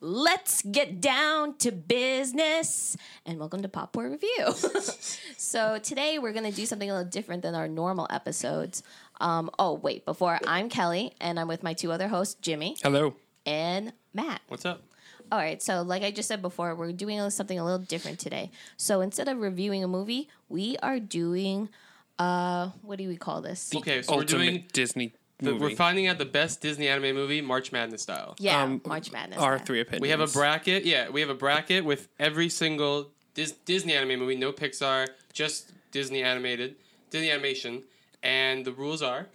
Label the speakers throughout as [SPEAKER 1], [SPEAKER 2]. [SPEAKER 1] let's get down to business. And welcome to Pop Popcorn Review. so today we're going to do something a little different than our normal episodes. Um, oh, wait, before I'm Kelly and I'm with my two other hosts, Jimmy
[SPEAKER 2] Hello.
[SPEAKER 1] and Matt.
[SPEAKER 2] What's up?
[SPEAKER 1] All right, so like I just said before, we're doing a- something a little different today. So instead of reviewing a movie, we are doing uh what do we call this?
[SPEAKER 2] Okay, so we're
[SPEAKER 3] Ultimate
[SPEAKER 2] doing
[SPEAKER 3] Disney
[SPEAKER 2] the,
[SPEAKER 3] movie.
[SPEAKER 2] we're finding out the best Disney anime movie, March Madness style.
[SPEAKER 1] Yeah,
[SPEAKER 3] Um,
[SPEAKER 1] March Madness.
[SPEAKER 3] Our
[SPEAKER 1] yeah.
[SPEAKER 3] three opinions.
[SPEAKER 2] We have a bracket. Yeah, we have a bracket with every single Dis- Disney anime movie, no Pixar, just Disney animated, Disney animation, and the rules are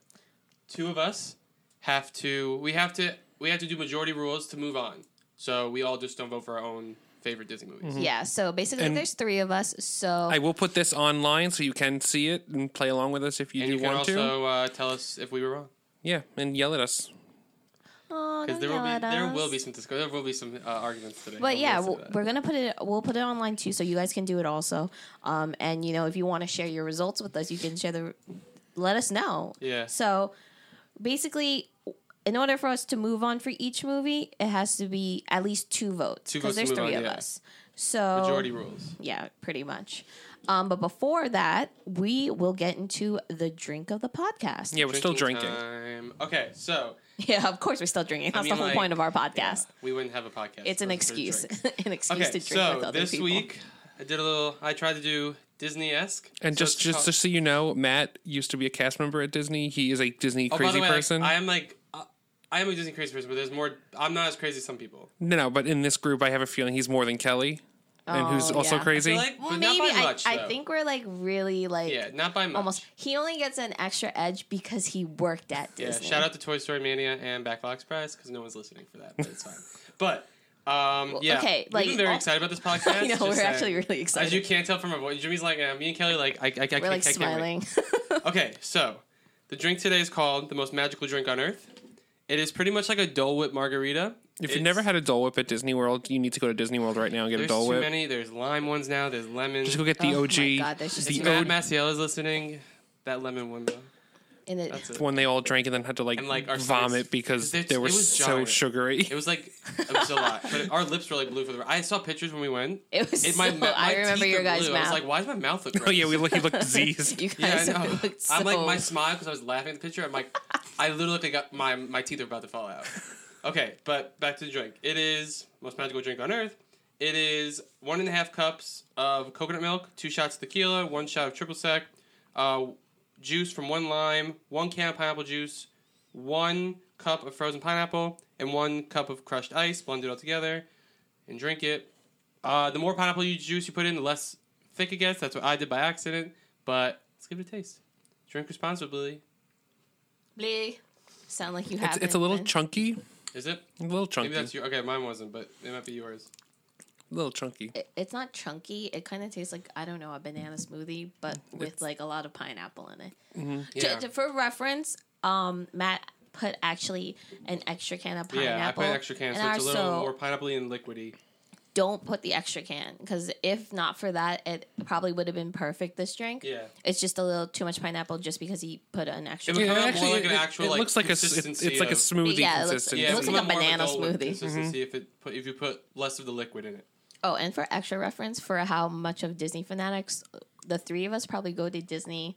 [SPEAKER 2] two of us have to we have to we have to do majority rules to move on. So we all just don't vote for our own favorite Disney movies.
[SPEAKER 3] Mm-hmm.
[SPEAKER 1] Yeah, so basically
[SPEAKER 3] And-
[SPEAKER 1] there's three of us. So
[SPEAKER 3] I will put this online so you can see it and play along with us if you
[SPEAKER 2] And
[SPEAKER 3] do
[SPEAKER 2] you can
[SPEAKER 3] want to.
[SPEAKER 2] also uh, tell us if we were wrong.
[SPEAKER 3] Yeah, and yell at us.
[SPEAKER 1] Aw, don't
[SPEAKER 2] Because there will
[SPEAKER 1] yell
[SPEAKER 2] be
[SPEAKER 1] at
[SPEAKER 2] there
[SPEAKER 1] us.
[SPEAKER 2] will be some discuss- there will be some uh, arguments today.
[SPEAKER 1] But
[SPEAKER 2] I'll
[SPEAKER 1] yeah,
[SPEAKER 2] get to
[SPEAKER 1] we'll,
[SPEAKER 2] that.
[SPEAKER 1] we're gonna put it. We'll put it online too, so you guys can do it also. Um, and you know, if you want to share your results with us, you can share the. Let us know.
[SPEAKER 2] Yeah.
[SPEAKER 1] So, basically, in order for us to move on for each movie, it has to be at least two votes
[SPEAKER 2] Two
[SPEAKER 1] because
[SPEAKER 2] votes to
[SPEAKER 1] there's
[SPEAKER 2] move
[SPEAKER 1] three
[SPEAKER 2] on,
[SPEAKER 1] of
[SPEAKER 2] yeah.
[SPEAKER 1] us. So
[SPEAKER 2] majority rules.
[SPEAKER 1] yeah, pretty much. Um, but before that, we will get into the drink of the podcast.
[SPEAKER 3] Yeah, we're still drinking.
[SPEAKER 2] uh, Time. Okay, so
[SPEAKER 1] Yeah, of course we're still drinking. That's
[SPEAKER 2] mean,
[SPEAKER 1] the whole
[SPEAKER 2] like,
[SPEAKER 1] point of our podcast.
[SPEAKER 2] we wouldn't have a podcast.
[SPEAKER 1] It's an
[SPEAKER 2] without the
[SPEAKER 1] excuse,
[SPEAKER 2] drink.
[SPEAKER 1] an excuse
[SPEAKER 2] Okay,
[SPEAKER 1] to drink with
[SPEAKER 2] so
[SPEAKER 1] other
[SPEAKER 2] this
[SPEAKER 1] people.
[SPEAKER 2] week I did a little. I tried to do Disney esque,
[SPEAKER 3] And just just just so you know, Matt used to be a cast member at Disney. He is a Disney
[SPEAKER 2] Oh, by
[SPEAKER 3] crazy
[SPEAKER 2] the way,
[SPEAKER 3] person.
[SPEAKER 2] I am like. Uh, I am a Disney crazy person, but there's more. I'm not as crazy as some people.
[SPEAKER 3] no, no, but in this group, I have a feeling he's more than Kelly, and who's
[SPEAKER 1] Oh,
[SPEAKER 3] also
[SPEAKER 1] yeah.
[SPEAKER 3] crazy.
[SPEAKER 2] I feel like,
[SPEAKER 1] Well,
[SPEAKER 2] but
[SPEAKER 1] maybe
[SPEAKER 2] not by
[SPEAKER 1] I,
[SPEAKER 2] much.
[SPEAKER 1] I
[SPEAKER 2] though.
[SPEAKER 1] think we're like really like
[SPEAKER 2] Yeah, not by much.
[SPEAKER 1] almost. He only gets an extra edge because he worked at
[SPEAKER 2] Yeah,
[SPEAKER 1] Disney.
[SPEAKER 2] shout out to Toy Story Mania and Backlog Express because no one's listening for that, but it's fine. But um, yeah,
[SPEAKER 1] okay,
[SPEAKER 2] we've
[SPEAKER 1] like,
[SPEAKER 2] been very
[SPEAKER 1] all-
[SPEAKER 2] excited about this podcast.
[SPEAKER 1] I know
[SPEAKER 2] just
[SPEAKER 1] we're
[SPEAKER 2] saying.
[SPEAKER 1] actually really
[SPEAKER 2] As
[SPEAKER 1] excited.
[SPEAKER 2] you can't tell from our voice, Jimmy's like uh, me and Kelly. Like I, I, I can't-
[SPEAKER 1] we're like
[SPEAKER 2] I can't wait.
[SPEAKER 1] smiling.
[SPEAKER 2] Okay, so the drink today is called the most magical drink on earth. It is pretty much like a Dole Whip margarita.
[SPEAKER 3] if you've never had a Dole Whip at Disney World, you need to go to Disney World right now and get a
[SPEAKER 2] there's
[SPEAKER 3] Dole
[SPEAKER 2] too
[SPEAKER 3] Whip.
[SPEAKER 2] many. There's lime ones now. There's lemon.
[SPEAKER 3] Just go get the
[SPEAKER 1] Oh my
[SPEAKER 3] OG,
[SPEAKER 1] God, there's just
[SPEAKER 3] the
[SPEAKER 1] too
[SPEAKER 2] If
[SPEAKER 1] many.
[SPEAKER 3] OG
[SPEAKER 2] Matt Maciel is listening. That lemon one though.
[SPEAKER 1] and it,
[SPEAKER 2] That's it.
[SPEAKER 3] one they all drank and then had to like,
[SPEAKER 2] And, like, our
[SPEAKER 3] vomit
[SPEAKER 2] spirits-
[SPEAKER 3] because
[SPEAKER 2] it's-
[SPEAKER 3] they were
[SPEAKER 2] it was
[SPEAKER 3] so
[SPEAKER 2] giant.
[SPEAKER 3] sugary.
[SPEAKER 2] It was like it was a lot, but our lips were like blue for the. I saw pictures when we went.
[SPEAKER 1] it was.
[SPEAKER 2] It, my,
[SPEAKER 1] so,
[SPEAKER 2] my
[SPEAKER 1] I remember
[SPEAKER 2] teeth
[SPEAKER 1] your
[SPEAKER 2] are
[SPEAKER 1] guys'
[SPEAKER 2] blue.
[SPEAKER 1] mouth.
[SPEAKER 2] I was like, why does my mouth look?
[SPEAKER 3] oh
[SPEAKER 2] red?
[SPEAKER 3] yeah, we look, he looked diseased.
[SPEAKER 1] you
[SPEAKER 2] Yeah,
[SPEAKER 1] guys
[SPEAKER 2] I know.
[SPEAKER 1] looked so.
[SPEAKER 2] I'm like my smile because I was laughing at the picture. I'm like, I literally look like I got- my my teeth are about to fall out. Okay, but back to the drink. It is most magical drink on earth. It is one and a half cups of coconut milk, two shots of tequila, one shot of triple sec, uh, juice from one lime, one can of pineapple juice, one cup of frozen pineapple, and one cup of crushed ice. Blend it all together and drink it. Uh, the more pineapple you juice you put in, the less thick it gets. That's what I did by accident, but let's give it a taste. Drink responsibly.
[SPEAKER 1] Bleh. Sound like you
[SPEAKER 3] It's,
[SPEAKER 1] have.
[SPEAKER 3] it's a little chunky,
[SPEAKER 2] Is it?
[SPEAKER 3] a little
[SPEAKER 2] Maybe
[SPEAKER 3] chunky, a
[SPEAKER 2] that's your. Okay, mine wasn't, but it might be yours.
[SPEAKER 3] little chunky.
[SPEAKER 1] it's not chunky. It kind of tastes like I don't know a banana smoothie, but with like a lot of pineapple in it. Ju-
[SPEAKER 2] Yeah.
[SPEAKER 1] ju- for reference, um, Matt put actually an extra can of pineapple.
[SPEAKER 2] Yeah, I put an extra can,
[SPEAKER 1] in
[SPEAKER 2] so it's a
[SPEAKER 1] ours,
[SPEAKER 2] little
[SPEAKER 1] so
[SPEAKER 2] more pineappley and liquidy.
[SPEAKER 1] Don't put the extra can because if not for that, it probably would have been perfect. This drink.
[SPEAKER 2] Yeah.
[SPEAKER 1] It's just a little too much pineapple, just because he put an extra.
[SPEAKER 2] It
[SPEAKER 1] can.
[SPEAKER 2] would-
[SPEAKER 3] Yeah,
[SPEAKER 2] kinda more
[SPEAKER 3] actually,
[SPEAKER 2] like an
[SPEAKER 3] it-
[SPEAKER 2] actual,
[SPEAKER 3] it
[SPEAKER 2] like,
[SPEAKER 3] looks like a s- it-
[SPEAKER 2] consistency
[SPEAKER 3] it's like a
[SPEAKER 2] of-
[SPEAKER 3] smoothie
[SPEAKER 1] Yeah, it looks-
[SPEAKER 3] consistency.
[SPEAKER 1] it looks
[SPEAKER 2] would
[SPEAKER 1] like a
[SPEAKER 2] come out more
[SPEAKER 1] banana
[SPEAKER 2] Dole Whip
[SPEAKER 1] smoothie.
[SPEAKER 3] Mm-hmm.
[SPEAKER 2] Consistency if it put if you put less of the liquid in it.
[SPEAKER 1] Oh, and for extra reference, for how much of Disney fanatics, the three of us probably go to Disney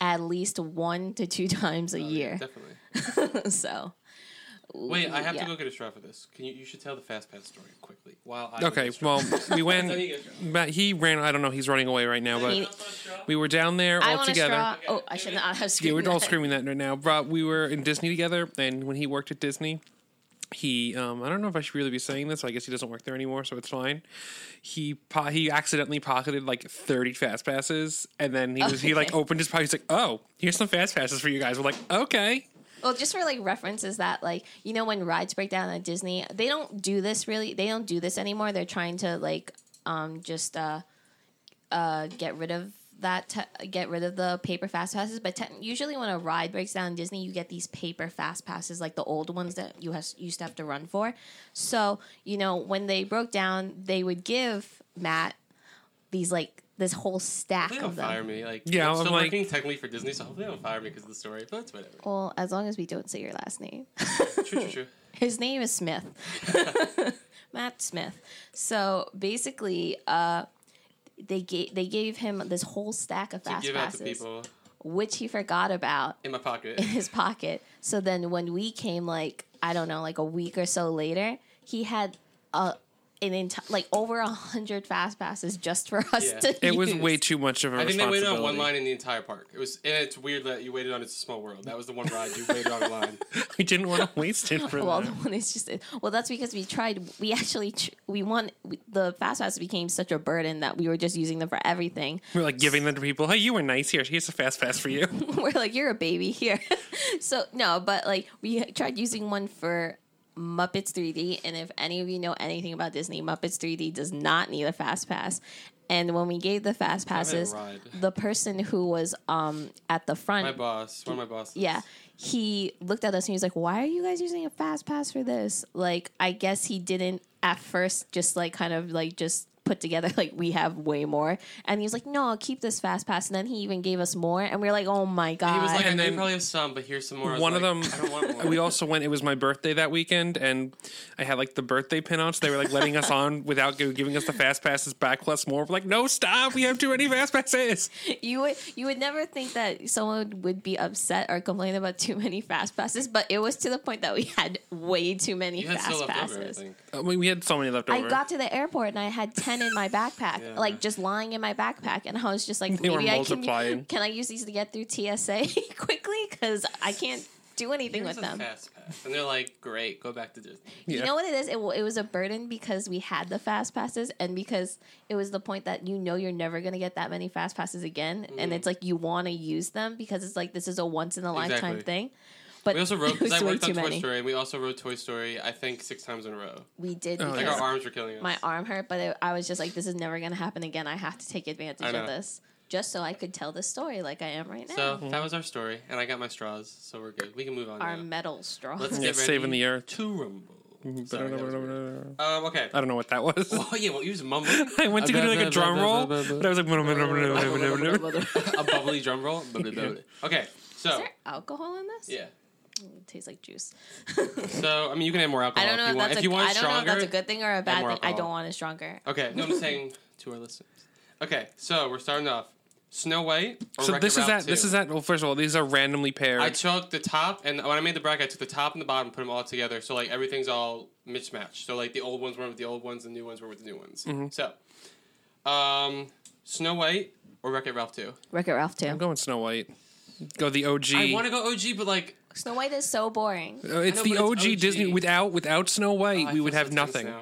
[SPEAKER 1] at least one to two times a year.
[SPEAKER 2] Oh, Definitely.
[SPEAKER 1] so.
[SPEAKER 2] Wait, I have
[SPEAKER 1] yeah.
[SPEAKER 2] to go get a straw for this. Can you? You should tell the fast pass story quickly while I. go
[SPEAKER 3] Okay,
[SPEAKER 2] get a straw.
[SPEAKER 3] well, we
[SPEAKER 2] Let me
[SPEAKER 3] went.
[SPEAKER 2] get a straw.
[SPEAKER 3] But he ran. I don't know. He's running away right now.
[SPEAKER 1] He-
[SPEAKER 3] But we were down there
[SPEAKER 1] I
[SPEAKER 3] all
[SPEAKER 1] want
[SPEAKER 3] together.
[SPEAKER 1] a straw. Oh, I should not have
[SPEAKER 3] Yeah,
[SPEAKER 1] screamed.
[SPEAKER 3] we're all
[SPEAKER 1] that.
[SPEAKER 3] screaming that right now. But we were in Disney together, and when he worked at Disney, he um, I don't know if I should really be saying this. I guess he doesn't work there anymore, so it's fine. He po- he accidentally pocketed like thirty fast passes, and then he was he like
[SPEAKER 1] Okay.
[SPEAKER 3] opened his pocket. He's like, "Oh, here's some fast passes for you guys." We're like, "Okay."
[SPEAKER 1] Well, just for like reference, is that like you know when rides break down at Disney, they don't do this really. They don't do this anymore. They're trying to like um just uh uh get rid of that te- get rid of the paper fast passes. But te- usually when a ride breaks down in Disney, you get these paper fast passes like the old ones that you has, used to have to run for. So you know when they broke down, they would give Matt these like this whole stack
[SPEAKER 2] They
[SPEAKER 1] of
[SPEAKER 2] don't
[SPEAKER 1] them.
[SPEAKER 2] fire me. Like,
[SPEAKER 3] Yeah,
[SPEAKER 2] I'm
[SPEAKER 3] I'm
[SPEAKER 2] still
[SPEAKER 3] like-
[SPEAKER 2] working technically for Disney, so hopefully they don't fire me because of the story. But that's whatever.
[SPEAKER 1] Well, as long as we don't say your last name.
[SPEAKER 2] True, true, true.
[SPEAKER 1] His name is Smith. Matt Smith. So basically, uh, they gave they gave him this whole stack of
[SPEAKER 2] to
[SPEAKER 1] fast
[SPEAKER 2] give out to
[SPEAKER 1] passes,
[SPEAKER 2] people
[SPEAKER 1] which he forgot about
[SPEAKER 2] in my pocket.
[SPEAKER 1] in his pocket. So then when we came, like I don't know, like a week or so later, he had a an entire like over a hundred fast passes just for us
[SPEAKER 2] Yeah.
[SPEAKER 1] to.
[SPEAKER 3] It was
[SPEAKER 1] use.
[SPEAKER 3] way too much of a
[SPEAKER 2] I think they
[SPEAKER 3] responsibility.
[SPEAKER 2] waited on one line in the entire park. It was, and it's weird that you waited on It's a Small World. That was the one ride you waited on a line.
[SPEAKER 3] We didn't want to waste it for
[SPEAKER 1] well,
[SPEAKER 3] that.
[SPEAKER 1] the one is just well. That's because we tried. We actually tr- we want we, the fast pass became such a burden that we were just using them for everything.
[SPEAKER 3] We We're like giving them to people. Hey, you were nice here. Here's a fast pass for you.
[SPEAKER 1] we're like, you're a baby here. so no, but like we tried using one for Muppets 3D, and if any of you know anything about Disney, Muppets 3D does not need a fast pass. And when we gave the fast passes,
[SPEAKER 2] ride.
[SPEAKER 1] the person who was um at the front,
[SPEAKER 2] My boss, one of my bosses.
[SPEAKER 1] yeah, he looked at us and he was like, "Why are you guys using a fast pass for this?" Like, I guess he didn't at first just like kind of like just put together like we have way more, and he was like, "No, I'll keep this fast pass." And then he even gave us more, and we were like, "Oh my god!"
[SPEAKER 2] He was like,
[SPEAKER 3] And
[SPEAKER 2] and I know you
[SPEAKER 3] then-
[SPEAKER 2] probably have some, but here's some more. I was
[SPEAKER 3] one of
[SPEAKER 2] like,
[SPEAKER 3] them.
[SPEAKER 2] I don't want more.
[SPEAKER 3] We also went. It was my birthday that weekend, and I had like the birthday pinouts. They were like letting us on without gi- giving us the fast passes back plus more. We're like, no, stop. We have too many fast passes.
[SPEAKER 1] You would you would never think that someone would be upset or complain about too many fast passes, but it was to the point that we had way too many
[SPEAKER 2] you had still
[SPEAKER 1] fast
[SPEAKER 2] left
[SPEAKER 1] passes.
[SPEAKER 2] over, I think.
[SPEAKER 3] I mean, Uh, we had so many left over.
[SPEAKER 1] I got to the airport and I had ten in my backpack,
[SPEAKER 2] Yeah.
[SPEAKER 1] like just lying in my backpack, and I was just like,
[SPEAKER 3] They were
[SPEAKER 1] maybe I can
[SPEAKER 3] multiplying.
[SPEAKER 1] can I use these to get through TSA quickly because I can't do anything
[SPEAKER 2] Here's
[SPEAKER 1] with
[SPEAKER 2] a
[SPEAKER 1] them.
[SPEAKER 2] fast pass. And they're like, great, go back to Disney.
[SPEAKER 1] You
[SPEAKER 3] Yeah.
[SPEAKER 1] know what it is? It, w- it was a burden because we had the fast passes and because it was the point that you know you're never going to get that many fast passes again. And
[SPEAKER 2] Mm.
[SPEAKER 1] it's like you want to use them because it's like this is a once in a lifetime
[SPEAKER 2] Exactly.
[SPEAKER 1] thing. But
[SPEAKER 2] We also wrote,
[SPEAKER 1] it
[SPEAKER 2] because
[SPEAKER 1] was
[SPEAKER 2] I
[SPEAKER 1] way
[SPEAKER 2] worked
[SPEAKER 1] too
[SPEAKER 2] on Toy
[SPEAKER 1] many.
[SPEAKER 2] Story, and we also wrote Toy Story, I think, six times in a row.
[SPEAKER 1] We did
[SPEAKER 3] Oh,
[SPEAKER 1] because
[SPEAKER 2] Like, our arms were killing us.
[SPEAKER 1] my arm hurt, but it, I was just like, this is never going to happen again. I have to take
[SPEAKER 2] I
[SPEAKER 1] advantage
[SPEAKER 2] know.
[SPEAKER 1] of this just so I could tell the story like I am right now.
[SPEAKER 2] So that was our story, and I got my straws, so we're good. We can move on.
[SPEAKER 1] Our
[SPEAKER 2] now.
[SPEAKER 1] metal straw.
[SPEAKER 2] Let's
[SPEAKER 3] Yeah,
[SPEAKER 2] get ready
[SPEAKER 3] saving the earth.
[SPEAKER 2] to
[SPEAKER 3] Mm-hmm.
[SPEAKER 2] rumble. Sorry, that was weird.
[SPEAKER 3] I
[SPEAKER 2] um, okay.
[SPEAKER 3] don't know what that was.
[SPEAKER 2] Oh yeah, well, you was mumbling.
[SPEAKER 3] I went to go do like a drum roll, but I was like,
[SPEAKER 2] a bubbly drum roll. okay,
[SPEAKER 1] Is
[SPEAKER 2] so
[SPEAKER 1] there alcohol in this?
[SPEAKER 2] yeah,
[SPEAKER 1] It tastes like juice.
[SPEAKER 2] so I mean, you can add more alcohol
[SPEAKER 1] I don't know
[SPEAKER 2] if
[SPEAKER 1] if
[SPEAKER 2] you want.
[SPEAKER 1] that's a, I don't
[SPEAKER 2] If you want
[SPEAKER 1] know if
[SPEAKER 2] stronger,
[SPEAKER 1] that's a good thing or a bad
[SPEAKER 2] more
[SPEAKER 1] thing. I
[SPEAKER 2] alcohol.
[SPEAKER 1] don't want it stronger.
[SPEAKER 2] okay. No, I'm saying to our listeners. Okay, so we're starting off. Snow White. Or
[SPEAKER 3] so this is that. This is
[SPEAKER 2] that.
[SPEAKER 3] that. Well, first of all, these are randomly
[SPEAKER 2] I
[SPEAKER 3] paired.
[SPEAKER 2] took the top, and when I made the bracket, I took the top and the bottom, put them all together, so like everything's all mismatched. So like the old ones were with the old ones, the new ones were with the new ones.
[SPEAKER 3] Mm-hmm.
[SPEAKER 2] So, um, Snow White or Wreck It Ralph two.
[SPEAKER 1] Wreck It Ralph
[SPEAKER 3] I'm
[SPEAKER 1] too.
[SPEAKER 3] going Snow White. Go the OG.
[SPEAKER 2] I want to go OG, but like
[SPEAKER 1] Snow White is so boring.
[SPEAKER 3] Uh, it's
[SPEAKER 2] know,
[SPEAKER 3] the
[SPEAKER 2] but
[SPEAKER 3] OG,
[SPEAKER 2] it's OG.
[SPEAKER 3] Disney. Without without Snow White,
[SPEAKER 2] I
[SPEAKER 3] we
[SPEAKER 2] feel
[SPEAKER 3] would
[SPEAKER 2] so
[SPEAKER 3] have
[SPEAKER 2] tense
[SPEAKER 3] nothing.
[SPEAKER 2] now.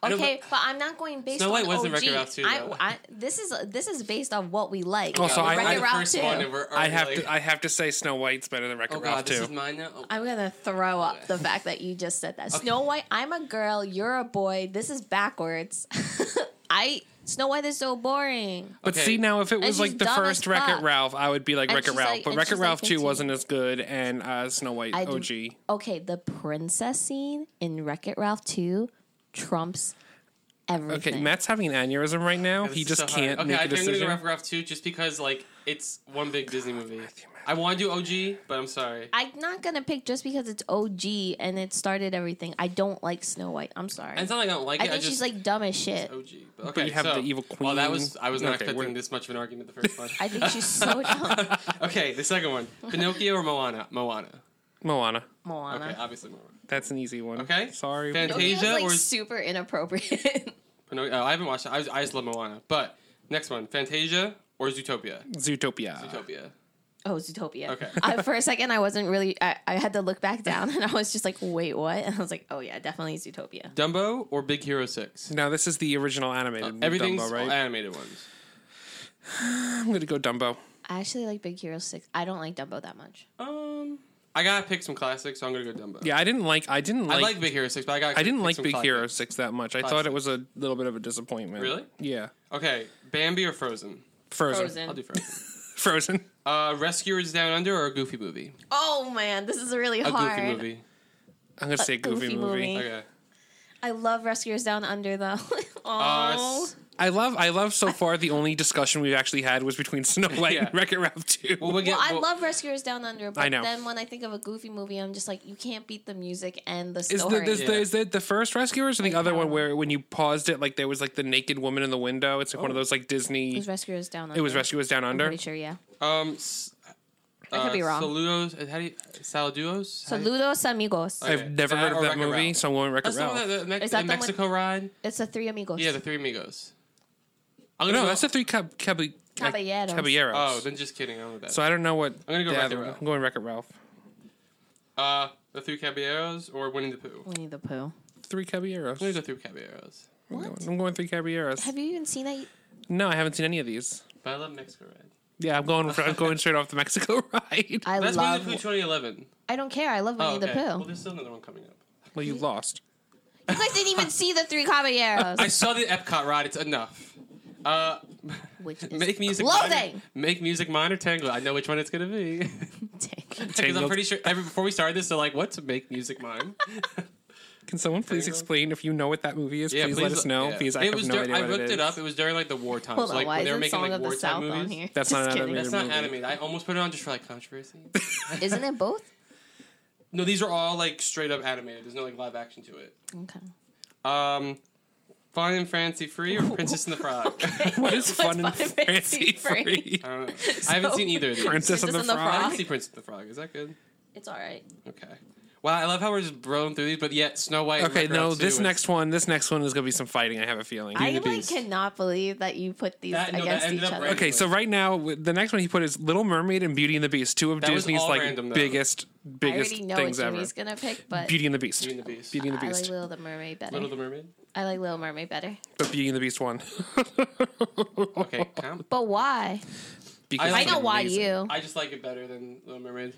[SPEAKER 2] I know,
[SPEAKER 1] Okay, but, I'm not going based
[SPEAKER 2] Snow
[SPEAKER 1] on
[SPEAKER 2] White wasn't
[SPEAKER 1] OG.
[SPEAKER 2] Wreck-It Ralph too,
[SPEAKER 1] I,
[SPEAKER 2] though.
[SPEAKER 1] I, this is this is based on what we like.
[SPEAKER 3] Also, I-
[SPEAKER 2] we're
[SPEAKER 1] Wreck-It
[SPEAKER 2] the
[SPEAKER 1] Ralph
[SPEAKER 2] first
[SPEAKER 1] too.
[SPEAKER 2] one, and we're
[SPEAKER 3] I
[SPEAKER 2] already,
[SPEAKER 3] have
[SPEAKER 2] like,
[SPEAKER 3] to I have to say Snow White's better than Wreck-It
[SPEAKER 2] Oh
[SPEAKER 3] Ralph
[SPEAKER 2] god, this
[SPEAKER 3] too.
[SPEAKER 2] is mine now. Oh,
[SPEAKER 1] I'm gonna throw up the fact that you just said that. Snow White, I'm a girl, you're a boy. This is backwards. I Snow White is so boring.
[SPEAKER 3] But
[SPEAKER 2] Okay.
[SPEAKER 3] see now, if it was
[SPEAKER 1] she's
[SPEAKER 3] like the
[SPEAKER 1] dumb
[SPEAKER 3] first
[SPEAKER 1] as
[SPEAKER 3] Wreck-It
[SPEAKER 1] fuck.
[SPEAKER 3] Ralph, I would be like
[SPEAKER 1] And
[SPEAKER 3] Wreck-It
[SPEAKER 1] she's
[SPEAKER 3] Ralph.
[SPEAKER 1] like-
[SPEAKER 3] but
[SPEAKER 1] and
[SPEAKER 3] Wreck-It
[SPEAKER 1] she's like
[SPEAKER 3] Ralph two
[SPEAKER 1] 15.
[SPEAKER 3] wasn't as good, and uh, Snow White
[SPEAKER 1] I do-
[SPEAKER 3] OG.
[SPEAKER 1] Okay, the princess scene in Wreck It Ralph 2 trumps everything.
[SPEAKER 3] Okay, Matt's having an aneurysm right now.
[SPEAKER 2] this
[SPEAKER 3] he
[SPEAKER 2] is
[SPEAKER 3] just
[SPEAKER 2] so hard.
[SPEAKER 3] can't
[SPEAKER 2] Okay,
[SPEAKER 3] make
[SPEAKER 2] I
[SPEAKER 3] a
[SPEAKER 2] think I'm gonna
[SPEAKER 3] decision.
[SPEAKER 2] go Wreck It Ralph two just because like it's one big Disney movie. I want to do OG, but I'm sorry.
[SPEAKER 1] I'm not gonna pick just because it's OG and it started everything. I don't like Snow White. I'm sorry.
[SPEAKER 2] And it's not like I don't like
[SPEAKER 1] I
[SPEAKER 2] it.
[SPEAKER 1] think
[SPEAKER 2] I just,
[SPEAKER 1] she's like dumb as shit.
[SPEAKER 2] OG. But okay,
[SPEAKER 3] you have
[SPEAKER 2] so-
[SPEAKER 3] the evil
[SPEAKER 2] Well, that
[SPEAKER 3] queen.
[SPEAKER 2] was I was not
[SPEAKER 3] Okay,
[SPEAKER 2] expecting
[SPEAKER 3] we're-
[SPEAKER 2] this much of an argument the first one.
[SPEAKER 1] I think she's so dumb.
[SPEAKER 2] okay, the second one, Pinocchio or Moana? Moana.
[SPEAKER 3] Moana.
[SPEAKER 2] Okay,
[SPEAKER 1] Moana.
[SPEAKER 2] obviously Moana.
[SPEAKER 3] That's an easy one.
[SPEAKER 2] Okay.
[SPEAKER 3] sorry.
[SPEAKER 2] Fan-
[SPEAKER 1] Okay. was
[SPEAKER 2] Fantasia
[SPEAKER 1] like
[SPEAKER 2] or-
[SPEAKER 1] super inappropriate.
[SPEAKER 2] Pinocchio. oh, I haven't watched. It. I, was- I just love Moana. But next one, Fantasia or Zootopia?
[SPEAKER 3] Zootopia.
[SPEAKER 2] Zootopia.
[SPEAKER 1] oh, Zootopia.
[SPEAKER 2] Okay.
[SPEAKER 1] I, for a second, I wasn't really. I, I had to look back down and I was just like, wait, what? And I was like, oh yeah, definitely Zootopia.
[SPEAKER 2] Dumbo or Big Hero Six?
[SPEAKER 3] Now this is the original animated
[SPEAKER 2] Uh, Everything's
[SPEAKER 3] Dumbo, right?
[SPEAKER 2] animated ones.
[SPEAKER 3] I'm gonna go Dumbo.
[SPEAKER 1] I actually like Big Hero Six. I don't like Dumbo that much.
[SPEAKER 2] Um, I gotta pick some classics, so I'm gonna go Dumbo.
[SPEAKER 3] Yeah, I didn't like. I didn't
[SPEAKER 2] I
[SPEAKER 3] like.
[SPEAKER 2] like, Big Hero Six, but I got.
[SPEAKER 3] I didn't like Big Hero Six that much. I thought
[SPEAKER 2] Classic.
[SPEAKER 3] it was a little bit of a disappointment.
[SPEAKER 2] Really?
[SPEAKER 3] Yeah.
[SPEAKER 2] Okay, Bambi or Frozen?
[SPEAKER 3] Frozen.
[SPEAKER 1] Frozen.
[SPEAKER 2] I'll do Frozen.
[SPEAKER 3] Frozen.
[SPEAKER 2] uh, Rescuers Down Under or a Goofy movie?
[SPEAKER 1] Oh man, this is really
[SPEAKER 2] A
[SPEAKER 1] hard.
[SPEAKER 2] Goofy movie.
[SPEAKER 3] I'm gonna say Goofy,
[SPEAKER 1] Goofy
[SPEAKER 3] movie.
[SPEAKER 1] movie.
[SPEAKER 2] Okay.
[SPEAKER 1] I love Rescuers Down Under though.
[SPEAKER 2] Uh,
[SPEAKER 1] oh,
[SPEAKER 2] s-
[SPEAKER 3] I love I love so far the only discussion we've actually had was between Snow White
[SPEAKER 2] Yeah.
[SPEAKER 3] and Wreck It Ralph 2.
[SPEAKER 2] Well, we get,
[SPEAKER 1] Well, I
[SPEAKER 2] well,
[SPEAKER 1] love Rescuers Down Under, but
[SPEAKER 3] I know.
[SPEAKER 1] then when I think of a goofy movie, I'm just like, you can't beat the music and the
[SPEAKER 3] is,
[SPEAKER 1] story.
[SPEAKER 3] the, is,
[SPEAKER 2] Yeah.
[SPEAKER 3] the, is it the first Rescuers or the
[SPEAKER 1] I
[SPEAKER 3] other one
[SPEAKER 1] know.
[SPEAKER 3] where when you paused it, like there was like the naked woman in the window? It's like one of those like Disney.
[SPEAKER 1] Oh. it was Rescuers Down Under.
[SPEAKER 3] it was Rescuers Down
[SPEAKER 1] I'm
[SPEAKER 3] Under.
[SPEAKER 1] pretty sure, yeah.
[SPEAKER 2] Um, s-
[SPEAKER 1] I could
[SPEAKER 2] uh,
[SPEAKER 1] be wrong.
[SPEAKER 2] Saludos. uh, How do you, saludos. How do you-
[SPEAKER 1] Saludos amigos.
[SPEAKER 2] Okay.
[SPEAKER 3] I've never
[SPEAKER 2] That
[SPEAKER 3] heard of
[SPEAKER 2] or
[SPEAKER 3] that
[SPEAKER 2] Wreck-It
[SPEAKER 3] movie,
[SPEAKER 2] Ralph.
[SPEAKER 3] so I'm going Wreck It
[SPEAKER 2] That's the, one
[SPEAKER 3] Ralph.
[SPEAKER 2] that- the, Mex-
[SPEAKER 1] Is that
[SPEAKER 2] the
[SPEAKER 1] the one-
[SPEAKER 2] Mexico ride.
[SPEAKER 1] It's the three amigos.
[SPEAKER 2] Yeah, the Three Amigos. I'm gonna
[SPEAKER 3] Oh, No,
[SPEAKER 2] go-
[SPEAKER 3] that's the three cab- cab- like,
[SPEAKER 1] Caballeros.
[SPEAKER 3] caballeros.
[SPEAKER 2] Oh, then just kidding. I don't know that.
[SPEAKER 3] so I don't know what.
[SPEAKER 2] gonna go
[SPEAKER 3] the
[SPEAKER 2] Wreck-It
[SPEAKER 3] other-
[SPEAKER 2] Ralph.
[SPEAKER 3] I'm going Wreck It Ralph.
[SPEAKER 2] uh, the Three Caballeros or Winnie the Pooh. I'm
[SPEAKER 1] Winnie the Pooh.
[SPEAKER 3] Three caballeros.
[SPEAKER 2] gonna go Three Caballeros.
[SPEAKER 3] I'm going-
[SPEAKER 1] What?
[SPEAKER 3] I'm going three caballeros.
[SPEAKER 1] Have you even seen that?
[SPEAKER 3] No, I haven't seen any of these.
[SPEAKER 2] But I love Mexico ride.
[SPEAKER 3] Yeah, I'm going. I'm going straight off the Mexico ride.
[SPEAKER 1] I
[SPEAKER 2] That's Winnie
[SPEAKER 1] love.
[SPEAKER 2] the Pooh 2011.
[SPEAKER 1] I don't care. I love Winnie
[SPEAKER 2] Oh, okay.
[SPEAKER 1] the Pooh.
[SPEAKER 2] Well, there's still another one coming up.
[SPEAKER 3] well, you lost.
[SPEAKER 1] you guys didn't even see the three caballeros,
[SPEAKER 2] I saw the Epcot ride. It's enough. Uh,
[SPEAKER 1] which is
[SPEAKER 2] make music.
[SPEAKER 1] clothing.
[SPEAKER 2] Minor, make music. Minor tangle. I know which one it's gonna be. Because I'm
[SPEAKER 3] Tangled.
[SPEAKER 2] pretty sure every, before we started this, they're like, "What to make music mime?"
[SPEAKER 3] Can someone please
[SPEAKER 2] Tangled.
[SPEAKER 3] explain if you know what that movie is? please, let us know.
[SPEAKER 2] yeah.
[SPEAKER 3] Please, I
[SPEAKER 2] it
[SPEAKER 3] have
[SPEAKER 2] was
[SPEAKER 3] no
[SPEAKER 2] dur-
[SPEAKER 3] idea
[SPEAKER 2] I
[SPEAKER 3] what
[SPEAKER 2] looked
[SPEAKER 3] it
[SPEAKER 2] it,
[SPEAKER 3] is.
[SPEAKER 2] up. It was during like the wartime.
[SPEAKER 1] Hold
[SPEAKER 2] so,
[SPEAKER 1] on,
[SPEAKER 2] like
[SPEAKER 1] why
[SPEAKER 2] when
[SPEAKER 1] is
[SPEAKER 2] they were
[SPEAKER 1] it
[SPEAKER 2] making
[SPEAKER 1] Song
[SPEAKER 2] like
[SPEAKER 1] of the
[SPEAKER 2] wartime
[SPEAKER 1] South
[SPEAKER 2] movies.
[SPEAKER 1] on here?
[SPEAKER 3] That's
[SPEAKER 1] Just
[SPEAKER 3] not an
[SPEAKER 1] kidding.
[SPEAKER 3] animated
[SPEAKER 2] That's not
[SPEAKER 3] movie.
[SPEAKER 2] animated. I almost put it on just for like controversy.
[SPEAKER 1] Isn't it both?
[SPEAKER 2] no, these are all like straight up animated. There's no like live action to it.
[SPEAKER 1] Okay.
[SPEAKER 2] Um, Fun and Fancy Free or Princess and the Frog?
[SPEAKER 3] What is fun and
[SPEAKER 1] What's Fun and Fancy
[SPEAKER 3] fancy free?
[SPEAKER 2] I don't know. I haven't seen either of these.
[SPEAKER 3] Princess and
[SPEAKER 1] Princess
[SPEAKER 3] the
[SPEAKER 1] and the
[SPEAKER 2] I
[SPEAKER 3] Frog.
[SPEAKER 2] didn't see Princess and the Frog. Is that good?
[SPEAKER 1] It's all right.
[SPEAKER 2] Okay. Wow, I love how we're just blowing through these, but yet Snow White. and
[SPEAKER 3] Okay,
[SPEAKER 2] Wreck-It Ralph
[SPEAKER 3] no,
[SPEAKER 2] 2
[SPEAKER 3] this
[SPEAKER 2] and-
[SPEAKER 3] next one, this next one is gonna be some fighting. I have a feeling.
[SPEAKER 1] I
[SPEAKER 3] Beauty and the
[SPEAKER 1] like
[SPEAKER 3] Beast.
[SPEAKER 1] cannot believe that you put these
[SPEAKER 2] That- no, that
[SPEAKER 1] against
[SPEAKER 2] ended
[SPEAKER 1] each
[SPEAKER 2] up
[SPEAKER 1] other.
[SPEAKER 2] right.
[SPEAKER 3] Okay, so right now w- the next one he put is Little Mermaid and Beauty and the Beast, two of
[SPEAKER 2] That was
[SPEAKER 3] Disney's
[SPEAKER 2] all
[SPEAKER 3] like
[SPEAKER 2] random, though.
[SPEAKER 3] biggest
[SPEAKER 1] I
[SPEAKER 3] biggest
[SPEAKER 1] already know what
[SPEAKER 3] things ever.
[SPEAKER 1] Jimmy's gonna pick, but
[SPEAKER 3] Beauty and the Beast.
[SPEAKER 2] Beauty and the Beast.
[SPEAKER 3] Beauty and the
[SPEAKER 1] I
[SPEAKER 3] Beast.
[SPEAKER 1] like Little the Mermaid better.
[SPEAKER 2] Little the Mermaid.
[SPEAKER 1] I like Little Mermaid better.
[SPEAKER 3] But Beauty and the Beast won.
[SPEAKER 2] Okay, calm.
[SPEAKER 1] But why?
[SPEAKER 3] because
[SPEAKER 1] I
[SPEAKER 2] It's
[SPEAKER 1] know why
[SPEAKER 3] amazing.
[SPEAKER 1] you.
[SPEAKER 2] I just like it better than Little Mermaid.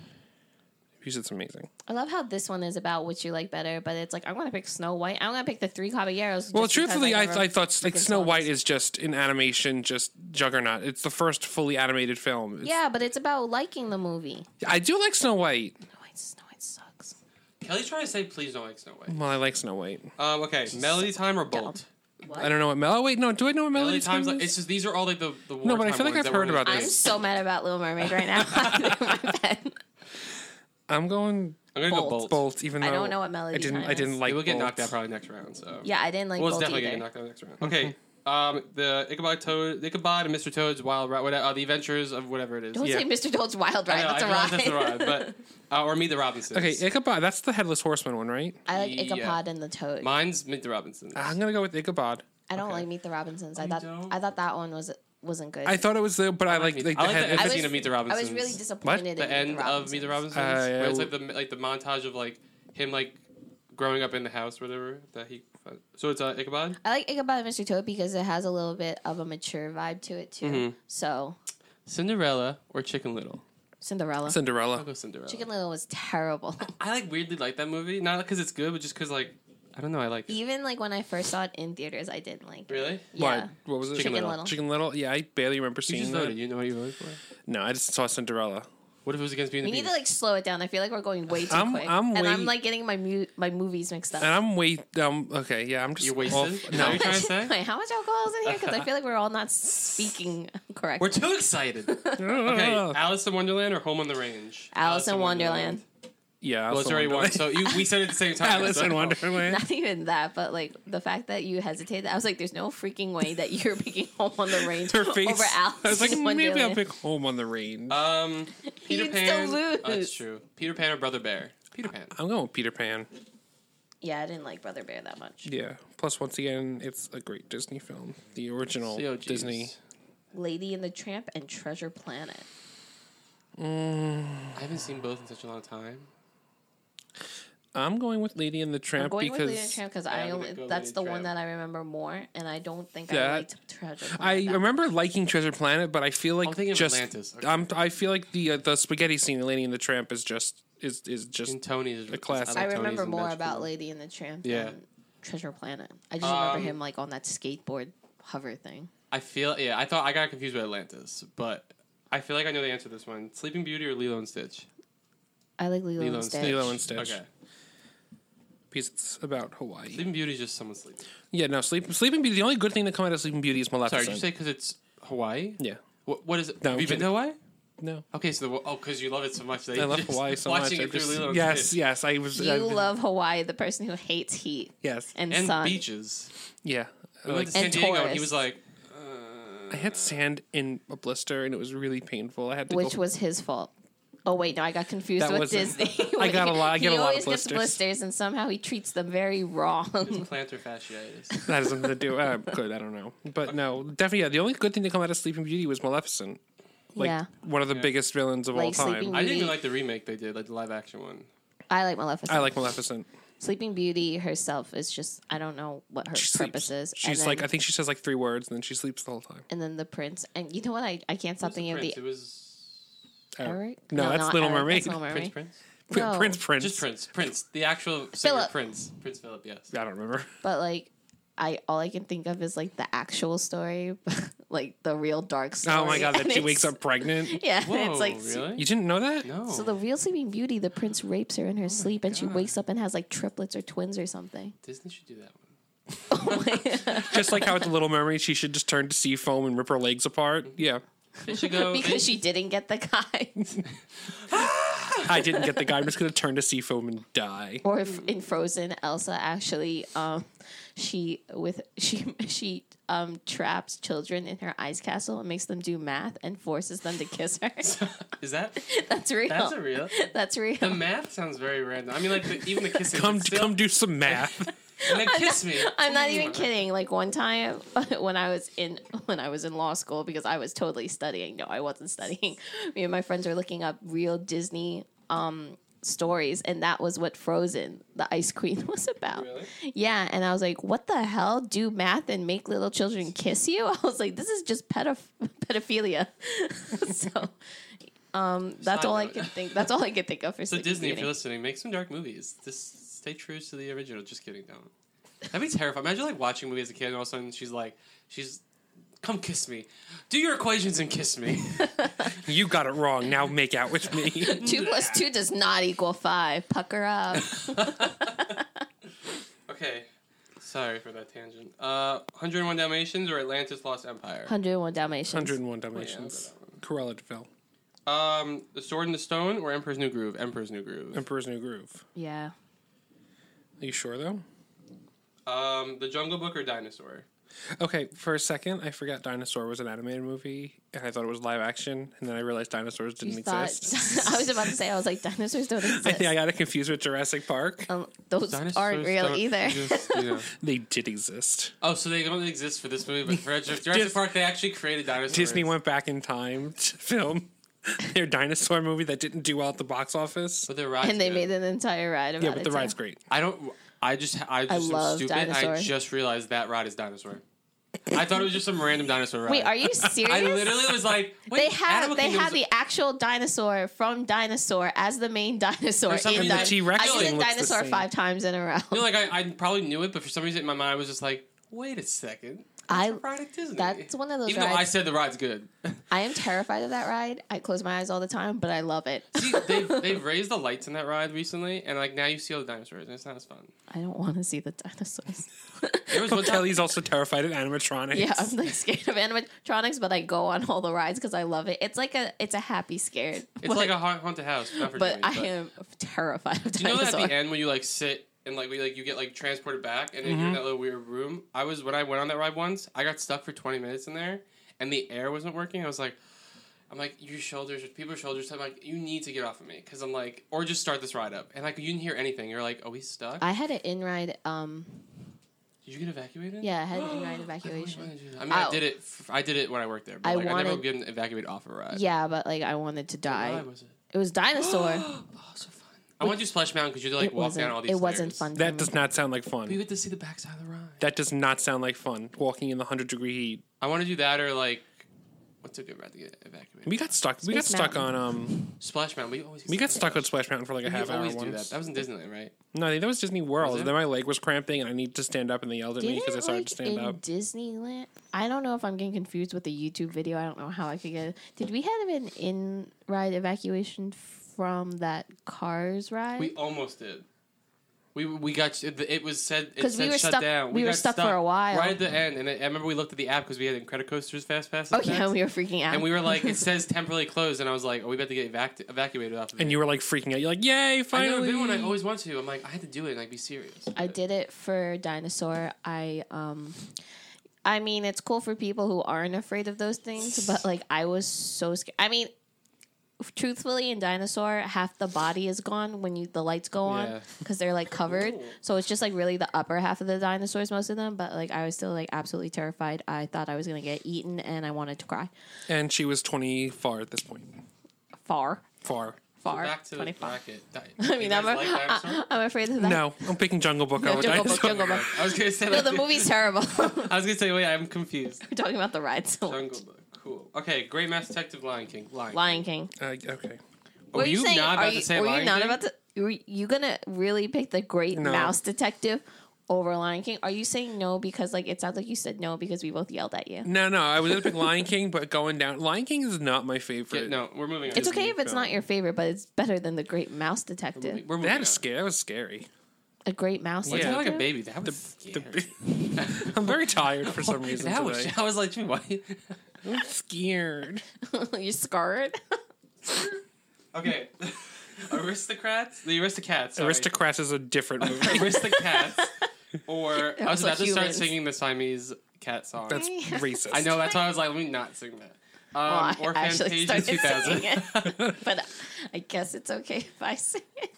[SPEAKER 3] Because it's amazing.
[SPEAKER 1] I love how this one is about which you like better, but it's like I'm gonna pick Snow White. I'm gonna pick the three caballeros.
[SPEAKER 3] Well,
[SPEAKER 1] just because
[SPEAKER 3] truthfully, I,
[SPEAKER 1] never
[SPEAKER 3] I thought like
[SPEAKER 1] freaking
[SPEAKER 3] Snow
[SPEAKER 1] saw
[SPEAKER 3] White
[SPEAKER 1] this.
[SPEAKER 3] is just an animation, just juggernaut. It's the first fully animated film. It's-
[SPEAKER 1] Yeah, but it's about liking the movie.
[SPEAKER 3] I do like Snow White.
[SPEAKER 1] Snow White, Snow White sucks.
[SPEAKER 2] Kelly's trying to say, please don't like Snow White.
[SPEAKER 3] Well, I like Snow White.
[SPEAKER 2] Um, okay, Melody Time or Bolt?
[SPEAKER 1] What?
[SPEAKER 3] I don't know what Mel. Oh, wait, no. Do I know what Melody
[SPEAKER 2] Melody
[SPEAKER 3] Times?
[SPEAKER 2] Time's like,
[SPEAKER 3] Like,
[SPEAKER 2] it's just, these are all like the, the
[SPEAKER 3] No, but I
[SPEAKER 2] wartime
[SPEAKER 3] feel like
[SPEAKER 2] ones
[SPEAKER 3] I've
[SPEAKER 2] that were
[SPEAKER 3] heard about
[SPEAKER 2] really-
[SPEAKER 1] I'm
[SPEAKER 3] this.
[SPEAKER 1] so mad about Little Mermaid right now. I'm in my bed.
[SPEAKER 3] I'm going
[SPEAKER 2] I'm gonna
[SPEAKER 1] Bolt.
[SPEAKER 2] go Bolt.
[SPEAKER 3] Bolt, even though
[SPEAKER 1] I don't know what Melody
[SPEAKER 3] I didn't.
[SPEAKER 1] Time
[SPEAKER 3] I didn't
[SPEAKER 1] is.
[SPEAKER 3] like.
[SPEAKER 2] It will get
[SPEAKER 3] Bolt.
[SPEAKER 2] knocked out probably next round. So
[SPEAKER 1] Yeah, I didn't like
[SPEAKER 2] well, it's
[SPEAKER 1] both
[SPEAKER 2] definitely
[SPEAKER 1] either.
[SPEAKER 2] getting knocked out next round. Okay,
[SPEAKER 3] Mm-hmm.
[SPEAKER 2] um, the Ichabod Toad, Ichabod and Mr. Toad's Wild Ride, whatever, uh, the Adventures of whatever it is.
[SPEAKER 1] Don't
[SPEAKER 3] Yeah.
[SPEAKER 1] say Mr. Toad's Wild Ride.
[SPEAKER 2] I know,
[SPEAKER 1] that's, a
[SPEAKER 2] I realize
[SPEAKER 1] ride.
[SPEAKER 2] that's a ride, but uh, or Meet the Robinsons.
[SPEAKER 3] Okay, Ichabod. That's the headless horseman one, right?
[SPEAKER 1] I like
[SPEAKER 2] Yeah.
[SPEAKER 1] Ichabod and the Toad.
[SPEAKER 2] mine's Meet the Robinsons.
[SPEAKER 3] I'm gonna go with Ichabod.
[SPEAKER 1] I don't
[SPEAKER 2] okay.
[SPEAKER 1] like Meet the Robinsons. I
[SPEAKER 2] You
[SPEAKER 1] thought
[SPEAKER 2] don't?
[SPEAKER 1] I thought that one was wasn't good.
[SPEAKER 3] I thought it was the, but I like
[SPEAKER 2] Meet-
[SPEAKER 3] like
[SPEAKER 2] I
[SPEAKER 3] the
[SPEAKER 2] like the
[SPEAKER 1] I
[SPEAKER 3] head.
[SPEAKER 2] episode- seen
[SPEAKER 1] was-
[SPEAKER 2] a Meet the Robinsons.
[SPEAKER 1] I was really
[SPEAKER 2] What?
[SPEAKER 1] disappointed.
[SPEAKER 2] the
[SPEAKER 1] in
[SPEAKER 2] end
[SPEAKER 1] Meet the
[SPEAKER 2] of Meet the
[SPEAKER 1] Robinsons.
[SPEAKER 2] Robinsons,
[SPEAKER 3] Uh, yeah,
[SPEAKER 2] where it's
[SPEAKER 3] I-
[SPEAKER 2] like the like the montage of like him like growing up in the house, whatever that he. So it's uh, Ichabod.
[SPEAKER 1] I like Ichabod and Mr. Toad because it has a little bit of a mature vibe to it too. So
[SPEAKER 2] Cinderella or Chicken Little?
[SPEAKER 1] Cinderella,
[SPEAKER 3] Cinderella.
[SPEAKER 2] I'll go Cinderella.
[SPEAKER 1] Chicken Little was terrible.
[SPEAKER 2] I like weirdly like that movie, not because it's good, but just because like I don't know, I like it.
[SPEAKER 1] Even like when I first saw it in theaters, I didn't like. it.
[SPEAKER 2] Really?
[SPEAKER 1] Yeah,
[SPEAKER 3] What? What was it?
[SPEAKER 1] Chicken Little. Little.
[SPEAKER 3] Chicken Little. Yeah, I barely remember
[SPEAKER 2] You
[SPEAKER 3] seeing
[SPEAKER 2] just
[SPEAKER 3] that.
[SPEAKER 2] voted. You know what you voted for?
[SPEAKER 3] No, I just saw Cinderella.
[SPEAKER 2] What if it was against Beauty
[SPEAKER 1] we
[SPEAKER 2] and the
[SPEAKER 1] need to
[SPEAKER 2] Beast?
[SPEAKER 1] like slow it down. I feel like we're going way too
[SPEAKER 3] I'm-
[SPEAKER 1] quick,
[SPEAKER 3] I'm
[SPEAKER 1] and
[SPEAKER 3] way-
[SPEAKER 1] I'm like getting my mu- my movies mixed up.
[SPEAKER 3] And I'm way um okay, yeah, I'm just
[SPEAKER 2] You're wasted?
[SPEAKER 3] off-
[SPEAKER 2] Is that
[SPEAKER 3] No.
[SPEAKER 2] what you're trying to say?
[SPEAKER 1] Wait, how much alcohol is in here? Because I feel like we're all not speaking correctly.
[SPEAKER 2] We're too excited. okay, Alice in Wonderland or Home on the Range?
[SPEAKER 1] Alice in Wonderland.
[SPEAKER 3] yeah,
[SPEAKER 2] Well, it's already one. So you, we said it at the same time.
[SPEAKER 3] Alice
[SPEAKER 2] so-
[SPEAKER 3] in Wonderland.
[SPEAKER 1] Not even that, but like the fact that you hesitated, I was like, "There's no freaking way that you're picking Home on the Range
[SPEAKER 3] Her face.
[SPEAKER 1] over Alice."
[SPEAKER 3] I was like,
[SPEAKER 1] in
[SPEAKER 3] maybe I'll
[SPEAKER 1] Wonderland."
[SPEAKER 3] pick Home on the Uh, Range.
[SPEAKER 2] Um, Peter
[SPEAKER 1] You'd
[SPEAKER 2] Pan.
[SPEAKER 1] still lose.
[SPEAKER 2] Oh, that's true. Peter Pan or Brother Bear? Peter Pan.
[SPEAKER 3] I'm going with Peter Pan.
[SPEAKER 1] Yeah, I didn't like Brother Bear that much.
[SPEAKER 3] Yeah. Plus, once again, it's a great Disney film. The original
[SPEAKER 2] Oh, geez.
[SPEAKER 3] Disney.
[SPEAKER 1] Lady and the Tramp and Treasure Planet.
[SPEAKER 2] I haven't seen both in such a long time.
[SPEAKER 3] I'm going with Lady and the
[SPEAKER 1] I'm
[SPEAKER 3] Tramp
[SPEAKER 1] going with Lady and the
[SPEAKER 3] because
[SPEAKER 1] Tramp because
[SPEAKER 2] Yeah, I'm
[SPEAKER 1] I
[SPEAKER 2] gonna
[SPEAKER 1] only,
[SPEAKER 2] go
[SPEAKER 1] that's
[SPEAKER 2] Lady
[SPEAKER 1] the
[SPEAKER 2] and
[SPEAKER 1] one that
[SPEAKER 2] Tramp.
[SPEAKER 1] I remember more, and I don't think I
[SPEAKER 3] That-
[SPEAKER 1] liked Treasure. Planet
[SPEAKER 3] I
[SPEAKER 1] that much.
[SPEAKER 3] remember liking Treasure Planet, but I feel like
[SPEAKER 2] I'm thinking of
[SPEAKER 3] just
[SPEAKER 2] Atlantis. Okay.
[SPEAKER 3] I'm, I feel like the uh, the spaghetti scene in Lady and the Tramp is just is is just
[SPEAKER 2] And Tony's
[SPEAKER 3] A classic.
[SPEAKER 1] I
[SPEAKER 2] like Tony's
[SPEAKER 1] remember
[SPEAKER 2] and
[SPEAKER 1] more
[SPEAKER 2] Vegetables.
[SPEAKER 1] about Lady and the Tramp
[SPEAKER 2] Yeah.
[SPEAKER 1] than Treasure Planet. I just
[SPEAKER 2] Um,
[SPEAKER 1] remember him like on that skateboard hover thing.
[SPEAKER 2] I feel yeah. I thought I got confused with Atlantis, but I feel like I know the answer to this one. Sleeping Beauty or Lilo and Stitch?
[SPEAKER 1] I like Lilo,
[SPEAKER 2] Lilo
[SPEAKER 1] and
[SPEAKER 2] and
[SPEAKER 1] Stitch.
[SPEAKER 3] Lilo and Stitch.
[SPEAKER 2] Okay.
[SPEAKER 3] because it's about Hawaii.
[SPEAKER 2] Sleeping Beauty is just someone sleeping.
[SPEAKER 3] Yeah, no, sleep, Sleeping Beauty. The only good thing to come out of Sleeping Beauty is
[SPEAKER 2] Sorry,
[SPEAKER 3] Maleficent.
[SPEAKER 2] did you say because it's Hawaii?
[SPEAKER 3] Yeah,
[SPEAKER 2] What, what is it?
[SPEAKER 3] No,
[SPEAKER 2] Have
[SPEAKER 3] I'm
[SPEAKER 2] you been
[SPEAKER 3] kidding.
[SPEAKER 2] to Hawaii?
[SPEAKER 3] no.
[SPEAKER 2] Okay, so the, oh, because you love it so much that
[SPEAKER 3] I
[SPEAKER 2] you
[SPEAKER 3] love
[SPEAKER 2] just
[SPEAKER 3] Hawaii so
[SPEAKER 2] watching
[SPEAKER 3] much.
[SPEAKER 2] It
[SPEAKER 3] I just-
[SPEAKER 2] through Lilo and
[SPEAKER 3] yes,
[SPEAKER 2] Stitch.
[SPEAKER 3] yes. I was.
[SPEAKER 1] You
[SPEAKER 3] I've been-
[SPEAKER 1] love Hawaii, the person who hates heat
[SPEAKER 3] Yes.
[SPEAKER 1] and,
[SPEAKER 2] and
[SPEAKER 1] sun.
[SPEAKER 2] beaches.
[SPEAKER 3] yeah.
[SPEAKER 2] We went to
[SPEAKER 3] Like,
[SPEAKER 2] San
[SPEAKER 1] And
[SPEAKER 2] Diego, and he
[SPEAKER 1] tourists.
[SPEAKER 2] was like,
[SPEAKER 3] I had sand in a blister, and it was really painful. I had to.
[SPEAKER 1] which
[SPEAKER 3] go,
[SPEAKER 1] was his fault. Oh wait, no, I got confused
[SPEAKER 3] That
[SPEAKER 1] with
[SPEAKER 3] wasn't-
[SPEAKER 1] Disney.
[SPEAKER 3] I got a lot- I
[SPEAKER 1] He
[SPEAKER 3] get a lot of
[SPEAKER 1] always gets
[SPEAKER 3] blisters.
[SPEAKER 1] blisters, and somehow he treats them very wrong.
[SPEAKER 2] plantar fasciitis.
[SPEAKER 3] that has something to do. Uh, good. I don't know, but no, definitely. Yeah, the only good thing to come out of Sleeping Beauty was Maleficent. Like
[SPEAKER 1] yeah,
[SPEAKER 3] one of the
[SPEAKER 2] Yeah.
[SPEAKER 3] biggest villains of all
[SPEAKER 1] Like
[SPEAKER 3] time.
[SPEAKER 1] Sleeping
[SPEAKER 2] I didn't even
[SPEAKER 1] Beauty.
[SPEAKER 2] like the remake they did, like the live action one.
[SPEAKER 1] I like Maleficent.
[SPEAKER 3] I like Maleficent.
[SPEAKER 1] Sleeping Beauty herself is just I don't know what her
[SPEAKER 3] She sleeps.
[SPEAKER 1] purpose is.
[SPEAKER 3] She's
[SPEAKER 1] and then,
[SPEAKER 3] like I think she says like three words, and then she sleeps the whole time.
[SPEAKER 1] and then the prince, and you know what? I, I can't stop
[SPEAKER 2] It
[SPEAKER 1] thinking of
[SPEAKER 2] was,
[SPEAKER 1] the
[SPEAKER 2] it was
[SPEAKER 1] Eric.
[SPEAKER 3] No, that's
[SPEAKER 1] not
[SPEAKER 3] Little
[SPEAKER 1] Eric,
[SPEAKER 3] Mermaid.
[SPEAKER 1] that's Little
[SPEAKER 2] Prince
[SPEAKER 1] Mermaid.
[SPEAKER 2] Prince?
[SPEAKER 3] P-
[SPEAKER 1] No.
[SPEAKER 3] Uh, Prince, Prince.
[SPEAKER 2] Just Prince. Prince. The actual singer
[SPEAKER 1] Philip.
[SPEAKER 2] Prince. Prince Philip, yes.
[SPEAKER 3] I don't remember.
[SPEAKER 1] But like, I all I can think of is like the actual story, like the real dark story.
[SPEAKER 3] Oh my god, that
[SPEAKER 1] And
[SPEAKER 3] she wakes
[SPEAKER 1] it's-
[SPEAKER 3] up pregnant.
[SPEAKER 1] Yeah,
[SPEAKER 2] Whoa,
[SPEAKER 1] it's like
[SPEAKER 2] really?
[SPEAKER 3] You didn't know that?
[SPEAKER 2] no.
[SPEAKER 1] So the real Sleeping Beauty, the prince rapes her in
[SPEAKER 3] Oh
[SPEAKER 1] her sleep, and she wakes up and has like triplets or twins or something.
[SPEAKER 2] Disney should do that one.
[SPEAKER 3] Just like how with the Little Mermaid, she should just turn to sea foam and rip her legs apart. Yeah,
[SPEAKER 2] They should go. they-
[SPEAKER 1] because she didn't get the guy,
[SPEAKER 3] I didn't get the guy. I'm just gonna turn to sea foam and die.
[SPEAKER 1] or if
[SPEAKER 2] Mm-hmm.
[SPEAKER 1] in Frozen, Elsa actually, um, she with she she um traps children in her ice castle and makes them do math and forces them to kiss her.
[SPEAKER 2] is that?
[SPEAKER 1] That's real.
[SPEAKER 2] That's a real.
[SPEAKER 1] That's
[SPEAKER 2] The
[SPEAKER 1] real.
[SPEAKER 2] math sounds very random. I mean, like the, even the kissing.
[SPEAKER 3] Come,
[SPEAKER 2] it's still,
[SPEAKER 3] come, do some math.
[SPEAKER 2] And then kiss me.
[SPEAKER 1] I'm not even kidding. Like one time when I was in when I was in law school because I was totally studying. No, I wasn't studying. Me and my friends were looking up real Disney um stories and that was what Frozen, the Ice Queen was about.
[SPEAKER 2] Really?
[SPEAKER 1] Yeah, and I was like, "What the hell? Do math and make little children kiss you?" I was like, "This is just pedoph- pedophilia." so um that's all I
[SPEAKER 2] note.
[SPEAKER 1] could think. That's all I could think of for
[SPEAKER 2] So
[SPEAKER 1] Sleeping
[SPEAKER 2] Disney, if
[SPEAKER 1] Beauty.
[SPEAKER 2] you're listening, make some dark movies. Just stay true to the original. Just kidding, don't. That'd be terrifying. Imagine like watching a movie as a kid, and all of a sudden she's like, she's, come kiss me, do your equations and kiss me.
[SPEAKER 3] You got it wrong. Now make out with me.
[SPEAKER 1] Two plus two does not equal five. Pucker up.
[SPEAKER 2] okay, sorry for that tangent. Uh, 101 Dalmatians or Atlantis Lost Empire.
[SPEAKER 1] 101 Dalmatians.
[SPEAKER 3] 101 Dalmatians. Cruella de Vil.
[SPEAKER 2] Um, The Sword in the Stone or Emperor's New Groove. Emperor's New Groove.
[SPEAKER 3] Emperor's New Groove.
[SPEAKER 1] Yeah.
[SPEAKER 3] Are you sure though?
[SPEAKER 2] Um, The Jungle Book or Dinosaur.
[SPEAKER 3] Okay, for a second, I forgot Dinosaur was an animated movie, and I thought it was live action, and then I realized dinosaurs didn't
[SPEAKER 1] You thought,
[SPEAKER 3] exist.
[SPEAKER 1] I was about to say, I was like, dinosaurs don't exist.
[SPEAKER 3] I think I got it confused with Jurassic Park.
[SPEAKER 2] Oh.
[SPEAKER 1] Um, those aren't real
[SPEAKER 2] don't
[SPEAKER 1] either.
[SPEAKER 2] exist, you know.
[SPEAKER 3] They did exist.
[SPEAKER 2] oh, so they don't exist for this movie, but for Jurassic
[SPEAKER 3] Dis-
[SPEAKER 2] Park, they actually created dinosaurs.
[SPEAKER 3] Disney went back in time to film their dinosaur movie that didn't do well at the box office.
[SPEAKER 2] But uh, they're right.
[SPEAKER 1] and they made an entire ride about
[SPEAKER 3] yeah, but
[SPEAKER 1] it,
[SPEAKER 3] the
[SPEAKER 1] too.
[SPEAKER 3] ride's great.
[SPEAKER 2] I don't. I just. I just am
[SPEAKER 1] love
[SPEAKER 2] stupid.
[SPEAKER 1] dinosaur.
[SPEAKER 2] I just realized that rod is dinosaur. I thought it was just some random dinosaur ride.
[SPEAKER 1] Wait, are you serious?
[SPEAKER 2] I literally was like,
[SPEAKER 1] they
[SPEAKER 2] wait,
[SPEAKER 1] had
[SPEAKER 2] Animal
[SPEAKER 1] they
[SPEAKER 2] Kingdom's-
[SPEAKER 1] had the actual dinosaur from Dinosaur as the main dinosaur
[SPEAKER 2] some
[SPEAKER 1] in
[SPEAKER 2] reason
[SPEAKER 1] Di-
[SPEAKER 2] the
[SPEAKER 3] T-Rex
[SPEAKER 1] I
[SPEAKER 3] thing
[SPEAKER 1] said
[SPEAKER 3] looks the
[SPEAKER 1] dinosaur
[SPEAKER 3] same.
[SPEAKER 1] five times in a row.
[SPEAKER 2] You know, like I, I probably knew it, but for some reason in my mind, I was just like, wait a second.
[SPEAKER 1] I
[SPEAKER 2] Ride at Disney.
[SPEAKER 1] that's one of those
[SPEAKER 2] Even though I
[SPEAKER 1] rides-
[SPEAKER 2] said the ride's good.
[SPEAKER 1] I am terrified of that ride. I close my eyes all the time, but I love it.
[SPEAKER 2] See, they've, they've raised the lights in that ride recently, and like now you see all the dinosaurs, and it's not as fun.
[SPEAKER 1] I don't want to see the dinosaurs.
[SPEAKER 2] There was
[SPEAKER 3] But
[SPEAKER 2] one time,
[SPEAKER 3] Kelly's also terrified of animatronics.
[SPEAKER 1] Yeah, I'm like scared of animatronics, but I go on all the rides because I love it. It's like a it's a happy scared.
[SPEAKER 2] it's like a ha- haunted house. Not for
[SPEAKER 1] but
[SPEAKER 2] dummies,
[SPEAKER 1] I am terrified of
[SPEAKER 2] Do you know that
[SPEAKER 1] dinosaurs.
[SPEAKER 2] at the end when you like sit and like we like you get like transported back and then
[SPEAKER 1] Mm-hmm.
[SPEAKER 2] you're in that little weird room? I was when I went on that ride once, I got stuck for twenty minutes in there and the air wasn't working. I was like I'm like your shoulders, people's shoulders. I'm like, you need to get off of me because I'm like, or just start this ride up. And like, you didn't hear anything. You're like, are we stuck?
[SPEAKER 1] I had an in ride. Um,
[SPEAKER 2] did you get evacuated?
[SPEAKER 1] yeah, I had
[SPEAKER 2] Oh
[SPEAKER 1] an in ride
[SPEAKER 2] Like, why would you
[SPEAKER 1] evacuation.
[SPEAKER 2] do that? I mean, I
[SPEAKER 1] Oh.
[SPEAKER 2] did it. f- I did it when I worked there. But
[SPEAKER 1] I
[SPEAKER 2] like, I never
[SPEAKER 1] wanted-
[SPEAKER 2] get evacuated off a ride.
[SPEAKER 1] Yeah, but like I wanted to
[SPEAKER 2] What
[SPEAKER 1] die.
[SPEAKER 2] ride was it?
[SPEAKER 1] It was dinosaur.
[SPEAKER 2] Oh, so fun. I went to Splash Mountain because you like
[SPEAKER 1] it
[SPEAKER 2] walk
[SPEAKER 1] wasn't.
[SPEAKER 2] down all these.
[SPEAKER 1] it wasn't
[SPEAKER 2] stairs.
[SPEAKER 1] fun. for
[SPEAKER 3] That
[SPEAKER 1] me.
[SPEAKER 3] does not sound like
[SPEAKER 2] We
[SPEAKER 3] fun.
[SPEAKER 2] get to see the backside of the ride.
[SPEAKER 3] That does not sound like fun. Walking in the hundred degree heat.
[SPEAKER 2] I want to do that or like what's a good route to get evacuated?
[SPEAKER 3] We got stuck. we got
[SPEAKER 1] Space
[SPEAKER 3] stuck
[SPEAKER 1] Mountain.
[SPEAKER 3] on um.
[SPEAKER 2] Splash Mountain. We always
[SPEAKER 3] We got stuck on Splash Mountain for like a
[SPEAKER 2] We
[SPEAKER 3] half hour
[SPEAKER 2] always
[SPEAKER 3] once.
[SPEAKER 2] do that. That was in Disneyland, right?
[SPEAKER 1] Mm-hmm.
[SPEAKER 3] No, I think that was Disney World.
[SPEAKER 2] Was it?
[SPEAKER 3] then my leg was cramping, and I need to stand up, and they yelled at me
[SPEAKER 1] Didn't
[SPEAKER 3] because I
[SPEAKER 1] like
[SPEAKER 3] started to stand
[SPEAKER 1] in
[SPEAKER 3] up.
[SPEAKER 1] Disneyland. I don't know if I'm getting confused with the YouTube video. I don't know how I could get. It. Did we have an in ride evacuation from that Cars ride?
[SPEAKER 2] We almost did. We we got it it was said it
[SPEAKER 1] 'Cause we
[SPEAKER 2] said
[SPEAKER 1] were
[SPEAKER 2] shut
[SPEAKER 1] stuck-
[SPEAKER 2] down.
[SPEAKER 1] we were
[SPEAKER 2] got
[SPEAKER 1] stuck for a while.
[SPEAKER 2] Right at the end, and I, I remember we looked at the app because we had credit coasters fast pass.
[SPEAKER 1] Oh yeah, we were freaking out.
[SPEAKER 2] and we were like, it says temporarily closed, and I was like, oh, we about to get evac- evacuated off. Of
[SPEAKER 3] And
[SPEAKER 2] it.
[SPEAKER 3] you were like freaking out. You're like, yay,
[SPEAKER 2] I
[SPEAKER 3] finally.
[SPEAKER 2] never been when I always want to. I'm like, I had to do it, and like be serious.
[SPEAKER 1] I did it for dinosaur. I um I mean it's cool for people who aren't afraid of those things, but like I was so scared. I mean truthfully in dinosaur half the body is gone when you the lights go on
[SPEAKER 2] Yeah.
[SPEAKER 1] because they're like covered
[SPEAKER 2] Ooh.
[SPEAKER 1] so it's just like really the upper half of the dinosaurs most of them but like i was still like absolutely terrified i thought i was gonna get eaten and i wanted to cry
[SPEAKER 3] and she was 24 at this point.
[SPEAKER 1] far
[SPEAKER 3] Far.
[SPEAKER 1] far
[SPEAKER 2] Back to the
[SPEAKER 1] 25.
[SPEAKER 2] bracket.
[SPEAKER 1] i mean i'm,
[SPEAKER 2] like
[SPEAKER 1] I,
[SPEAKER 2] dinosaur?
[SPEAKER 1] am afraid of that
[SPEAKER 3] No, I'm picking Jungle Book
[SPEAKER 1] No,
[SPEAKER 3] over
[SPEAKER 1] jungle book
[SPEAKER 3] Dinosaur.
[SPEAKER 1] jungle book
[SPEAKER 2] I was gonna say
[SPEAKER 1] no
[SPEAKER 2] like,
[SPEAKER 1] the movie's terrible we're
[SPEAKER 2] I was gonna say wait, I'm confused.
[SPEAKER 1] talking about the rides
[SPEAKER 2] Jungle Book, cool. Okay, Great Mass Detective, Lion King, Lion.
[SPEAKER 1] lion king
[SPEAKER 3] Uh, okay.
[SPEAKER 2] Were Oh, you, not about to say
[SPEAKER 1] were
[SPEAKER 2] Lion
[SPEAKER 1] you not
[SPEAKER 2] King?
[SPEAKER 1] about to? Were you gonna really pick the Great
[SPEAKER 3] No.
[SPEAKER 1] Mouse Detective over Lion King? Are you saying no because like it sounds like you said no because we both yelled at you?
[SPEAKER 3] No, no, I was gonna pick Lion King, but going down, Lion King is not my favorite.
[SPEAKER 2] Yeah, no, we're moving. on.
[SPEAKER 1] It's okay if it's
[SPEAKER 3] film.
[SPEAKER 1] not your favorite, but it's better than the Great Mouse Detective.
[SPEAKER 2] We're moving
[SPEAKER 3] that is
[SPEAKER 2] on.
[SPEAKER 3] scary. That was scary.
[SPEAKER 1] A Great Mouse
[SPEAKER 2] It's
[SPEAKER 3] Yeah.
[SPEAKER 2] not like a
[SPEAKER 1] Detective.
[SPEAKER 2] baby. That was
[SPEAKER 3] The-
[SPEAKER 2] scary.
[SPEAKER 3] I'm very tired for some reason
[SPEAKER 2] that was.
[SPEAKER 3] today.
[SPEAKER 2] I was like, why?
[SPEAKER 3] I'm scared.
[SPEAKER 1] You're scarred.
[SPEAKER 2] Okay, aristocrats. The aristocats. Sorry.
[SPEAKER 3] Aristocrats is a different movie.
[SPEAKER 2] aristocats. Or I
[SPEAKER 1] was like
[SPEAKER 2] was about to start
[SPEAKER 1] humans.
[SPEAKER 2] singing the Siamese cat song.
[SPEAKER 3] That's racist.
[SPEAKER 2] I know. That's why I was like, let me not sing that.
[SPEAKER 1] Well,
[SPEAKER 2] Um,
[SPEAKER 1] I
[SPEAKER 2] or
[SPEAKER 1] actually
[SPEAKER 2] Fantasia
[SPEAKER 1] started
[SPEAKER 2] 2000.
[SPEAKER 1] singing it, but I guess it's okay if I sing it.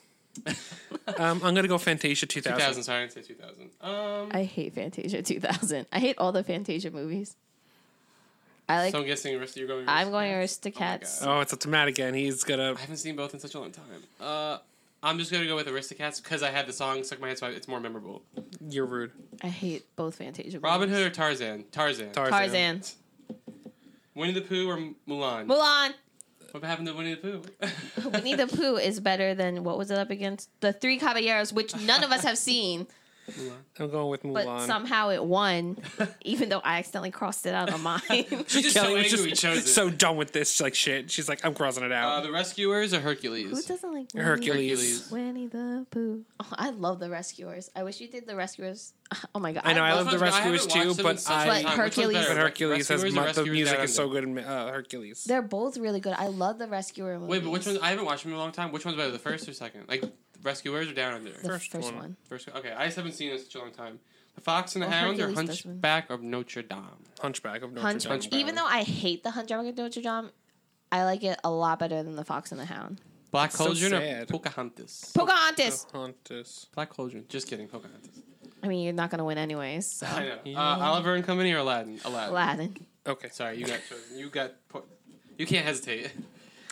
[SPEAKER 3] Um, I'm gonna go Fantasia 2000.
[SPEAKER 2] 2000. Sorry, I didn't say 2000. Um,
[SPEAKER 1] I hate Fantasia 2000. I hate all the Fantasia movies. I like.
[SPEAKER 2] so I'm guessing Arist- you're going.
[SPEAKER 1] I'm going
[SPEAKER 2] Aristocats.
[SPEAKER 1] Aristocats.
[SPEAKER 2] God.
[SPEAKER 3] Oh, it's up to Matt again. He's gonna.
[SPEAKER 2] I haven't seen both in such a long time. Uh, I'm just gonna go with Aristocats because I had the song stuck in my head, so I- it's more memorable.
[SPEAKER 3] You're rude.
[SPEAKER 1] I hate both Fantasia.
[SPEAKER 2] Robin
[SPEAKER 1] movies.
[SPEAKER 2] Hood or Tarzan? Tarzan.
[SPEAKER 3] Tarzan.
[SPEAKER 1] Tarzan.
[SPEAKER 2] Winnie the Pooh or Mulan?
[SPEAKER 1] Mulan.
[SPEAKER 2] What happened to Winnie the Pooh?
[SPEAKER 1] Winnie the Pooh is better than what was it up against? The Three Caballeros, which none of us have seen,
[SPEAKER 3] I'm going with
[SPEAKER 1] but
[SPEAKER 3] Mulan.
[SPEAKER 1] somehow it won, even though I accidentally crossed it out on mine.
[SPEAKER 2] She's just
[SPEAKER 3] Kelly was
[SPEAKER 2] so angry we
[SPEAKER 3] just
[SPEAKER 2] chose it.
[SPEAKER 3] so done with this like shit. She's like, I'm crossing it
[SPEAKER 2] uh,
[SPEAKER 3] out.
[SPEAKER 2] the Rescuers or
[SPEAKER 1] Who
[SPEAKER 2] Hercules?
[SPEAKER 1] doesn't like Winnie?
[SPEAKER 3] Hercules.
[SPEAKER 2] Hercules.
[SPEAKER 1] Winnie the Pooh. Oh, I love the Rescuers. I wish you did the Rescuers. Oh my god,
[SPEAKER 3] I know, I love
[SPEAKER 2] Which
[SPEAKER 3] the
[SPEAKER 2] one's-
[SPEAKER 3] Rescuers
[SPEAKER 2] haven't watched
[SPEAKER 3] too,
[SPEAKER 2] them in
[SPEAKER 3] but
[SPEAKER 2] such
[SPEAKER 3] I-
[SPEAKER 2] a long
[SPEAKER 1] But
[SPEAKER 2] time. Which one's
[SPEAKER 1] Hercules-
[SPEAKER 2] better,
[SPEAKER 3] but Hercules has
[SPEAKER 2] Rescuers or
[SPEAKER 3] mu- the
[SPEAKER 2] Rescuers
[SPEAKER 3] music
[SPEAKER 2] Down
[SPEAKER 3] is so
[SPEAKER 2] Under?
[SPEAKER 3] good. In uh, Hercules.
[SPEAKER 1] They're both really good. I love the Rescuer movies.
[SPEAKER 2] Wait, but which one? I haven't watched them in a long time. Which one's better, the first or second? Like Rescuers or Down Under?
[SPEAKER 1] The
[SPEAKER 3] First
[SPEAKER 1] first,
[SPEAKER 3] one.
[SPEAKER 1] one.
[SPEAKER 2] First. Okay, I just haven't seen it in such a long time. The Fox and the
[SPEAKER 1] Well,
[SPEAKER 2] Hound or
[SPEAKER 1] Hercules does win.
[SPEAKER 2] Hunchback of Notre Dame?
[SPEAKER 3] Hunchback of Notre
[SPEAKER 1] Hunch-
[SPEAKER 3] Dame.
[SPEAKER 2] Hunchback.
[SPEAKER 1] Even though I hate the Hunchback of Notre Dame, I like it a lot better than the Fox and the Hound.
[SPEAKER 2] Black
[SPEAKER 3] so
[SPEAKER 2] Cauldron or
[SPEAKER 3] sad.
[SPEAKER 2] Pocahontas?
[SPEAKER 1] Pocahontas.
[SPEAKER 3] Pocahontas.
[SPEAKER 2] Black Cauldron. Just kidding, Pocahontas.
[SPEAKER 1] I mean, you're not gonna win anyways. So.
[SPEAKER 2] I know. Uh, Oliver and Company or Aladdin? Aladdin.
[SPEAKER 1] Aladdin.
[SPEAKER 3] Okay.
[SPEAKER 2] Sorry, you got chosen. You got. Po- you can't hesitate.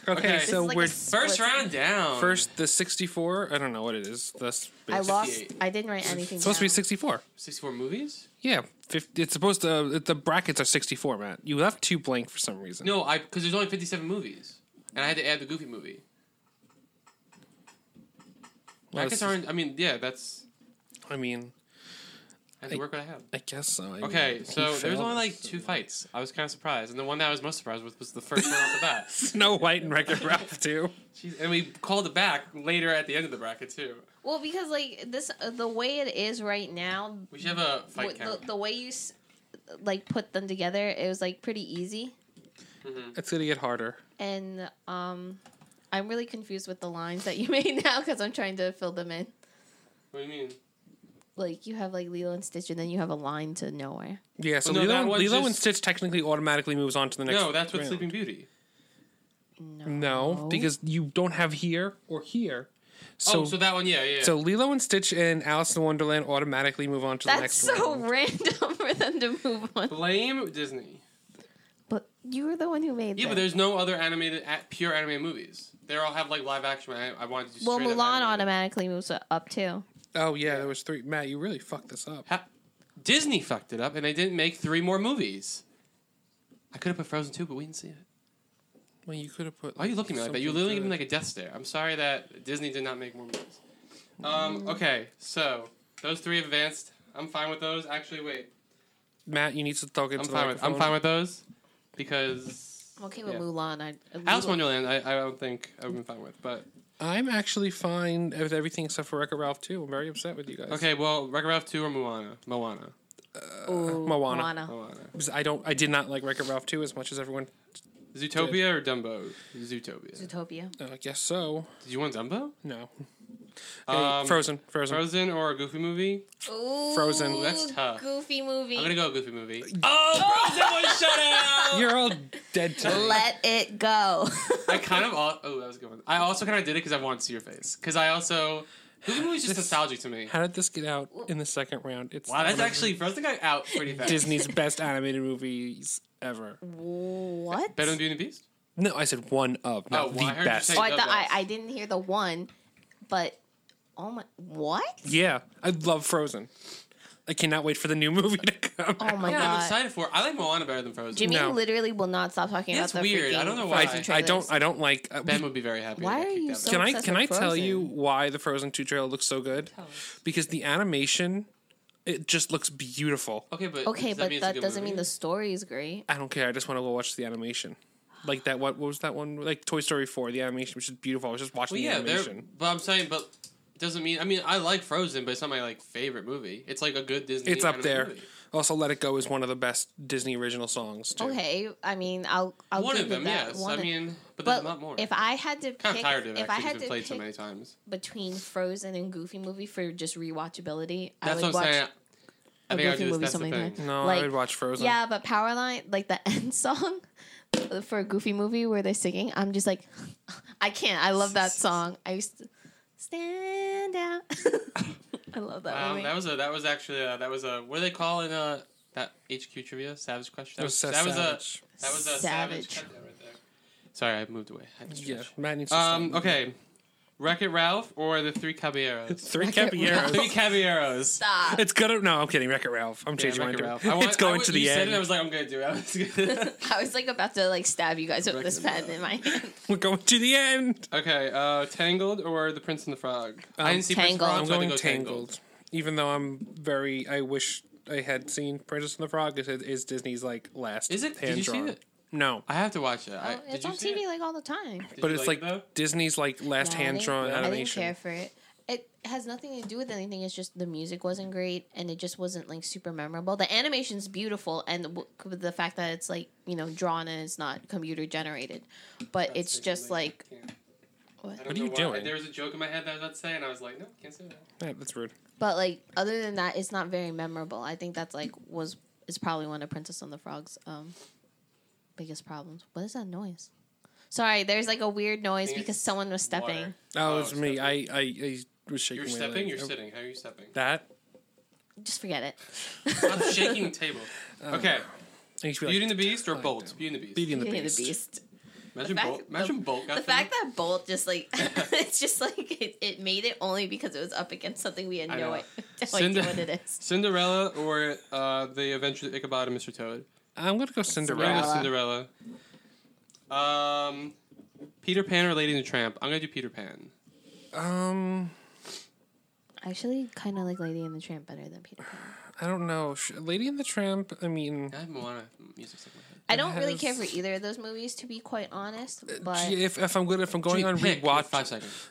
[SPEAKER 3] Okay,
[SPEAKER 2] Okay. This
[SPEAKER 3] so
[SPEAKER 1] is like
[SPEAKER 3] we're
[SPEAKER 1] a s- What's-
[SPEAKER 2] First round down.
[SPEAKER 3] first the 64. I don't know what it is. That's
[SPEAKER 1] I lost.
[SPEAKER 2] 58.
[SPEAKER 1] I didn't write anything.
[SPEAKER 3] It's supposed to be
[SPEAKER 1] down.
[SPEAKER 3] 64.
[SPEAKER 2] sixty-four movies.
[SPEAKER 3] Yeah, 50, it's supposed to. uh, The brackets are 64, Matt. You left two blank for some reason.
[SPEAKER 2] No, I because there's only fifty-seven movies, and I had to add the Goofy movie.
[SPEAKER 3] Well,
[SPEAKER 2] I
[SPEAKER 3] it's
[SPEAKER 2] guess aren't. I mean, yeah, that's.
[SPEAKER 3] I mean,
[SPEAKER 2] I had to work what I have.
[SPEAKER 3] I guess so. I
[SPEAKER 2] Okay,
[SPEAKER 3] mean,
[SPEAKER 2] so
[SPEAKER 3] he
[SPEAKER 2] there's
[SPEAKER 3] failed
[SPEAKER 2] only
[SPEAKER 3] us
[SPEAKER 2] like
[SPEAKER 3] so
[SPEAKER 2] two
[SPEAKER 3] much.
[SPEAKER 2] fights. I was kind of surprised, and the one that I was most surprised with was the first one off the bat.
[SPEAKER 3] Snow White and Wreck-It Ralph too.
[SPEAKER 2] Jeez, and we called it back later at the end of the bracket too.
[SPEAKER 1] Well, because like this, uh, the way it is right now,
[SPEAKER 2] We should have a
[SPEAKER 1] w-
[SPEAKER 2] fight
[SPEAKER 1] the,
[SPEAKER 2] count.
[SPEAKER 1] the way you s- like put them together, it was like pretty easy.
[SPEAKER 3] It's gonna get harder.
[SPEAKER 1] And um, I'm really confused with the lines that you made now because I'm trying to fill them in.
[SPEAKER 2] What do you mean?
[SPEAKER 1] Like you have like Lilo and Stitch, and then you have a line to nowhere.
[SPEAKER 3] Yeah. So
[SPEAKER 2] Well, no, that
[SPEAKER 3] Lilo,
[SPEAKER 2] one
[SPEAKER 3] Lilo
[SPEAKER 2] just-
[SPEAKER 3] and Stitch technically automatically moves on to the next.
[SPEAKER 2] No, that's with
[SPEAKER 3] round.
[SPEAKER 2] Sleeping Beauty.
[SPEAKER 1] No,
[SPEAKER 3] No, because you don't have here or here. So,
[SPEAKER 2] oh, so that one, yeah, yeah.
[SPEAKER 3] so Lilo and Stitch and Alice in Wonderland automatically move on to the
[SPEAKER 1] that's
[SPEAKER 3] next.
[SPEAKER 1] so
[SPEAKER 3] round.
[SPEAKER 1] random for them to move on.
[SPEAKER 2] blame Disney.
[SPEAKER 1] But you were the one who made.
[SPEAKER 2] Yeah, but
[SPEAKER 1] them.
[SPEAKER 2] there's no other animated, a- pure anime movies. They all have like live action. I, I wanted to do
[SPEAKER 1] well,
[SPEAKER 2] straight up
[SPEAKER 1] Mulan
[SPEAKER 2] animated.
[SPEAKER 1] automatically moves up too.
[SPEAKER 3] Oh yeah, there was three. Matt, you really fucked this up.
[SPEAKER 2] Ha- Disney fucked it up, and they didn't make three more movies. I could have put Frozen two, but we didn't see it.
[SPEAKER 3] Well, you could have put.
[SPEAKER 2] Why are you looking at me like that? You're
[SPEAKER 3] something
[SPEAKER 2] literally giving me
[SPEAKER 3] good.
[SPEAKER 2] like a death stare. I'm sorry that Disney did not make more movies. Um,
[SPEAKER 1] Mm.
[SPEAKER 2] okay, so those three have advanced. I'm fine with those. Actually, wait,
[SPEAKER 3] Matt, you need to talk into
[SPEAKER 2] I'm
[SPEAKER 3] the
[SPEAKER 2] fine with I'm
[SPEAKER 3] microphone.
[SPEAKER 2] fine with those because
[SPEAKER 1] I'm okay with
[SPEAKER 2] Yeah.
[SPEAKER 1] Mulan. I,
[SPEAKER 2] Alice
[SPEAKER 1] Lilo-
[SPEAKER 2] Wonderland. I, I don't think I've been fine with, but
[SPEAKER 3] I'm actually fine with everything except for Wreck-It Ralph 2. I'm very upset with you guys.
[SPEAKER 2] Okay, well, Wreck-It Ralph 2 or Moana? Moana.
[SPEAKER 1] Ooh,
[SPEAKER 3] Moana.
[SPEAKER 2] Moana.
[SPEAKER 3] I don't. I did not like Wreck-It Ralph 2 as much as everyone.
[SPEAKER 2] Zootopia or Dumbo? Zootopia. Did
[SPEAKER 1] Zootopia.
[SPEAKER 3] Uh, I guess so.
[SPEAKER 2] you want Dumbo?
[SPEAKER 3] No. Hey,
[SPEAKER 2] Um,
[SPEAKER 3] Frozen. Frozen.
[SPEAKER 2] Frozen or a Goofy movie?
[SPEAKER 1] Ooh,
[SPEAKER 3] Frozen.
[SPEAKER 2] That's tough.
[SPEAKER 1] Goofy movie.
[SPEAKER 2] I'm gonna go Goofy movie. Oh, Frozen was shut out.
[SPEAKER 3] You're all dead to me.
[SPEAKER 1] Let it go.
[SPEAKER 2] I kind of al- oh that was a good one. I also kind of did it because I wanted to see your face. Because I also Goofy movie's just nostalgic to me.
[SPEAKER 3] How did this get out in the second round? It's
[SPEAKER 2] Wow, that's
[SPEAKER 3] one of
[SPEAKER 2] actually Frozen got out pretty fast.
[SPEAKER 3] Disney's best animated movies ever.
[SPEAKER 1] what?
[SPEAKER 2] Better than Beauty and the Beast.
[SPEAKER 3] No, I said one of, not
[SPEAKER 2] Oh, well, I heard
[SPEAKER 3] the
[SPEAKER 2] you
[SPEAKER 3] best.
[SPEAKER 2] say-
[SPEAKER 1] oh, I,
[SPEAKER 2] the
[SPEAKER 1] thought, I,
[SPEAKER 2] best.
[SPEAKER 1] I didn't hear the one, but oh my, what?
[SPEAKER 3] Yeah, I love Frozen. I cannot wait for the new movie to come.
[SPEAKER 1] Oh my
[SPEAKER 2] Yeah, I'm
[SPEAKER 1] god.
[SPEAKER 2] excited for. it. I like Moana better than Frozen.
[SPEAKER 1] Jimmy
[SPEAKER 3] No.
[SPEAKER 1] literally will not stop talking
[SPEAKER 2] That's
[SPEAKER 1] about the
[SPEAKER 2] weird. I
[SPEAKER 1] freaking
[SPEAKER 2] don't know why.
[SPEAKER 1] Frozen
[SPEAKER 3] I, I don't.
[SPEAKER 1] trailers.
[SPEAKER 3] I don't like. uh,
[SPEAKER 2] Ben would be very happy.
[SPEAKER 1] Why
[SPEAKER 2] that I
[SPEAKER 1] are
[SPEAKER 2] kicked
[SPEAKER 1] you
[SPEAKER 2] out.
[SPEAKER 1] so-
[SPEAKER 3] can I
[SPEAKER 1] obsessed
[SPEAKER 3] can I
[SPEAKER 1] with
[SPEAKER 3] tell
[SPEAKER 1] Frozen.
[SPEAKER 3] you why the Frozen two trailer looks so good? Because the animation, it just looks beautiful.
[SPEAKER 2] Okay, but
[SPEAKER 1] okay,
[SPEAKER 2] does
[SPEAKER 1] but
[SPEAKER 2] mean it's a
[SPEAKER 1] that
[SPEAKER 2] good
[SPEAKER 1] doesn't mean
[SPEAKER 2] movie?
[SPEAKER 1] the story is great.
[SPEAKER 3] I don't care. I just want to go watch the animation. Like that. What, what was that one? Like Toy Story four. The animation was just beautiful. I was just watching
[SPEAKER 2] Well,
[SPEAKER 3] the
[SPEAKER 2] yeah, they're,
[SPEAKER 3] animation.
[SPEAKER 2] but I'm saying, but it doesn't mean. I mean, I like Frozen, but it's not my like favorite movie. It's like a good Disney.
[SPEAKER 3] It's up
[SPEAKER 2] animated
[SPEAKER 3] there.
[SPEAKER 2] movie.
[SPEAKER 3] Also, Let It Go is one of the best Disney original songs. Too.
[SPEAKER 1] Okay, I mean, I'll I'll
[SPEAKER 2] One
[SPEAKER 1] give
[SPEAKER 2] of
[SPEAKER 1] you
[SPEAKER 2] them,
[SPEAKER 1] that.
[SPEAKER 2] yes.
[SPEAKER 1] One
[SPEAKER 2] I
[SPEAKER 1] of-
[SPEAKER 2] mean, but there's
[SPEAKER 1] but
[SPEAKER 2] a lot more.
[SPEAKER 1] if I had to
[SPEAKER 2] kind
[SPEAKER 1] pick,
[SPEAKER 2] of tired of it.
[SPEAKER 1] if I
[SPEAKER 2] Actually, 'cause
[SPEAKER 1] had
[SPEAKER 2] we've
[SPEAKER 1] to
[SPEAKER 2] played so
[SPEAKER 1] pick
[SPEAKER 2] many times.
[SPEAKER 1] between Frozen and Goofy movie for just rewatchability, I
[SPEAKER 2] That's
[SPEAKER 1] would
[SPEAKER 2] what
[SPEAKER 1] watch
[SPEAKER 2] I'm saying. I
[SPEAKER 1] a
[SPEAKER 2] think I
[SPEAKER 1] Goofy
[SPEAKER 2] do.
[SPEAKER 1] movie
[SPEAKER 2] That's
[SPEAKER 1] so
[SPEAKER 2] the
[SPEAKER 1] many
[SPEAKER 2] thing.
[SPEAKER 1] times.
[SPEAKER 3] No, I
[SPEAKER 1] Like,
[SPEAKER 3] would watch Frozen.
[SPEAKER 1] Yeah, but Powerline, like the end song for a Goofy movie where they're singing, I'm just like, I can't. I love that song. I used to stand out. I love that
[SPEAKER 2] Um,
[SPEAKER 1] movie.
[SPEAKER 2] that was a. That was actually. A, that was a. What do they call it? Uh, that HQ trivia savage question. That
[SPEAKER 3] It was
[SPEAKER 2] was,
[SPEAKER 3] so
[SPEAKER 2] that was a.
[SPEAKER 3] savage.
[SPEAKER 2] That was a savage.
[SPEAKER 1] Savage.
[SPEAKER 2] cut there, right there. Sorry, I moved away. I had to
[SPEAKER 3] Yeah,
[SPEAKER 2] stretch.
[SPEAKER 3] Matt needs to
[SPEAKER 2] Um.
[SPEAKER 3] stop.
[SPEAKER 2] Okay. Wreck It Ralph or the Three Caballeros.
[SPEAKER 3] Three Caballeros.
[SPEAKER 2] three Caballeros.
[SPEAKER 1] Stop.
[SPEAKER 3] It's gonna. No, I'm kidding. Wreck It Ralph. I'm changing my
[SPEAKER 2] Wreck-It
[SPEAKER 3] mind.
[SPEAKER 2] Ralph. I want-
[SPEAKER 3] It's going
[SPEAKER 2] I,
[SPEAKER 3] to the
[SPEAKER 2] you said
[SPEAKER 3] end.
[SPEAKER 2] It, I was like, I'm gonna do it. I was gonna-
[SPEAKER 1] I was like about to like stab you guys with this
[SPEAKER 2] Reckon-
[SPEAKER 1] pen in my hand.
[SPEAKER 3] We're going to the end.
[SPEAKER 2] okay. Uh, Tangled or The Prince and the Frog. I
[SPEAKER 3] Um,
[SPEAKER 2] didn't see Prince and
[SPEAKER 1] Tangled.
[SPEAKER 2] Frog,
[SPEAKER 3] I'm
[SPEAKER 2] so I had
[SPEAKER 3] going
[SPEAKER 2] to go
[SPEAKER 3] Tangled. Even though I'm very, I wish I had seen Princess and the Frog. Is, is Disney's like last?
[SPEAKER 2] Is it- did you see
[SPEAKER 3] hand-drawn.
[SPEAKER 2] it?
[SPEAKER 3] No,
[SPEAKER 2] I have to watch it. I,
[SPEAKER 1] Oh,
[SPEAKER 2] did
[SPEAKER 1] it's
[SPEAKER 2] you
[SPEAKER 1] on
[SPEAKER 2] see
[SPEAKER 1] TV
[SPEAKER 2] It?
[SPEAKER 1] like all the time.
[SPEAKER 2] Did
[SPEAKER 3] but
[SPEAKER 2] you
[SPEAKER 3] it's
[SPEAKER 2] like
[SPEAKER 3] like
[SPEAKER 2] it, though?
[SPEAKER 3] Disney's like last
[SPEAKER 1] No, I
[SPEAKER 3] hand
[SPEAKER 1] didn't-
[SPEAKER 3] drawn
[SPEAKER 1] I didn't care
[SPEAKER 3] animation.
[SPEAKER 1] for it. It has nothing to do with anything. It's just the music wasn't great, and it just wasn't like super memorable. The animation's beautiful, and w- the fact that it's like you know drawn and it's not computer generated, but it's just like
[SPEAKER 2] I
[SPEAKER 1] what?
[SPEAKER 3] What
[SPEAKER 2] don't
[SPEAKER 3] are
[SPEAKER 2] know
[SPEAKER 3] you
[SPEAKER 2] why.
[SPEAKER 3] doing?
[SPEAKER 2] There was a joke in my head that I was about to say, and I was like, no, can't say that.
[SPEAKER 3] Yeah, that's rude.
[SPEAKER 1] But like other than that, it's not very memorable. I think that's like was is probably one of Princess and the Frog's um biggest problems. What is that noise? Sorry, there's like a weird noise
[SPEAKER 2] think
[SPEAKER 1] because
[SPEAKER 2] it's
[SPEAKER 1] someone was stepping.
[SPEAKER 2] Water.
[SPEAKER 3] Oh, it's me.
[SPEAKER 2] stepping.
[SPEAKER 3] I, I I was shaking.
[SPEAKER 2] You're
[SPEAKER 3] my
[SPEAKER 2] stepping.
[SPEAKER 3] leg.
[SPEAKER 2] You're
[SPEAKER 3] Oh,
[SPEAKER 2] sitting. How are you stepping?
[SPEAKER 3] That.
[SPEAKER 1] Just forget it.
[SPEAKER 2] I'm shaking the table. Okay,
[SPEAKER 3] I used to be
[SPEAKER 2] Beauty
[SPEAKER 3] like,
[SPEAKER 2] and the Beast or
[SPEAKER 3] like
[SPEAKER 2] Bolt?
[SPEAKER 3] that.
[SPEAKER 2] Beauty and the Beast.
[SPEAKER 3] Beauty and the
[SPEAKER 1] Beauty and
[SPEAKER 3] Beast.
[SPEAKER 1] the Beast.
[SPEAKER 2] Imagine
[SPEAKER 1] fact-
[SPEAKER 2] Bolt. Imagine
[SPEAKER 1] the-
[SPEAKER 2] Bolt. Got
[SPEAKER 1] the fact that Bolt just like it's just like it, it made it only because it was up against something we had
[SPEAKER 2] I
[SPEAKER 1] no
[SPEAKER 2] know.
[SPEAKER 1] idea
[SPEAKER 2] Cinder-
[SPEAKER 1] what it is.
[SPEAKER 2] Cinderella or uh, the Adventures of Ichabod and Mr. Toad.
[SPEAKER 3] I'm gonna go
[SPEAKER 2] I'm gonna
[SPEAKER 3] Cinderella.
[SPEAKER 2] go Cinderella. Um, Peter Pan or Lady and the Tramp? I'm gonna do Peter Pan.
[SPEAKER 3] Um,
[SPEAKER 1] I actually kind of like Lady and the Tramp better than Peter Pan.
[SPEAKER 3] I don't know. Sh- Lady and the Tramp. I mean,
[SPEAKER 2] I have Moana music stuck in my head.
[SPEAKER 1] I don't really
[SPEAKER 3] has-
[SPEAKER 1] care for either of those movies, to be quite honest.
[SPEAKER 2] Uh,
[SPEAKER 1] But
[SPEAKER 3] gee, if if I'm good, if I'm going on
[SPEAKER 2] Pick.
[SPEAKER 3] rewatch,
[SPEAKER 2] Five seconds.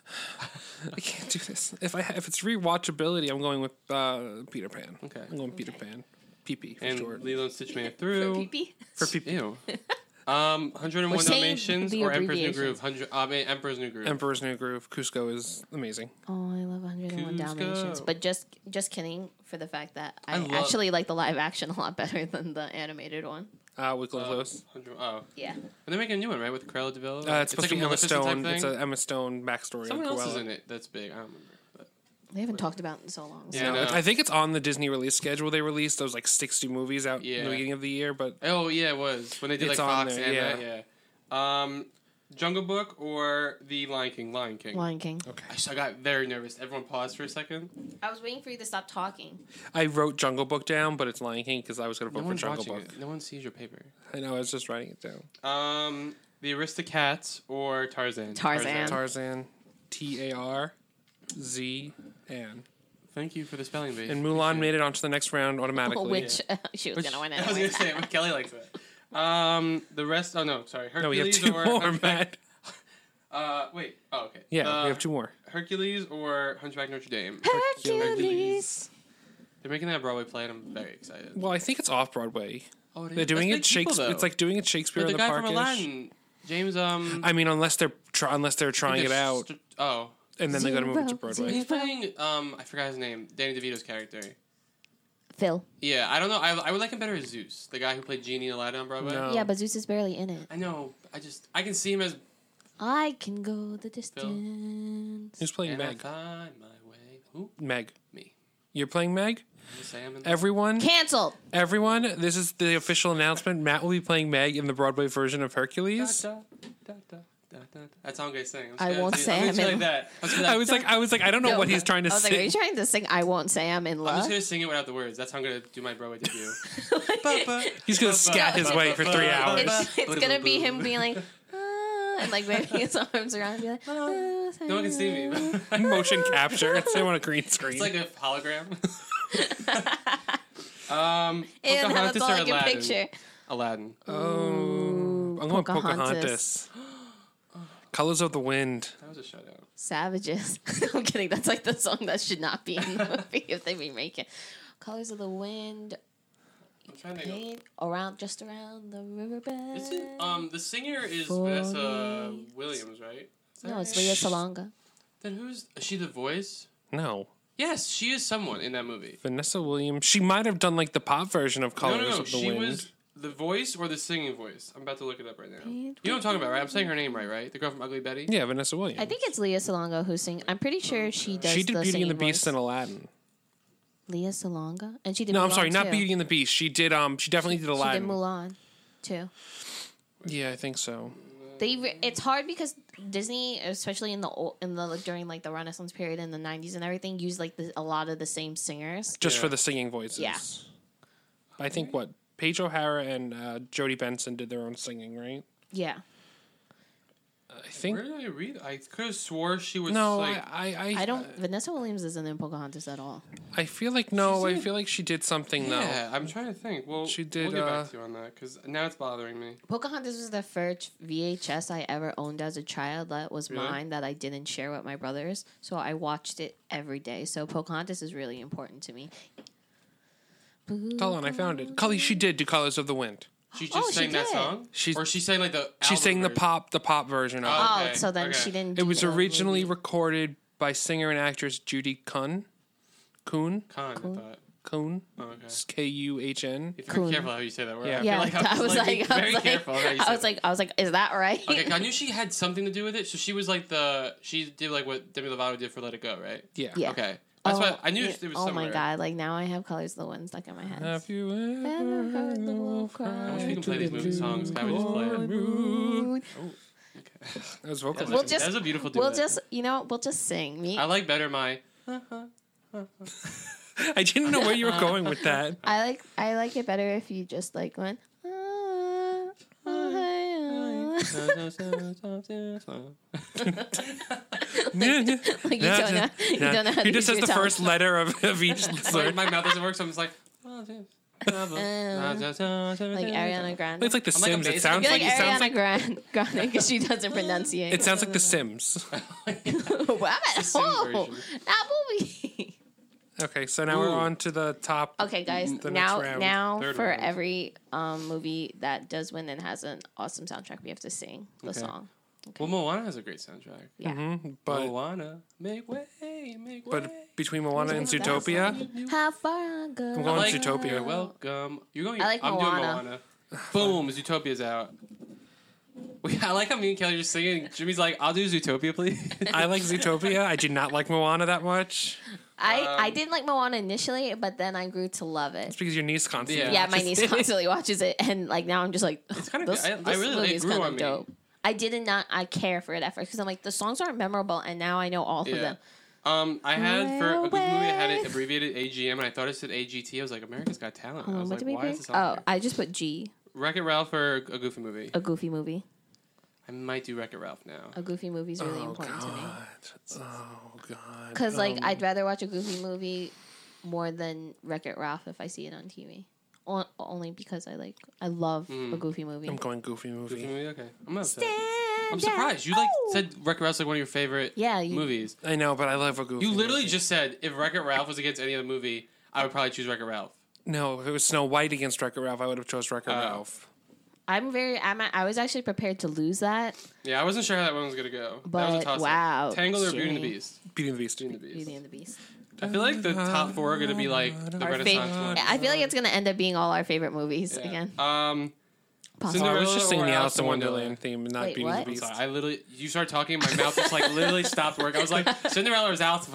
[SPEAKER 3] I can't do this. If I if it's rewatchability, I'm going with uh, Peter Pan.
[SPEAKER 2] Okay.
[SPEAKER 3] I'm going with Peter Pan. PP for
[SPEAKER 2] And
[SPEAKER 3] short.
[SPEAKER 2] Lilo and Stitch Man
[SPEAKER 1] for
[SPEAKER 2] through.
[SPEAKER 1] PP,
[SPEAKER 3] For PP.
[SPEAKER 2] Ew. Um, 101
[SPEAKER 1] We're saying
[SPEAKER 2] Dalmatians
[SPEAKER 1] the
[SPEAKER 2] or Emperor's New
[SPEAKER 1] abbreviations.
[SPEAKER 2] Groove? Hundred. I mean, Emperor's New Groove.
[SPEAKER 3] Emperor's New Groove. Cusco is amazing.
[SPEAKER 1] oh, I love 101
[SPEAKER 2] Cusco.
[SPEAKER 1] Dalmatians, but just just kidding for the fact that I,
[SPEAKER 2] I love-
[SPEAKER 1] actually like the live action a lot better than the animated one.
[SPEAKER 3] Uh, Wicklow
[SPEAKER 2] Uh,
[SPEAKER 3] Close.
[SPEAKER 2] 100 oh,
[SPEAKER 1] Yeah,
[SPEAKER 2] and they're making a new one, right? With Cruella De Vil.
[SPEAKER 3] Uh, it's supposed to be Emma
[SPEAKER 2] Maleficent type
[SPEAKER 3] Stone.
[SPEAKER 2] thing?
[SPEAKER 3] It's an Emma Stone backstory.
[SPEAKER 2] Someone
[SPEAKER 3] on
[SPEAKER 2] else
[SPEAKER 3] Cruella.
[SPEAKER 2] is in it that's big. I don't remember. But
[SPEAKER 1] they haven't talked about it in so long. So.
[SPEAKER 2] Yeah, I
[SPEAKER 3] No,
[SPEAKER 2] know.
[SPEAKER 3] it's- I think it's on the Disney release schedule. They released those like 60 movies out in
[SPEAKER 2] Yeah.
[SPEAKER 3] the beginning of the year, but
[SPEAKER 2] Oh yeah, it was when they did
[SPEAKER 3] It's
[SPEAKER 2] like
[SPEAKER 3] on
[SPEAKER 2] Fox
[SPEAKER 3] there,
[SPEAKER 2] and
[SPEAKER 3] yeah.
[SPEAKER 2] that. Yeah. Um, Jungle Book or The Lion King? Lion King.
[SPEAKER 1] Lion King.
[SPEAKER 2] I just- I got very nervous. Everyone paused for a second.
[SPEAKER 1] I was waiting for you to stop talking.
[SPEAKER 3] I wrote Jungle Book down, but it's Lion King because I was going to
[SPEAKER 2] No
[SPEAKER 3] vote for
[SPEAKER 2] one's
[SPEAKER 3] Jungle
[SPEAKER 2] watching
[SPEAKER 3] Book.
[SPEAKER 2] it. No one sees your paper.
[SPEAKER 3] I know, I was just writing it down.
[SPEAKER 2] Um, The Aristocats or Tarzan?
[SPEAKER 1] Tarzan.
[SPEAKER 3] Tarzan, T A R Z N.
[SPEAKER 2] Thank you for the spelling bee.
[SPEAKER 3] And Mulan made it onto the next round automatically.
[SPEAKER 1] Which uh, she was
[SPEAKER 2] Which-
[SPEAKER 1] gonna win
[SPEAKER 2] I was gonna
[SPEAKER 1] anyway.
[SPEAKER 2] say it, but Kelly likes it. Um, the rest. Oh no, sorry.
[SPEAKER 3] no, we have
[SPEAKER 2] Hercules
[SPEAKER 3] two
[SPEAKER 2] or
[SPEAKER 3] more, Matt.
[SPEAKER 2] Uh, wait. Oh, okay.
[SPEAKER 3] Yeah,
[SPEAKER 2] Uh,
[SPEAKER 3] we have two more.
[SPEAKER 2] Hercules or Hunchback of Notre Dame.
[SPEAKER 1] Hercules.
[SPEAKER 2] They're making that a Broadway play, and I'm very excited.
[SPEAKER 3] Well, I think it's off Broadway.
[SPEAKER 2] Oh,
[SPEAKER 3] They're doing it Shakespeare. It's like doing it Shakespeare
[SPEAKER 2] but
[SPEAKER 3] in
[SPEAKER 2] the,
[SPEAKER 3] the,
[SPEAKER 2] guy
[SPEAKER 3] park.
[SPEAKER 2] from Aladdin, James. Um,
[SPEAKER 3] I mean, unless they're try- unless they're trying it
[SPEAKER 2] they're
[SPEAKER 3] out,
[SPEAKER 2] st- oh,
[SPEAKER 3] and then they're going to move it to
[SPEAKER 1] Zero, zero.
[SPEAKER 3] Broadway.
[SPEAKER 2] he's playing. Um, I forgot his name. Danny DeVito's character.
[SPEAKER 1] Phil.
[SPEAKER 2] Yeah, I don't know. I, I would like him better as Zeus, the guy who played Genie in Aladdin on Broadway.
[SPEAKER 3] No.
[SPEAKER 1] Yeah, but Zeus is barely in it.
[SPEAKER 2] I know. I just I can see him as
[SPEAKER 1] I can go the distance.
[SPEAKER 3] Who's playing
[SPEAKER 2] and I
[SPEAKER 3] Meg?
[SPEAKER 2] find my way. Who
[SPEAKER 3] Meg,
[SPEAKER 2] me?
[SPEAKER 3] you're playing Meg.
[SPEAKER 2] I'm gonna say I'm in-
[SPEAKER 3] Everyone,
[SPEAKER 1] Cancelled.
[SPEAKER 3] everyone. This is the official announcement. Matt will be playing Meg in the Broadway version of
[SPEAKER 2] Da,
[SPEAKER 3] Hercules.
[SPEAKER 2] da, da, da, da, da. That song guy sang.
[SPEAKER 1] I won't say
[SPEAKER 2] I'm
[SPEAKER 1] I'm
[SPEAKER 2] just gonna
[SPEAKER 1] in-
[SPEAKER 2] like that. I'm just gonna-
[SPEAKER 3] I was like, I was like, I don't know what he's trying to
[SPEAKER 1] I was
[SPEAKER 3] say.
[SPEAKER 1] like, are you trying to sing "I Won't Say I'm in
[SPEAKER 2] I'm
[SPEAKER 1] Love"?
[SPEAKER 2] just gonna sing it without the words. That's how I'm gonna do my Broadway debut.
[SPEAKER 3] He's gonna scat his way for three hours.
[SPEAKER 1] it's, it's gonna be him being like, ah, and like waving his arms around and be like, no
[SPEAKER 2] Oh, No one can see me. it's
[SPEAKER 3] Motion capture. It's him on a green screen.
[SPEAKER 2] like a hologram. um,
[SPEAKER 1] And
[SPEAKER 2] Pocahontas
[SPEAKER 1] that's all
[SPEAKER 2] or
[SPEAKER 1] I can
[SPEAKER 2] Aladdin?
[SPEAKER 1] picture.
[SPEAKER 2] Aladdin.
[SPEAKER 3] oh, I'm going Pocahontas.
[SPEAKER 1] Pocahontas.
[SPEAKER 3] Colors of the Wind.
[SPEAKER 2] That was a shutout.
[SPEAKER 1] Savages. I'm kidding. That's like the song that should not be in the movie if they remake it. Colors of the Wind,
[SPEAKER 2] I'm trying to go.
[SPEAKER 1] paint around, just around the riverbed.
[SPEAKER 2] Is it, um, the singer is
[SPEAKER 1] For
[SPEAKER 2] Vanessa
[SPEAKER 1] me.
[SPEAKER 2] Williams, right? Is that
[SPEAKER 1] no, it's
[SPEAKER 2] right?
[SPEAKER 1] Leah Salonga.
[SPEAKER 2] Then who's is she? The voice?
[SPEAKER 3] No,
[SPEAKER 2] Yes, she is someone in that movie.
[SPEAKER 3] Vanessa Williams. She might have done like the pop version of
[SPEAKER 2] No,
[SPEAKER 3] Colors
[SPEAKER 2] no, no.
[SPEAKER 3] of the
[SPEAKER 2] She
[SPEAKER 3] Wind.
[SPEAKER 2] was the voice or the singing voice. I'm about to look it up right now. You
[SPEAKER 1] Paint
[SPEAKER 2] know what I'm talking about, right? I'm saying her name right, right? The girl from Ugly Betty.
[SPEAKER 3] Yeah, Vanessa Williams.
[SPEAKER 1] I think it's Leah Salonga who sings. I'm pretty sure she does.
[SPEAKER 3] she did
[SPEAKER 1] the
[SPEAKER 3] Beauty and the
[SPEAKER 1] singing
[SPEAKER 3] Beast
[SPEAKER 1] voice.
[SPEAKER 3] and Aladdin.
[SPEAKER 1] Leah Salonga, and she did.
[SPEAKER 3] No,
[SPEAKER 1] Mulan
[SPEAKER 3] I'm sorry, not
[SPEAKER 1] too.
[SPEAKER 3] Beauty and the Beast. She did. Um, she definitely did
[SPEAKER 1] She did
[SPEAKER 3] Aladdin.
[SPEAKER 1] Mulan, too.
[SPEAKER 3] yeah, I think so.
[SPEAKER 1] They re- it's hard because Disney, especially in the old, in the like, during like the Renaissance period in the '90s and everything, used like the, a lot of the same singers.
[SPEAKER 3] Just
[SPEAKER 2] Yeah.
[SPEAKER 3] for the singing voices.
[SPEAKER 1] Yeah.
[SPEAKER 3] I think what Paige O'Hara and uh, Jodie Benson did their own singing, right?
[SPEAKER 1] Yeah,
[SPEAKER 3] I think.
[SPEAKER 2] Where did I read? I could have swore she was
[SPEAKER 3] No,
[SPEAKER 2] like
[SPEAKER 3] I, I, I,
[SPEAKER 1] I don't. Vanessa Williams isn't in Pocahontas at all.
[SPEAKER 3] I feel like no.
[SPEAKER 2] She's
[SPEAKER 3] I
[SPEAKER 2] in-
[SPEAKER 3] feel like she did something though.
[SPEAKER 2] Yeah, I'm trying to think. Well,
[SPEAKER 3] She did,
[SPEAKER 2] We'll get
[SPEAKER 3] uh,
[SPEAKER 2] back to you on that because now it's bothering me.
[SPEAKER 1] Pocahontas was the first VHS I ever owned as a child. That was
[SPEAKER 2] Really?
[SPEAKER 1] mine that I didn't share with my brothers, so I watched it every day. So Pocahontas is really important to me.
[SPEAKER 3] Colin, I found
[SPEAKER 1] Mm-hmm.
[SPEAKER 3] it. Collie, she did do Colors of the Wind.
[SPEAKER 2] She just
[SPEAKER 1] Oh, she
[SPEAKER 2] sang that
[SPEAKER 1] did.
[SPEAKER 2] song,
[SPEAKER 3] She's-
[SPEAKER 2] or she sang like the.
[SPEAKER 3] She
[SPEAKER 2] album
[SPEAKER 3] sang the
[SPEAKER 2] version?
[SPEAKER 3] pop, the pop version of
[SPEAKER 2] Oh,
[SPEAKER 1] Oh,
[SPEAKER 2] okay,
[SPEAKER 1] so then
[SPEAKER 2] okay.
[SPEAKER 1] she didn't.
[SPEAKER 3] it. It
[SPEAKER 1] do
[SPEAKER 3] was
[SPEAKER 1] the
[SPEAKER 3] originally
[SPEAKER 1] movie.
[SPEAKER 3] recorded by singer and actress Judy Kuhn. Kuhn?
[SPEAKER 2] Con, I thought.
[SPEAKER 3] Kuhn?
[SPEAKER 2] Oh, okay.
[SPEAKER 3] K U H N.
[SPEAKER 2] You're very
[SPEAKER 1] Coon.
[SPEAKER 2] careful how you say that word.
[SPEAKER 3] Yeah.
[SPEAKER 2] I feel
[SPEAKER 1] Yeah,
[SPEAKER 2] like I'm
[SPEAKER 1] I was like, I
[SPEAKER 2] very
[SPEAKER 1] was like,
[SPEAKER 2] careful. How you say
[SPEAKER 1] I was
[SPEAKER 2] that.
[SPEAKER 1] like, I was like, is that right?
[SPEAKER 2] Okay, 'cause I knew she had something to do with it. So she was like the she did like what Demi Lovato did for Let It Go, right?
[SPEAKER 3] Yeah.
[SPEAKER 1] Yeah.
[SPEAKER 2] Okay, that's
[SPEAKER 1] Oh,
[SPEAKER 2] why I knew
[SPEAKER 1] yeah.
[SPEAKER 2] it was.
[SPEAKER 1] Oh
[SPEAKER 2] somewhere. Uh,
[SPEAKER 1] my god! Like now I have colors of the wind stuck in my head.
[SPEAKER 3] Have you ever
[SPEAKER 1] Ever
[SPEAKER 3] heard the wolf cry?
[SPEAKER 2] I wish we
[SPEAKER 3] to
[SPEAKER 2] could play these
[SPEAKER 3] the
[SPEAKER 2] movie songs. I would just play
[SPEAKER 3] blue
[SPEAKER 2] it.
[SPEAKER 3] moon?
[SPEAKER 2] Okay.
[SPEAKER 3] That was vocal.
[SPEAKER 2] That was
[SPEAKER 1] We'll
[SPEAKER 2] a-
[SPEAKER 1] just-
[SPEAKER 2] that was a beautiful.
[SPEAKER 1] We'll
[SPEAKER 2] duet.
[SPEAKER 1] just, you know, we'll just sing. Me,
[SPEAKER 2] I like better my.
[SPEAKER 3] I didn't know where you were going with that.
[SPEAKER 1] I like, I like it better if you just like went. "Ah, ah, ah." Like you don't know, you don't know how to
[SPEAKER 3] He
[SPEAKER 1] use
[SPEAKER 3] just says
[SPEAKER 1] your
[SPEAKER 3] the
[SPEAKER 1] tongue.
[SPEAKER 3] first letter of, of each
[SPEAKER 2] Sorry,
[SPEAKER 3] word.
[SPEAKER 2] my mouth doesn't work, so I'm just like.
[SPEAKER 1] Um, Like Ariana Grande.
[SPEAKER 3] It's like The
[SPEAKER 2] I'm like a
[SPEAKER 3] Sims. it
[SPEAKER 2] basic-
[SPEAKER 3] sounds
[SPEAKER 1] You're
[SPEAKER 3] like,
[SPEAKER 1] like
[SPEAKER 3] it sounds
[SPEAKER 1] Ariana
[SPEAKER 3] like
[SPEAKER 1] Grande Grande because she doesn't pronunciate.
[SPEAKER 3] it sounds like The Sims.
[SPEAKER 1] what?
[SPEAKER 2] same
[SPEAKER 1] Oh,
[SPEAKER 2] version.
[SPEAKER 1] that movie.
[SPEAKER 3] Okay, so now we're
[SPEAKER 2] Ooh.
[SPEAKER 3] on to the top.
[SPEAKER 1] Okay, guys.
[SPEAKER 3] the next
[SPEAKER 1] now,
[SPEAKER 3] round.
[SPEAKER 1] now
[SPEAKER 2] Third
[SPEAKER 1] for
[SPEAKER 2] round.
[SPEAKER 1] every um, movie that does win and has an awesome soundtrack, we have to sing the
[SPEAKER 2] Okay.
[SPEAKER 1] song.
[SPEAKER 2] Well, Moana has a great soundtrack.
[SPEAKER 1] Yeah.
[SPEAKER 3] Mhm, but
[SPEAKER 2] Moana, make way, make way.
[SPEAKER 3] but between Moana and
[SPEAKER 1] That was
[SPEAKER 3] Zootopia,
[SPEAKER 1] How far I go?
[SPEAKER 3] I'm
[SPEAKER 2] I
[SPEAKER 3] going
[SPEAKER 2] like
[SPEAKER 3] Zootopia.
[SPEAKER 2] You're welcome. You're going.
[SPEAKER 1] I like
[SPEAKER 2] I'm
[SPEAKER 1] Moana.
[SPEAKER 2] doing Moana. Boom! Zootopia's out. We, I like how me and Kelly are just singing. Jimmy's like, "I'll do Zootopia, please."
[SPEAKER 3] I like Zootopia. I did not like Moana that much.
[SPEAKER 1] I, I
[SPEAKER 2] Um,
[SPEAKER 1] didn't like Moana initially, but then I grew to love
[SPEAKER 3] It's
[SPEAKER 1] it.
[SPEAKER 3] because your niece constantly.
[SPEAKER 2] Yeah.
[SPEAKER 1] Yeah, my
[SPEAKER 3] watches
[SPEAKER 1] niece
[SPEAKER 3] it.
[SPEAKER 1] constantly watches it, and like now I'm just like, it's
[SPEAKER 2] kinda
[SPEAKER 1] this,
[SPEAKER 2] good. I- I
[SPEAKER 1] this
[SPEAKER 2] really-
[SPEAKER 1] movie
[SPEAKER 2] it
[SPEAKER 1] is
[SPEAKER 2] grew
[SPEAKER 1] kind
[SPEAKER 2] on
[SPEAKER 1] of
[SPEAKER 2] me.
[SPEAKER 1] dope. I didn't not I care for it at first because I'm like the songs aren't memorable, and now I know all of
[SPEAKER 2] yeah.
[SPEAKER 1] them.
[SPEAKER 2] Um, I had for a good movie. I had it
[SPEAKER 1] Away.
[SPEAKER 2] abbreviated AGM, and I thought it said AGT. I was like, "America's Got Talent." I
[SPEAKER 1] Um,
[SPEAKER 2] was
[SPEAKER 1] what
[SPEAKER 2] like,
[SPEAKER 1] did we
[SPEAKER 2] "Why
[SPEAKER 1] pick?
[SPEAKER 2] is this
[SPEAKER 1] Oh,
[SPEAKER 2] on?"
[SPEAKER 1] I just put G,
[SPEAKER 2] Wreck It Ralph or a Goofy movie.
[SPEAKER 1] a goofy movie.
[SPEAKER 2] I might do Wreck It Ralph now.
[SPEAKER 1] A goofy movie is really
[SPEAKER 3] Oh
[SPEAKER 1] important to me.
[SPEAKER 3] god. Oh god.
[SPEAKER 1] Because like
[SPEAKER 3] Um,
[SPEAKER 1] I'd rather watch a goofy movie more than Wreck It Ralph if I see it on TV. O- only because I like I love a goofy movie.
[SPEAKER 3] Hmm. I'm going Goofy
[SPEAKER 2] Goofy
[SPEAKER 3] movie.
[SPEAKER 2] movie. Okay, I'm not upset.
[SPEAKER 1] Stand
[SPEAKER 2] I'm surprised. You like said Wreck-It Ralph's like one of your favorite
[SPEAKER 1] Yeah, you-
[SPEAKER 2] movies.
[SPEAKER 3] I know, but I love a goofy.
[SPEAKER 2] You literally
[SPEAKER 3] movie.
[SPEAKER 2] just said if Wreck-It Ralph was against any other movie, I would probably choose Wreck-It Ralph.
[SPEAKER 3] no. If it was Snow White against Wreck-It Ralph, I would have chose Wreck-It
[SPEAKER 2] Oh.
[SPEAKER 3] Ralph.
[SPEAKER 1] I'm very. I'm, I was actually prepared to lose that.
[SPEAKER 2] Yeah, I wasn't sure how that one was gonna go. that was
[SPEAKER 1] But,
[SPEAKER 2] a toss
[SPEAKER 1] wow,
[SPEAKER 2] Tangled or Beauty and the
[SPEAKER 1] Jimmy.
[SPEAKER 2] Beast?
[SPEAKER 3] Beauty and the Beast.
[SPEAKER 2] Beauty and the Beast.
[SPEAKER 1] Beauty and the Beast.
[SPEAKER 2] I feel like the top four are gonna be like the
[SPEAKER 3] Our
[SPEAKER 1] Our fav-
[SPEAKER 2] Renaissance one.
[SPEAKER 1] I feel like it's gonna end up being all our favorite movies
[SPEAKER 2] Yeah.
[SPEAKER 1] again.
[SPEAKER 2] Um,
[SPEAKER 1] Possible.
[SPEAKER 3] Oh, I was
[SPEAKER 2] Cinderella
[SPEAKER 3] just singing the
[SPEAKER 2] or
[SPEAKER 3] Alice in Wonderland theme, and not
[SPEAKER 1] Wait,
[SPEAKER 3] Beauty
[SPEAKER 1] what?
[SPEAKER 3] and the
[SPEAKER 2] I'm
[SPEAKER 3] Beast.
[SPEAKER 2] sorry, I literally you started talking, my mouth just like literally stopped working. I was like Cinderella is Alice.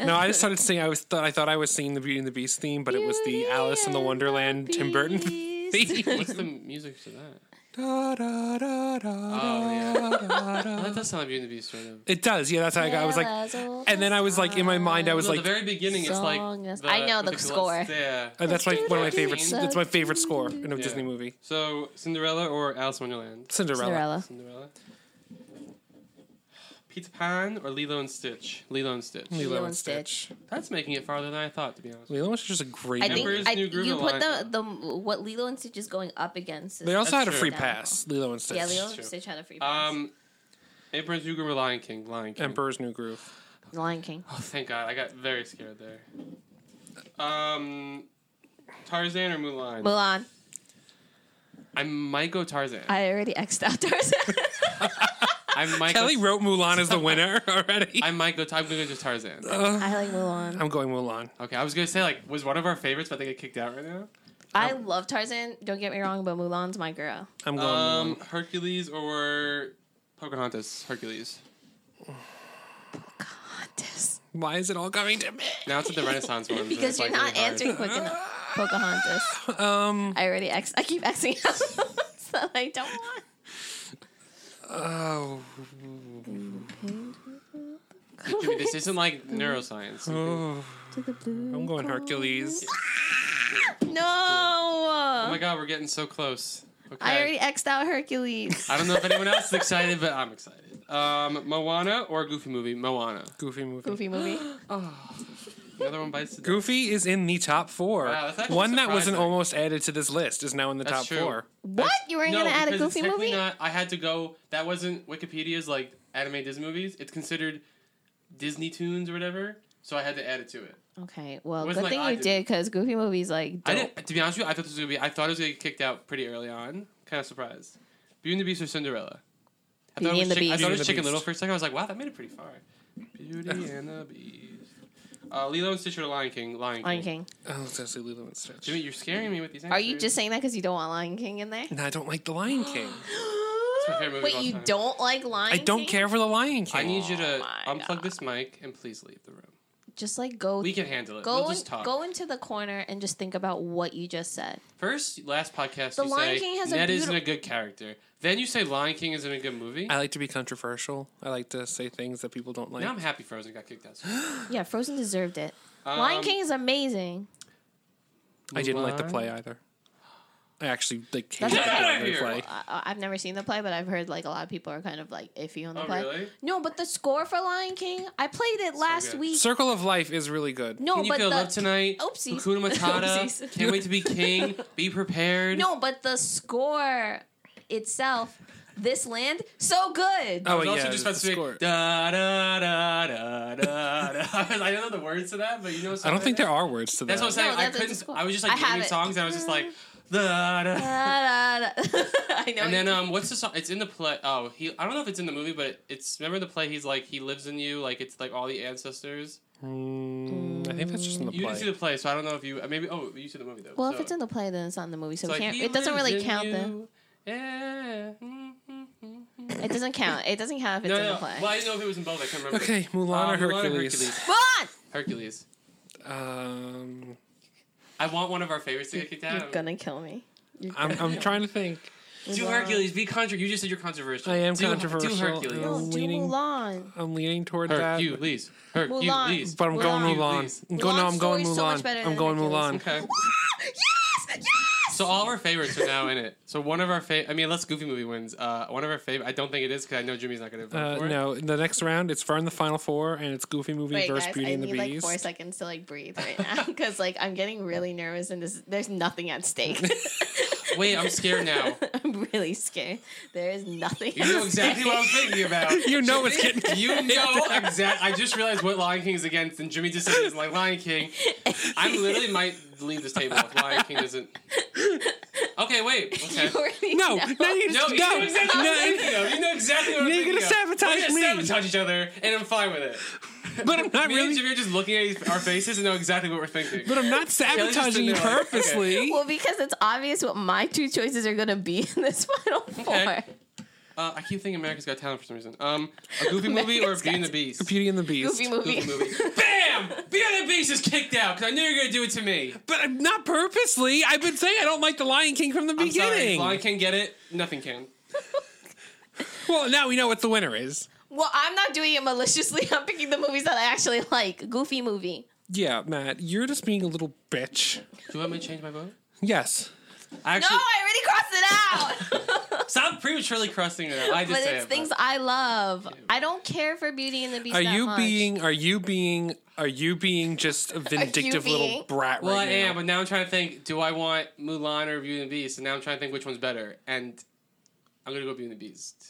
[SPEAKER 3] No, I just started singing. I was thought I thought I was singing the Beauty and the Beast theme, but it was the
[SPEAKER 1] Beauty
[SPEAKER 3] Alice in the
[SPEAKER 1] and the
[SPEAKER 3] Wonderland Tim Burton
[SPEAKER 1] Beast.
[SPEAKER 3] theme.
[SPEAKER 2] What's the music to that?
[SPEAKER 3] Da, da, da, da,
[SPEAKER 2] Oh, yeah.
[SPEAKER 3] da, da.
[SPEAKER 2] Oh, that does sound like Beauty and the Beast, sort of.
[SPEAKER 3] It does, yeah. That's how I got. I was like, and then I was like, in my mind, I was
[SPEAKER 2] No,
[SPEAKER 3] like,
[SPEAKER 2] the very beginning, it's like
[SPEAKER 1] Song is-
[SPEAKER 2] the-
[SPEAKER 1] I know,
[SPEAKER 2] with
[SPEAKER 1] the
[SPEAKER 2] gl-
[SPEAKER 1] score.
[SPEAKER 2] Yeah.
[SPEAKER 3] uh, that's like one of my
[SPEAKER 2] Let's do
[SPEAKER 3] favorites.
[SPEAKER 2] that.
[SPEAKER 3] That's my favorite score in a Disney movie,
[SPEAKER 2] So Cinderella or Alice in Wonderland?
[SPEAKER 3] Cinderella.
[SPEAKER 1] Cinderella.
[SPEAKER 2] Cinderella. Peter Pan or Lilo and Stitch? Lilo and Stitch.
[SPEAKER 3] Lilo
[SPEAKER 1] Lilo
[SPEAKER 3] and
[SPEAKER 1] and Stitch.
[SPEAKER 2] That's making it farther than I thought, to be honest.
[SPEAKER 3] Lilo was just a great.
[SPEAKER 1] I think
[SPEAKER 3] movie.
[SPEAKER 2] Emperor's
[SPEAKER 1] I,
[SPEAKER 2] New Groove
[SPEAKER 1] you put the,
[SPEAKER 2] Alliance.
[SPEAKER 1] the what Lilo and Stitch is going up against. is-
[SPEAKER 3] they also
[SPEAKER 2] That's
[SPEAKER 3] had a
[SPEAKER 2] true.
[SPEAKER 3] free pass. Lilo and Stitch.
[SPEAKER 1] yeah, Lilo and
[SPEAKER 2] true.
[SPEAKER 1] Stitch had a free pass.
[SPEAKER 2] Um, Emperor's New Groove or Lion King? Lion King.
[SPEAKER 3] Emperor's New Groove.
[SPEAKER 1] The Lion King.
[SPEAKER 2] Oh, thank God. I got very scared there. Um, Tarzan or Mulan?
[SPEAKER 1] Mulan.
[SPEAKER 2] I might go Tarzan. I,
[SPEAKER 1] I already xed out Tarzan.
[SPEAKER 2] might
[SPEAKER 3] Kelly
[SPEAKER 2] go.
[SPEAKER 3] wrote Mulan as the winner already.
[SPEAKER 2] I might go. I'm gonna go Tarzan.
[SPEAKER 3] Uh.
[SPEAKER 1] I like Mulan.
[SPEAKER 3] I'm going Mulan.
[SPEAKER 2] Okay, I was gonna say like was one of our favorites, but they get kicked out right now.
[SPEAKER 1] I
[SPEAKER 3] Um,
[SPEAKER 1] love Tarzan. Don't get me wrong, but Mulan's my girl.
[SPEAKER 3] I'm going.
[SPEAKER 2] Um,
[SPEAKER 3] Mulan.
[SPEAKER 2] Hercules or Pocahontas? Hercules.
[SPEAKER 1] Pocahontas.
[SPEAKER 3] Why is it all coming to me?
[SPEAKER 2] Now it's at the Renaissance one. so
[SPEAKER 1] Because
[SPEAKER 2] it's,
[SPEAKER 1] you're
[SPEAKER 2] like,
[SPEAKER 1] not
[SPEAKER 2] really hard.
[SPEAKER 1] answering quick enough. Pocahontas.
[SPEAKER 3] Um.
[SPEAKER 1] I already x. I keep xing out the ones that I don't want.
[SPEAKER 3] Oh,
[SPEAKER 2] Dude, this isn't like neuroscience. Oh
[SPEAKER 3] I'm going Hercules.
[SPEAKER 1] No.
[SPEAKER 2] Oh my god, we're getting so close. Okay.
[SPEAKER 1] I already xed out Hercules.
[SPEAKER 2] I don't know if anyone else is excited, but I'm excited. Um, Moana or Goofy movie? Moana.
[SPEAKER 3] Goofy movie. Goofy.
[SPEAKER 1] Goofy movie.
[SPEAKER 2] Another one bites the
[SPEAKER 3] is in the top four.
[SPEAKER 2] Wow, that's actually
[SPEAKER 3] One that wasn't
[SPEAKER 2] surprising.
[SPEAKER 3] almost added to this list is now in the
[SPEAKER 2] That's
[SPEAKER 3] top
[SPEAKER 2] true.
[SPEAKER 3] four.
[SPEAKER 1] What? You weren't gonna add a
[SPEAKER 2] because it's
[SPEAKER 1] Goofy
[SPEAKER 2] technically
[SPEAKER 1] movie?
[SPEAKER 2] Not, I had to go. That wasn't Wikipedia's like anime Disney movies. It's considered Disney Tunes or whatever. So I had to add it to it.
[SPEAKER 1] Okay. Well,
[SPEAKER 2] It
[SPEAKER 1] good
[SPEAKER 2] wasn't
[SPEAKER 1] thing
[SPEAKER 2] like I
[SPEAKER 1] you
[SPEAKER 2] did.
[SPEAKER 1] did because Goofy movie's like.
[SPEAKER 2] I
[SPEAKER 1] dope.
[SPEAKER 2] didn't. To be honest with you, I thought this was gonna be. I thought it was gonna get kicked out pretty early on. Kind of surprised. Beauty and the Beast or Cinderella? I thought
[SPEAKER 1] Beauty
[SPEAKER 2] it was,
[SPEAKER 1] and the Beast.
[SPEAKER 2] Chick- I thought it
[SPEAKER 3] Beauty and
[SPEAKER 2] was
[SPEAKER 3] the
[SPEAKER 2] Chicken
[SPEAKER 3] Beast.
[SPEAKER 2] Little for a second. I was like, wow, that made it pretty far. Beauty and the Beast. Uh, Lilo and Stitch or Lion King? Lion King.
[SPEAKER 1] Lion King.
[SPEAKER 3] Oh, it's actually Lilo and Stitch.
[SPEAKER 2] Jimmy, you're scaring me with these.
[SPEAKER 1] Are you
[SPEAKER 2] answers.
[SPEAKER 1] just saying that because you don't want Lion King in there?
[SPEAKER 3] no, I don't like The Lion King.
[SPEAKER 2] my favorite movie of all
[SPEAKER 1] Wait, you
[SPEAKER 2] time.
[SPEAKER 1] don't like Lion
[SPEAKER 3] I
[SPEAKER 1] King?
[SPEAKER 3] don't care for The Lion King.
[SPEAKER 2] I need you to
[SPEAKER 1] Oh my
[SPEAKER 2] unplug
[SPEAKER 1] God.
[SPEAKER 2] this mic and please leave the room.
[SPEAKER 1] Just like go.
[SPEAKER 2] We can handle it.
[SPEAKER 1] Go,
[SPEAKER 2] we'll just
[SPEAKER 1] in-
[SPEAKER 2] talk.
[SPEAKER 1] go into the corner and just think about what you just said.
[SPEAKER 2] First, last podcast,
[SPEAKER 1] The
[SPEAKER 2] you
[SPEAKER 1] Lion
[SPEAKER 2] say
[SPEAKER 1] King has a
[SPEAKER 2] Ned isn't a
[SPEAKER 1] beautiful-
[SPEAKER 2] good character. Then you say Lion King isn't a good movie.
[SPEAKER 3] I like to be controversial. I like to say things that people don't like.
[SPEAKER 2] now I'm happy Frozen got kicked out.
[SPEAKER 1] Yeah, Frozen deserved it.
[SPEAKER 2] Um,
[SPEAKER 1] Lion King is amazing.
[SPEAKER 3] I didn't like the
[SPEAKER 2] Mulan.
[SPEAKER 3] play either. I actually like
[SPEAKER 1] That's
[SPEAKER 3] hated
[SPEAKER 1] okay.
[SPEAKER 2] Get out of
[SPEAKER 3] the
[SPEAKER 2] here.
[SPEAKER 3] play.
[SPEAKER 1] I, I- I've never seen the play, but I've heard like a lot of people are kind of like iffy on the
[SPEAKER 2] Oh,
[SPEAKER 1] play.
[SPEAKER 2] really?
[SPEAKER 1] No, but the score for Lion King, I played it last
[SPEAKER 2] good.
[SPEAKER 1] week.
[SPEAKER 3] Circle of Life is really good.
[SPEAKER 1] no,
[SPEAKER 2] Can you
[SPEAKER 1] but
[SPEAKER 2] feel
[SPEAKER 1] the
[SPEAKER 2] love tonight?
[SPEAKER 1] Oopsies.
[SPEAKER 2] Hakuna Matata.
[SPEAKER 1] Oopsies.
[SPEAKER 2] Can't wait to be king. Be prepared.
[SPEAKER 1] no, but the score itself, this land, so good.
[SPEAKER 2] I
[SPEAKER 3] Oh
[SPEAKER 2] was also
[SPEAKER 3] yeah,
[SPEAKER 2] just
[SPEAKER 3] the
[SPEAKER 2] about to say
[SPEAKER 3] score.
[SPEAKER 2] da da da da da da. I don't know the words to that, but you know.
[SPEAKER 3] I don't think there are words to that.
[SPEAKER 2] That's what I'm saying.
[SPEAKER 1] No,
[SPEAKER 2] I
[SPEAKER 1] that's a
[SPEAKER 2] couldn't.
[SPEAKER 1] score.
[SPEAKER 2] I was just
[SPEAKER 1] I
[SPEAKER 2] like
[SPEAKER 1] have
[SPEAKER 2] naming
[SPEAKER 1] it.
[SPEAKER 2] songs, and I was just like da da.
[SPEAKER 1] Da, da, da. I know.
[SPEAKER 2] And then
[SPEAKER 1] you-
[SPEAKER 2] um, what's the song? It's in the play. Oh, he. I don't know if it's in the movie, but it's remember in the play. He's like he lives in you. Like it's like all the ancestors.
[SPEAKER 3] Mm, I think that's just in the
[SPEAKER 2] You
[SPEAKER 3] play.
[SPEAKER 2] didn't see the play, so I don't know if you maybe. Oh, you see the movie though.
[SPEAKER 1] well,
[SPEAKER 2] so,
[SPEAKER 1] if it's in the play, then it's not in the movie, so
[SPEAKER 2] it's
[SPEAKER 1] we
[SPEAKER 2] like,
[SPEAKER 1] can't.
[SPEAKER 2] he
[SPEAKER 1] It doesn't
[SPEAKER 2] lives
[SPEAKER 1] really
[SPEAKER 2] in
[SPEAKER 1] count. Then
[SPEAKER 2] you. Yeah. Mm, mm, mm, mm.
[SPEAKER 1] it doesn't count. It doesn't count if it's
[SPEAKER 2] No,
[SPEAKER 1] in
[SPEAKER 2] no.
[SPEAKER 1] the play.
[SPEAKER 2] Well, I didn't know if it was in both. I can't remember.
[SPEAKER 3] Okay, Mulan
[SPEAKER 2] Uh,
[SPEAKER 3] or
[SPEAKER 2] Mulan
[SPEAKER 3] Hercules?
[SPEAKER 1] Mulan!
[SPEAKER 2] Hercules.
[SPEAKER 3] Um,
[SPEAKER 2] I want one of our favorites to get kicked out.
[SPEAKER 1] You're gonna kill me. You're
[SPEAKER 3] I'm, I'm trying to think.
[SPEAKER 2] Do Hercules. Be contra. You just said you're controversial.
[SPEAKER 3] I am
[SPEAKER 2] do,
[SPEAKER 3] controversial.
[SPEAKER 2] Do
[SPEAKER 1] gonna-
[SPEAKER 2] Hercules.
[SPEAKER 1] no,
[SPEAKER 3] leaning-
[SPEAKER 1] do Mulan.
[SPEAKER 3] I'm leaning toward that.
[SPEAKER 2] Hercules. Hercules.
[SPEAKER 3] But I'm
[SPEAKER 1] Mulan.
[SPEAKER 3] going Mulan.
[SPEAKER 2] Please.
[SPEAKER 3] I'm Go, no, I'm
[SPEAKER 1] Mulan's
[SPEAKER 3] going
[SPEAKER 1] story's so
[SPEAKER 3] Mulan.
[SPEAKER 1] much better
[SPEAKER 3] I'm
[SPEAKER 1] than
[SPEAKER 3] going Mulan.
[SPEAKER 1] Hercules.
[SPEAKER 2] Okay.
[SPEAKER 1] Yes! Yes!
[SPEAKER 2] So all of our favorites are now in it. So one of our favorite. I mean, unless Goofy movie wins, uh, one of our favorite. I don't think it is because I know Jimmy's not going to vote
[SPEAKER 3] Uh,
[SPEAKER 2] for it.
[SPEAKER 3] no, in the next round, it's far in the final four, and it's Goofy Movie
[SPEAKER 1] Wait,
[SPEAKER 3] versus
[SPEAKER 1] guys,
[SPEAKER 3] Beauty
[SPEAKER 1] I
[SPEAKER 3] and the
[SPEAKER 1] need like
[SPEAKER 3] Beast.
[SPEAKER 1] four seconds to like breathe right now because like I'm getting really nervous and this there's nothing at stake.
[SPEAKER 2] Wait, I'm scared now.
[SPEAKER 1] I'm I'm really scared. There is nothing.
[SPEAKER 2] You know exactly what I'm thinking about.
[SPEAKER 3] You know it's getting.
[SPEAKER 2] You know exactly. I just realized what Lion King is against, and Jimmy just said it's like Lion King. I literally might leave this table if Lion King doesn't. Okay, wait. Oh, Okay.
[SPEAKER 1] You already
[SPEAKER 3] No,
[SPEAKER 1] know.
[SPEAKER 3] no, you
[SPEAKER 2] No,
[SPEAKER 3] just,
[SPEAKER 2] you
[SPEAKER 3] no,
[SPEAKER 2] know exactly what I'm
[SPEAKER 3] no,
[SPEAKER 2] thinking of. You know exactly what I'm
[SPEAKER 3] You're
[SPEAKER 2] thinking
[SPEAKER 3] gonna
[SPEAKER 2] of.
[SPEAKER 3] sabotage
[SPEAKER 2] We're gonna
[SPEAKER 3] me.
[SPEAKER 2] sabotage each other, and I'm fine with it.
[SPEAKER 3] but I'm not
[SPEAKER 2] Me and
[SPEAKER 3] really.
[SPEAKER 2] Jimmy are just looking at each- our faces and know exactly what we're thinking.
[SPEAKER 3] But I'm not
[SPEAKER 2] let's just
[SPEAKER 3] sabotaging
[SPEAKER 2] do
[SPEAKER 3] you
[SPEAKER 2] that. Okay.
[SPEAKER 3] purposely.
[SPEAKER 1] Well, because it's obvious what my two choices are going to be in this final four.
[SPEAKER 2] Okay. Uh, I keep thinking America's Got Talent for some reason. Um, a Goofy movie or a
[SPEAKER 1] America's
[SPEAKER 2] Beauty and the
[SPEAKER 1] Got-
[SPEAKER 2] Beast?
[SPEAKER 3] Beauty and the Beast.
[SPEAKER 1] Goofy movie.
[SPEAKER 2] Goofy movie. Bam! Beauty and the Beast is kicked out because I knew you were gonna do it to me.
[SPEAKER 3] But I'm not purposely. I've been saying I don't like the Lion King from the
[SPEAKER 2] I'm sorry, if
[SPEAKER 3] beginning.
[SPEAKER 2] Lion can get it. Nothing can.
[SPEAKER 3] well, now we know what the winner is.
[SPEAKER 1] Well, I'm not doing it maliciously. I'm picking the movies that I actually like. Goofy movie.
[SPEAKER 3] Yeah, Matt, you're just being a little bitch.
[SPEAKER 2] Do you want me to change my vote?
[SPEAKER 3] Yes.
[SPEAKER 2] I
[SPEAKER 1] No,
[SPEAKER 2] actually
[SPEAKER 1] I already crossed it out.
[SPEAKER 2] stop prematurely crossing it. out. I
[SPEAKER 1] but
[SPEAKER 2] just say
[SPEAKER 1] it's
[SPEAKER 2] it,
[SPEAKER 1] things I love. I don't care for Beauty and the Beast.
[SPEAKER 3] Are
[SPEAKER 1] that
[SPEAKER 3] you
[SPEAKER 1] much.
[SPEAKER 3] being? Are you being? Are you being just a vindictive
[SPEAKER 1] being?
[SPEAKER 3] little brat
[SPEAKER 2] Well,
[SPEAKER 3] right
[SPEAKER 2] I
[SPEAKER 3] now?
[SPEAKER 2] am, but now I'm trying to think: Do I want Mulan or Beauty and the Beast? And now I'm trying to think which one's better, and I'm gonna go Beauty and the Beast.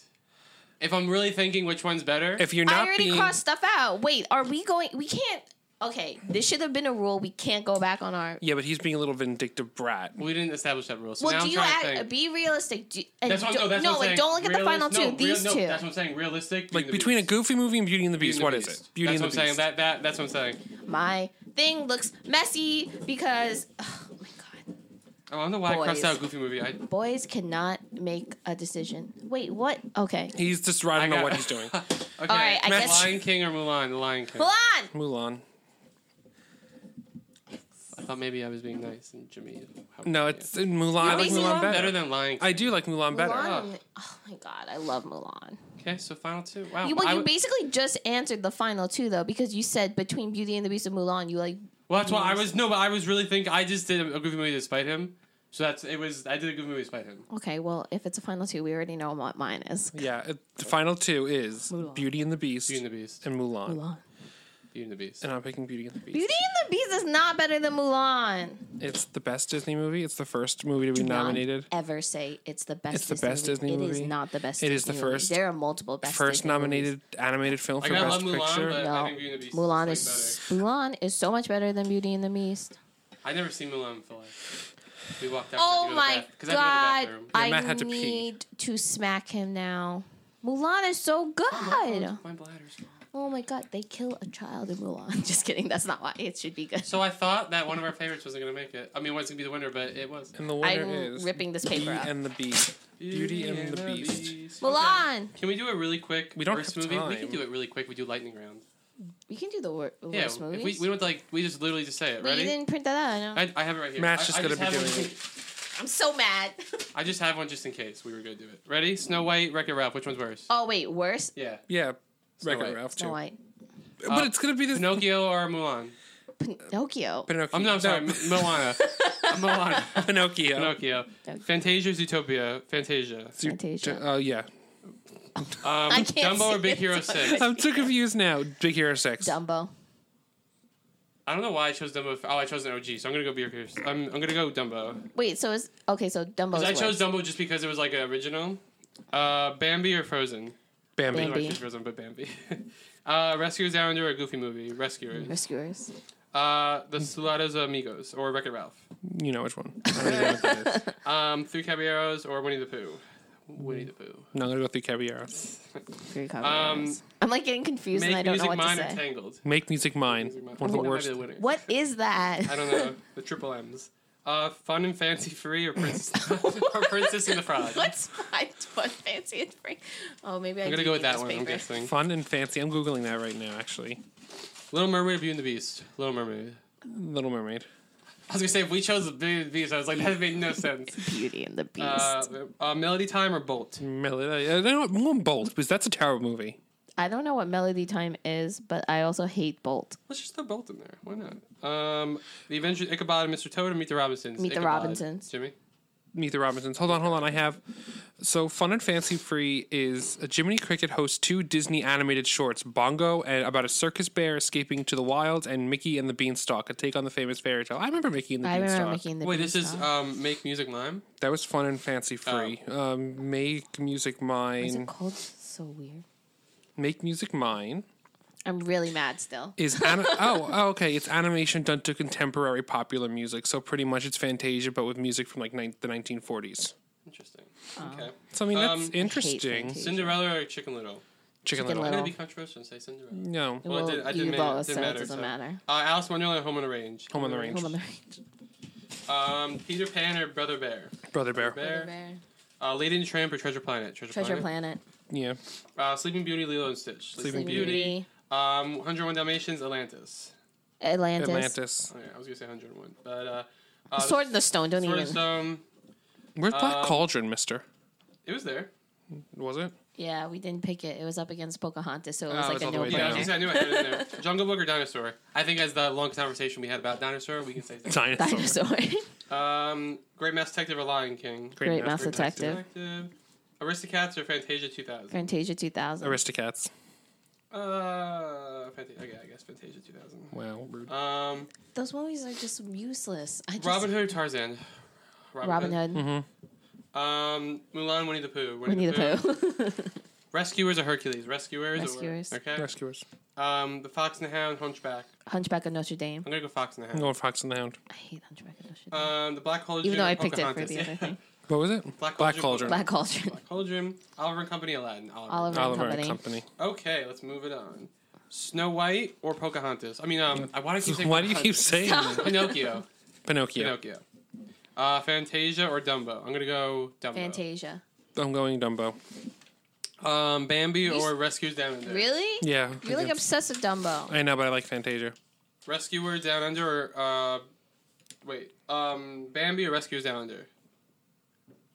[SPEAKER 2] If I'm really thinking which one's better,
[SPEAKER 3] if you're
[SPEAKER 1] I
[SPEAKER 3] not
[SPEAKER 1] already
[SPEAKER 3] being,
[SPEAKER 1] crossed stuff out. Wait, are we going? We can't. Okay, this should have been a rule. We can't go back on our.
[SPEAKER 3] yeah, but he's being a little vindictive brat.
[SPEAKER 2] we didn't establish that rule, so
[SPEAKER 1] Well,
[SPEAKER 2] now
[SPEAKER 1] do
[SPEAKER 2] I'm
[SPEAKER 1] you
[SPEAKER 2] trying to
[SPEAKER 1] add,
[SPEAKER 2] think.
[SPEAKER 1] be realistic? Do, and
[SPEAKER 2] that's what,
[SPEAKER 1] don't-
[SPEAKER 2] no, that's
[SPEAKER 1] no,
[SPEAKER 2] what I'm
[SPEAKER 1] like
[SPEAKER 2] saying.
[SPEAKER 1] don't look at the final
[SPEAKER 2] Realis-
[SPEAKER 1] two.
[SPEAKER 2] no,
[SPEAKER 1] These
[SPEAKER 2] real,
[SPEAKER 1] two.
[SPEAKER 2] No, that's what I'm saying. Realistic.
[SPEAKER 3] Like between a Goofy movie and Beauty and the Beast, what is it? Beauty
[SPEAKER 2] that's
[SPEAKER 3] and the
[SPEAKER 2] what I'm
[SPEAKER 3] Beast.
[SPEAKER 2] saying. That, that, that's what I'm saying.
[SPEAKER 1] My thing looks messy because oh my god,
[SPEAKER 2] Oh, I don't know why I
[SPEAKER 1] Boys.
[SPEAKER 2] crossed out Goofy movie. I,
[SPEAKER 1] boys cannot make a decision. Wait, what? Okay,
[SPEAKER 3] He's just. I don't
[SPEAKER 2] I
[SPEAKER 3] know
[SPEAKER 2] got-
[SPEAKER 3] what he's doing.
[SPEAKER 2] Okay.
[SPEAKER 1] All right, I guess-
[SPEAKER 2] Lion King or Mulan? The Lion King.
[SPEAKER 1] Mulan.
[SPEAKER 3] Mulan.
[SPEAKER 2] I thought maybe I was being nice and Jimmy. how-
[SPEAKER 3] No,
[SPEAKER 2] yeah.
[SPEAKER 3] it's Mulan. I like
[SPEAKER 1] making
[SPEAKER 3] Mulan
[SPEAKER 1] Mulan
[SPEAKER 3] better.
[SPEAKER 2] better than Lion. King.
[SPEAKER 3] I do like Mulan better.
[SPEAKER 1] Mulan. Oh my god, I love Mulan.
[SPEAKER 2] Okay, so final two.
[SPEAKER 3] Oh,
[SPEAKER 2] Wow.
[SPEAKER 1] You, well,
[SPEAKER 2] I
[SPEAKER 1] you
[SPEAKER 2] w-
[SPEAKER 1] basically just answered the final two though because you said between Beauty and the Beast and Mulan, you like
[SPEAKER 2] well, that's why I was no, but I was really thinking. I just did a goofy movie to spite him. So that's it was. I did a goofy movie to spite him.
[SPEAKER 1] okay. Well, if it's a final two, we already know what mine is.
[SPEAKER 3] Oh, Yeah, it, the final two is
[SPEAKER 1] Mulan.
[SPEAKER 3] Beauty and the Beast
[SPEAKER 2] Beauty and the Beast.
[SPEAKER 3] and Mulan.
[SPEAKER 1] Mulan.
[SPEAKER 2] Beauty and the Beast.
[SPEAKER 3] And I'm picking Beauty and the Beast.
[SPEAKER 1] Beauty and the Beast is not better than Mulan.
[SPEAKER 3] It's the best Disney movie. It's the first movie to be
[SPEAKER 1] not
[SPEAKER 3] nominated.
[SPEAKER 1] ever say it's the best.
[SPEAKER 3] It's the best Disney
[SPEAKER 1] It
[SPEAKER 3] movie.
[SPEAKER 1] is not the best.
[SPEAKER 3] It is
[SPEAKER 1] Disney
[SPEAKER 3] the
[SPEAKER 1] movie.
[SPEAKER 3] first-
[SPEAKER 1] There are multiple best.
[SPEAKER 3] First
[SPEAKER 1] Disney
[SPEAKER 3] nominated animated film for
[SPEAKER 2] mean, I
[SPEAKER 3] Best
[SPEAKER 2] love Mulan,
[SPEAKER 3] Picture.
[SPEAKER 2] but- I think Beauty and the
[SPEAKER 1] movies.
[SPEAKER 2] Beast
[SPEAKER 1] No, Mulan is
[SPEAKER 2] is,
[SPEAKER 1] Mulan is so much better than Beauty and the Beast.
[SPEAKER 2] I never seen Mulan before. We walked out.
[SPEAKER 1] Oh my
[SPEAKER 2] Because I had
[SPEAKER 1] god!
[SPEAKER 2] to go to the bathroom.
[SPEAKER 1] I
[SPEAKER 3] Matt had to pee.
[SPEAKER 1] need to smack him now. Mulan is so good.
[SPEAKER 2] Oh, My bladder's full.
[SPEAKER 1] Oh my god! They kill a child in Mulan. Just kidding. That's not why it should be good.
[SPEAKER 2] So I thought that one of our favorites wasn't gonna make it. I mean, wasn't gonna be the winner, but it was.
[SPEAKER 3] And the winner
[SPEAKER 1] I'm
[SPEAKER 3] is
[SPEAKER 1] ripping this
[SPEAKER 3] Beauty
[SPEAKER 1] paper up.
[SPEAKER 3] and the Beast. Beauty and the Beast.
[SPEAKER 1] Mulan.
[SPEAKER 2] Can we do a really quick
[SPEAKER 3] We don't
[SPEAKER 2] worst
[SPEAKER 3] have
[SPEAKER 2] movie? We
[SPEAKER 3] time.
[SPEAKER 2] can do it really quick. We do lightning round.
[SPEAKER 1] We can do the wor-
[SPEAKER 2] Yeah,
[SPEAKER 1] worst
[SPEAKER 2] if we,
[SPEAKER 1] movies.
[SPEAKER 2] we don't like we just literally just say it.
[SPEAKER 1] but you
[SPEAKER 2] Ready?
[SPEAKER 1] didn't print that out. I know.
[SPEAKER 2] I, I have it right here.
[SPEAKER 3] Matt's
[SPEAKER 2] I-
[SPEAKER 3] just
[SPEAKER 2] I
[SPEAKER 3] gonna be
[SPEAKER 2] have
[SPEAKER 3] doing
[SPEAKER 2] one-
[SPEAKER 1] I'm so mad.
[SPEAKER 2] I just have one just in case we were gonna do it. Ready?
[SPEAKER 1] Mm.
[SPEAKER 2] Snow White, Wreck It Ralph. Which one's worse?
[SPEAKER 1] oh wait, worse.
[SPEAKER 2] Yeah.
[SPEAKER 3] Yeah,
[SPEAKER 2] Snow
[SPEAKER 3] Wreck-It
[SPEAKER 2] White.
[SPEAKER 3] Ralph too.
[SPEAKER 1] No, I
[SPEAKER 3] But it's gonna be this.
[SPEAKER 2] Pinocchio or Mulan?
[SPEAKER 1] Pinocchio.
[SPEAKER 3] Pinocchio.
[SPEAKER 2] I'm no, I'm sorry,
[SPEAKER 3] No,
[SPEAKER 2] M- Moana. Moana.
[SPEAKER 3] Pinocchio.
[SPEAKER 2] Pinocchio. Fantasia, Zootopia, Fantasia.
[SPEAKER 3] Zu-
[SPEAKER 1] Fantasia.
[SPEAKER 3] Oh yeah.
[SPEAKER 2] Um,
[SPEAKER 1] can't
[SPEAKER 2] Dumbo or
[SPEAKER 1] see
[SPEAKER 2] Big
[SPEAKER 1] it.
[SPEAKER 2] Hero Six?
[SPEAKER 3] I'm too confused now. Big Hero Six.
[SPEAKER 1] Dumbo.
[SPEAKER 2] I don't know why I chose Dumbo. For, oh, I chose an OG, so I'm gonna go Big Hero. I'm, I'm gonna go Dumbo.
[SPEAKER 1] Wait, so Oh, it's okay. So Dumbo's
[SPEAKER 2] Because I
[SPEAKER 1] worse.
[SPEAKER 2] chose Dumbo just because it was like an original. Uh, Bambi or Frozen?
[SPEAKER 3] Bambi.
[SPEAKER 1] Bambi.
[SPEAKER 2] Bambi. Frozen, but Bambi. uh, Rescuers Down or a Goofy movie? Rescuers.
[SPEAKER 1] Mm-hmm. Rescuers.
[SPEAKER 2] Uh, the Sulados Amigos or Wreck It Ralph.
[SPEAKER 3] You know which one. I don't even know what that is.
[SPEAKER 2] Um, Three Caballeros or Winnie the Pooh. Winnie the Pooh.
[SPEAKER 3] No, I'm gonna go through Caballeros.
[SPEAKER 1] Three Caballeros. I'm like getting confused and I
[SPEAKER 2] Um, Make
[SPEAKER 1] don't know
[SPEAKER 2] Music
[SPEAKER 1] what
[SPEAKER 2] Mine
[SPEAKER 1] to
[SPEAKER 2] or
[SPEAKER 1] say.
[SPEAKER 2] Tangled.
[SPEAKER 3] Make Music Mine.
[SPEAKER 2] Music Mine.
[SPEAKER 3] One of the
[SPEAKER 2] That might be
[SPEAKER 3] worst.
[SPEAKER 2] the winner.
[SPEAKER 1] What is that?
[SPEAKER 2] I don't know. The triple M's. Uh, Fun and Fancy Free or Princess or Princess and the Frog.
[SPEAKER 1] What's my one fancy and free? Oh, maybe I
[SPEAKER 2] I'm gonna
[SPEAKER 1] do
[SPEAKER 2] go with
[SPEAKER 1] need
[SPEAKER 2] that
[SPEAKER 1] this
[SPEAKER 2] one. I'm
[SPEAKER 1] paper.
[SPEAKER 2] guessing.
[SPEAKER 3] Fun and fancy. I'm googling that right now. Actually,
[SPEAKER 2] Little Mermaid, or Beauty and the Beast. Little Mermaid.
[SPEAKER 3] Little Mermaid.
[SPEAKER 2] I was gonna say if we chose Beauty and the Beast, I was like that made no sense.
[SPEAKER 1] Beauty and the Beast.
[SPEAKER 2] Uh, uh, Melody Time or Bolt.
[SPEAKER 3] Melody. I don't know. I'm bold because that's a terrible movie.
[SPEAKER 1] I don't know what Melody Time is, but I also hate Bolt.
[SPEAKER 2] Let's just throw Bolt in there. Why not? Um, the Adventures of Ichabod and Mr. Toad or Meet the Robinsons.
[SPEAKER 1] Meet the
[SPEAKER 2] Ichabod.
[SPEAKER 1] Robinsons.
[SPEAKER 2] Jimmy.
[SPEAKER 3] Meet the Robinsons. Hold on, hold on. I have. So, Fun and Fancy Free is a Jiminy Cricket hosts two Disney animated shorts, Bongo, and about a circus bear escaping to the wilds, and Mickey and the Beanstalk, a take on the famous fairy tale. I remember Mickey and the
[SPEAKER 1] I
[SPEAKER 3] Beanstalk.
[SPEAKER 1] remember making the
[SPEAKER 2] Wait, this is
[SPEAKER 1] Beanstalk.
[SPEAKER 2] um, Make Music Lime?
[SPEAKER 3] That was Fun and Fancy Free. Um, make music
[SPEAKER 1] Is it
[SPEAKER 3] mine.
[SPEAKER 1] cold? so weird.
[SPEAKER 3] Make music mine.
[SPEAKER 1] I'm really mad still.
[SPEAKER 3] is ani- oh, oh okay it's animation done to contemporary popular music so pretty much it's fantasia but with music from like nine the 1940s
[SPEAKER 2] Interesting. Okay.
[SPEAKER 3] so i mean that's
[SPEAKER 2] Um,
[SPEAKER 3] interesting
[SPEAKER 1] Fantasia.
[SPEAKER 3] chicken,
[SPEAKER 2] Cinderella or Chicken Little?
[SPEAKER 3] little,
[SPEAKER 2] I'm
[SPEAKER 1] Little.
[SPEAKER 2] going to be controversial and say Cinderella.
[SPEAKER 3] no
[SPEAKER 2] Well, I did, I did
[SPEAKER 1] you
[SPEAKER 2] ma-
[SPEAKER 1] both,
[SPEAKER 2] did
[SPEAKER 1] so
[SPEAKER 2] matter,
[SPEAKER 1] it doesn't
[SPEAKER 2] so.
[SPEAKER 1] matter.
[SPEAKER 2] Uh, Alice in Wonderland, Home on the Range.
[SPEAKER 3] home on the range
[SPEAKER 1] Home on the range.
[SPEAKER 2] Um, Peter Pan or Brother Bear?
[SPEAKER 3] brother bear
[SPEAKER 2] Bear. Uh, Lady and the Tramp or Treasure Planet? Treasure,
[SPEAKER 1] Treasure Planet.
[SPEAKER 3] yeah
[SPEAKER 2] Uh, Sleeping Beauty, Lilo and Stitch.
[SPEAKER 3] Sleeping
[SPEAKER 1] Beauty.
[SPEAKER 2] Um, 101 Dalmatians, Atlantis.
[SPEAKER 1] Atlantis.
[SPEAKER 3] atlantis
[SPEAKER 2] Oh, yeah, I was gonna say 101, but uh, uh
[SPEAKER 1] Sword in the Stone. Don't
[SPEAKER 2] Sword
[SPEAKER 1] even.
[SPEAKER 2] and Stone.
[SPEAKER 3] where's black
[SPEAKER 2] Um,
[SPEAKER 3] cauldron mister
[SPEAKER 2] It was there.
[SPEAKER 3] was it
[SPEAKER 1] Yeah, we didn't pick it. It was up against Pocahontas, so it was
[SPEAKER 3] Oh,
[SPEAKER 1] like
[SPEAKER 3] it's
[SPEAKER 1] a
[SPEAKER 3] all the
[SPEAKER 1] no
[SPEAKER 3] way
[SPEAKER 2] Yeah, I was
[SPEAKER 3] down.
[SPEAKER 2] gonna
[SPEAKER 1] brainer.
[SPEAKER 2] say I knew I had it in there. Jungle Book or Dinosaur? I think as the long conversation we had about Dinosaur, we can say that.
[SPEAKER 3] dinosaur,
[SPEAKER 1] Dinosaur.
[SPEAKER 2] Um, Great Mouse Detective or Lion King?
[SPEAKER 1] Great Mouse
[SPEAKER 3] Master
[SPEAKER 1] Detective.
[SPEAKER 2] Detective. Aristocats or Fantasia 2000?
[SPEAKER 1] Fantasia 2000.
[SPEAKER 3] aristocats
[SPEAKER 2] Uh, Fanta- okay, I guess Fantasia 2000.
[SPEAKER 3] wow rude.
[SPEAKER 2] Um,
[SPEAKER 1] Those movies are just useless. I just,
[SPEAKER 2] Robin Hood or Tarzan?
[SPEAKER 1] Robin Hood.
[SPEAKER 2] Um, Mulan, Winnie the Pooh.
[SPEAKER 1] Winnie the Pooh.
[SPEAKER 2] Rescuers or Hercules? Rescuers. or-
[SPEAKER 1] Rescuers.
[SPEAKER 2] okay.
[SPEAKER 3] rescuers
[SPEAKER 2] Um, the Fox and the Hound, Hunchback.
[SPEAKER 1] Hunchback of Notre Dame.
[SPEAKER 2] I'm gonna go Fox and the
[SPEAKER 3] i'm
[SPEAKER 2] Hound.
[SPEAKER 3] going fox and the hound
[SPEAKER 1] I hate Hunchback of Notre Dame.
[SPEAKER 2] Um, the Black Cauldron.
[SPEAKER 1] even though I
[SPEAKER 2] or
[SPEAKER 1] picked it for
[SPEAKER 2] Pocahontas.
[SPEAKER 1] the other thing.
[SPEAKER 3] what was it
[SPEAKER 2] Black Cauldron.
[SPEAKER 3] cauldron,
[SPEAKER 1] Black Cauldron.
[SPEAKER 2] Black Cauldron, Oliver and Company, Aladdin. Oliver.
[SPEAKER 1] Oliver.
[SPEAKER 3] oliver
[SPEAKER 1] Company.
[SPEAKER 3] and company
[SPEAKER 2] Okay, let's move it on. Snow White or Pocahontas? I mean, um, I want to keep saying.
[SPEAKER 3] why do you keep
[SPEAKER 2] Pocahontas.
[SPEAKER 3] saying that?
[SPEAKER 2] Pinocchio?
[SPEAKER 3] pinocchio
[SPEAKER 2] Pinocchio. Uh, Fantasia or Dumbo? I'm gonna go Dumbo.
[SPEAKER 1] Fantasia.
[SPEAKER 3] i'm going dumbo
[SPEAKER 2] Um, Bambi
[SPEAKER 1] s-
[SPEAKER 2] or Rescuers Down Under?
[SPEAKER 1] Really?
[SPEAKER 3] yeah
[SPEAKER 1] You're like obsessed with Dumbo.
[SPEAKER 3] i know but i like fantasia
[SPEAKER 2] Rescuer Down Under or uh, wait, um, Bambi or Rescuers Down Under?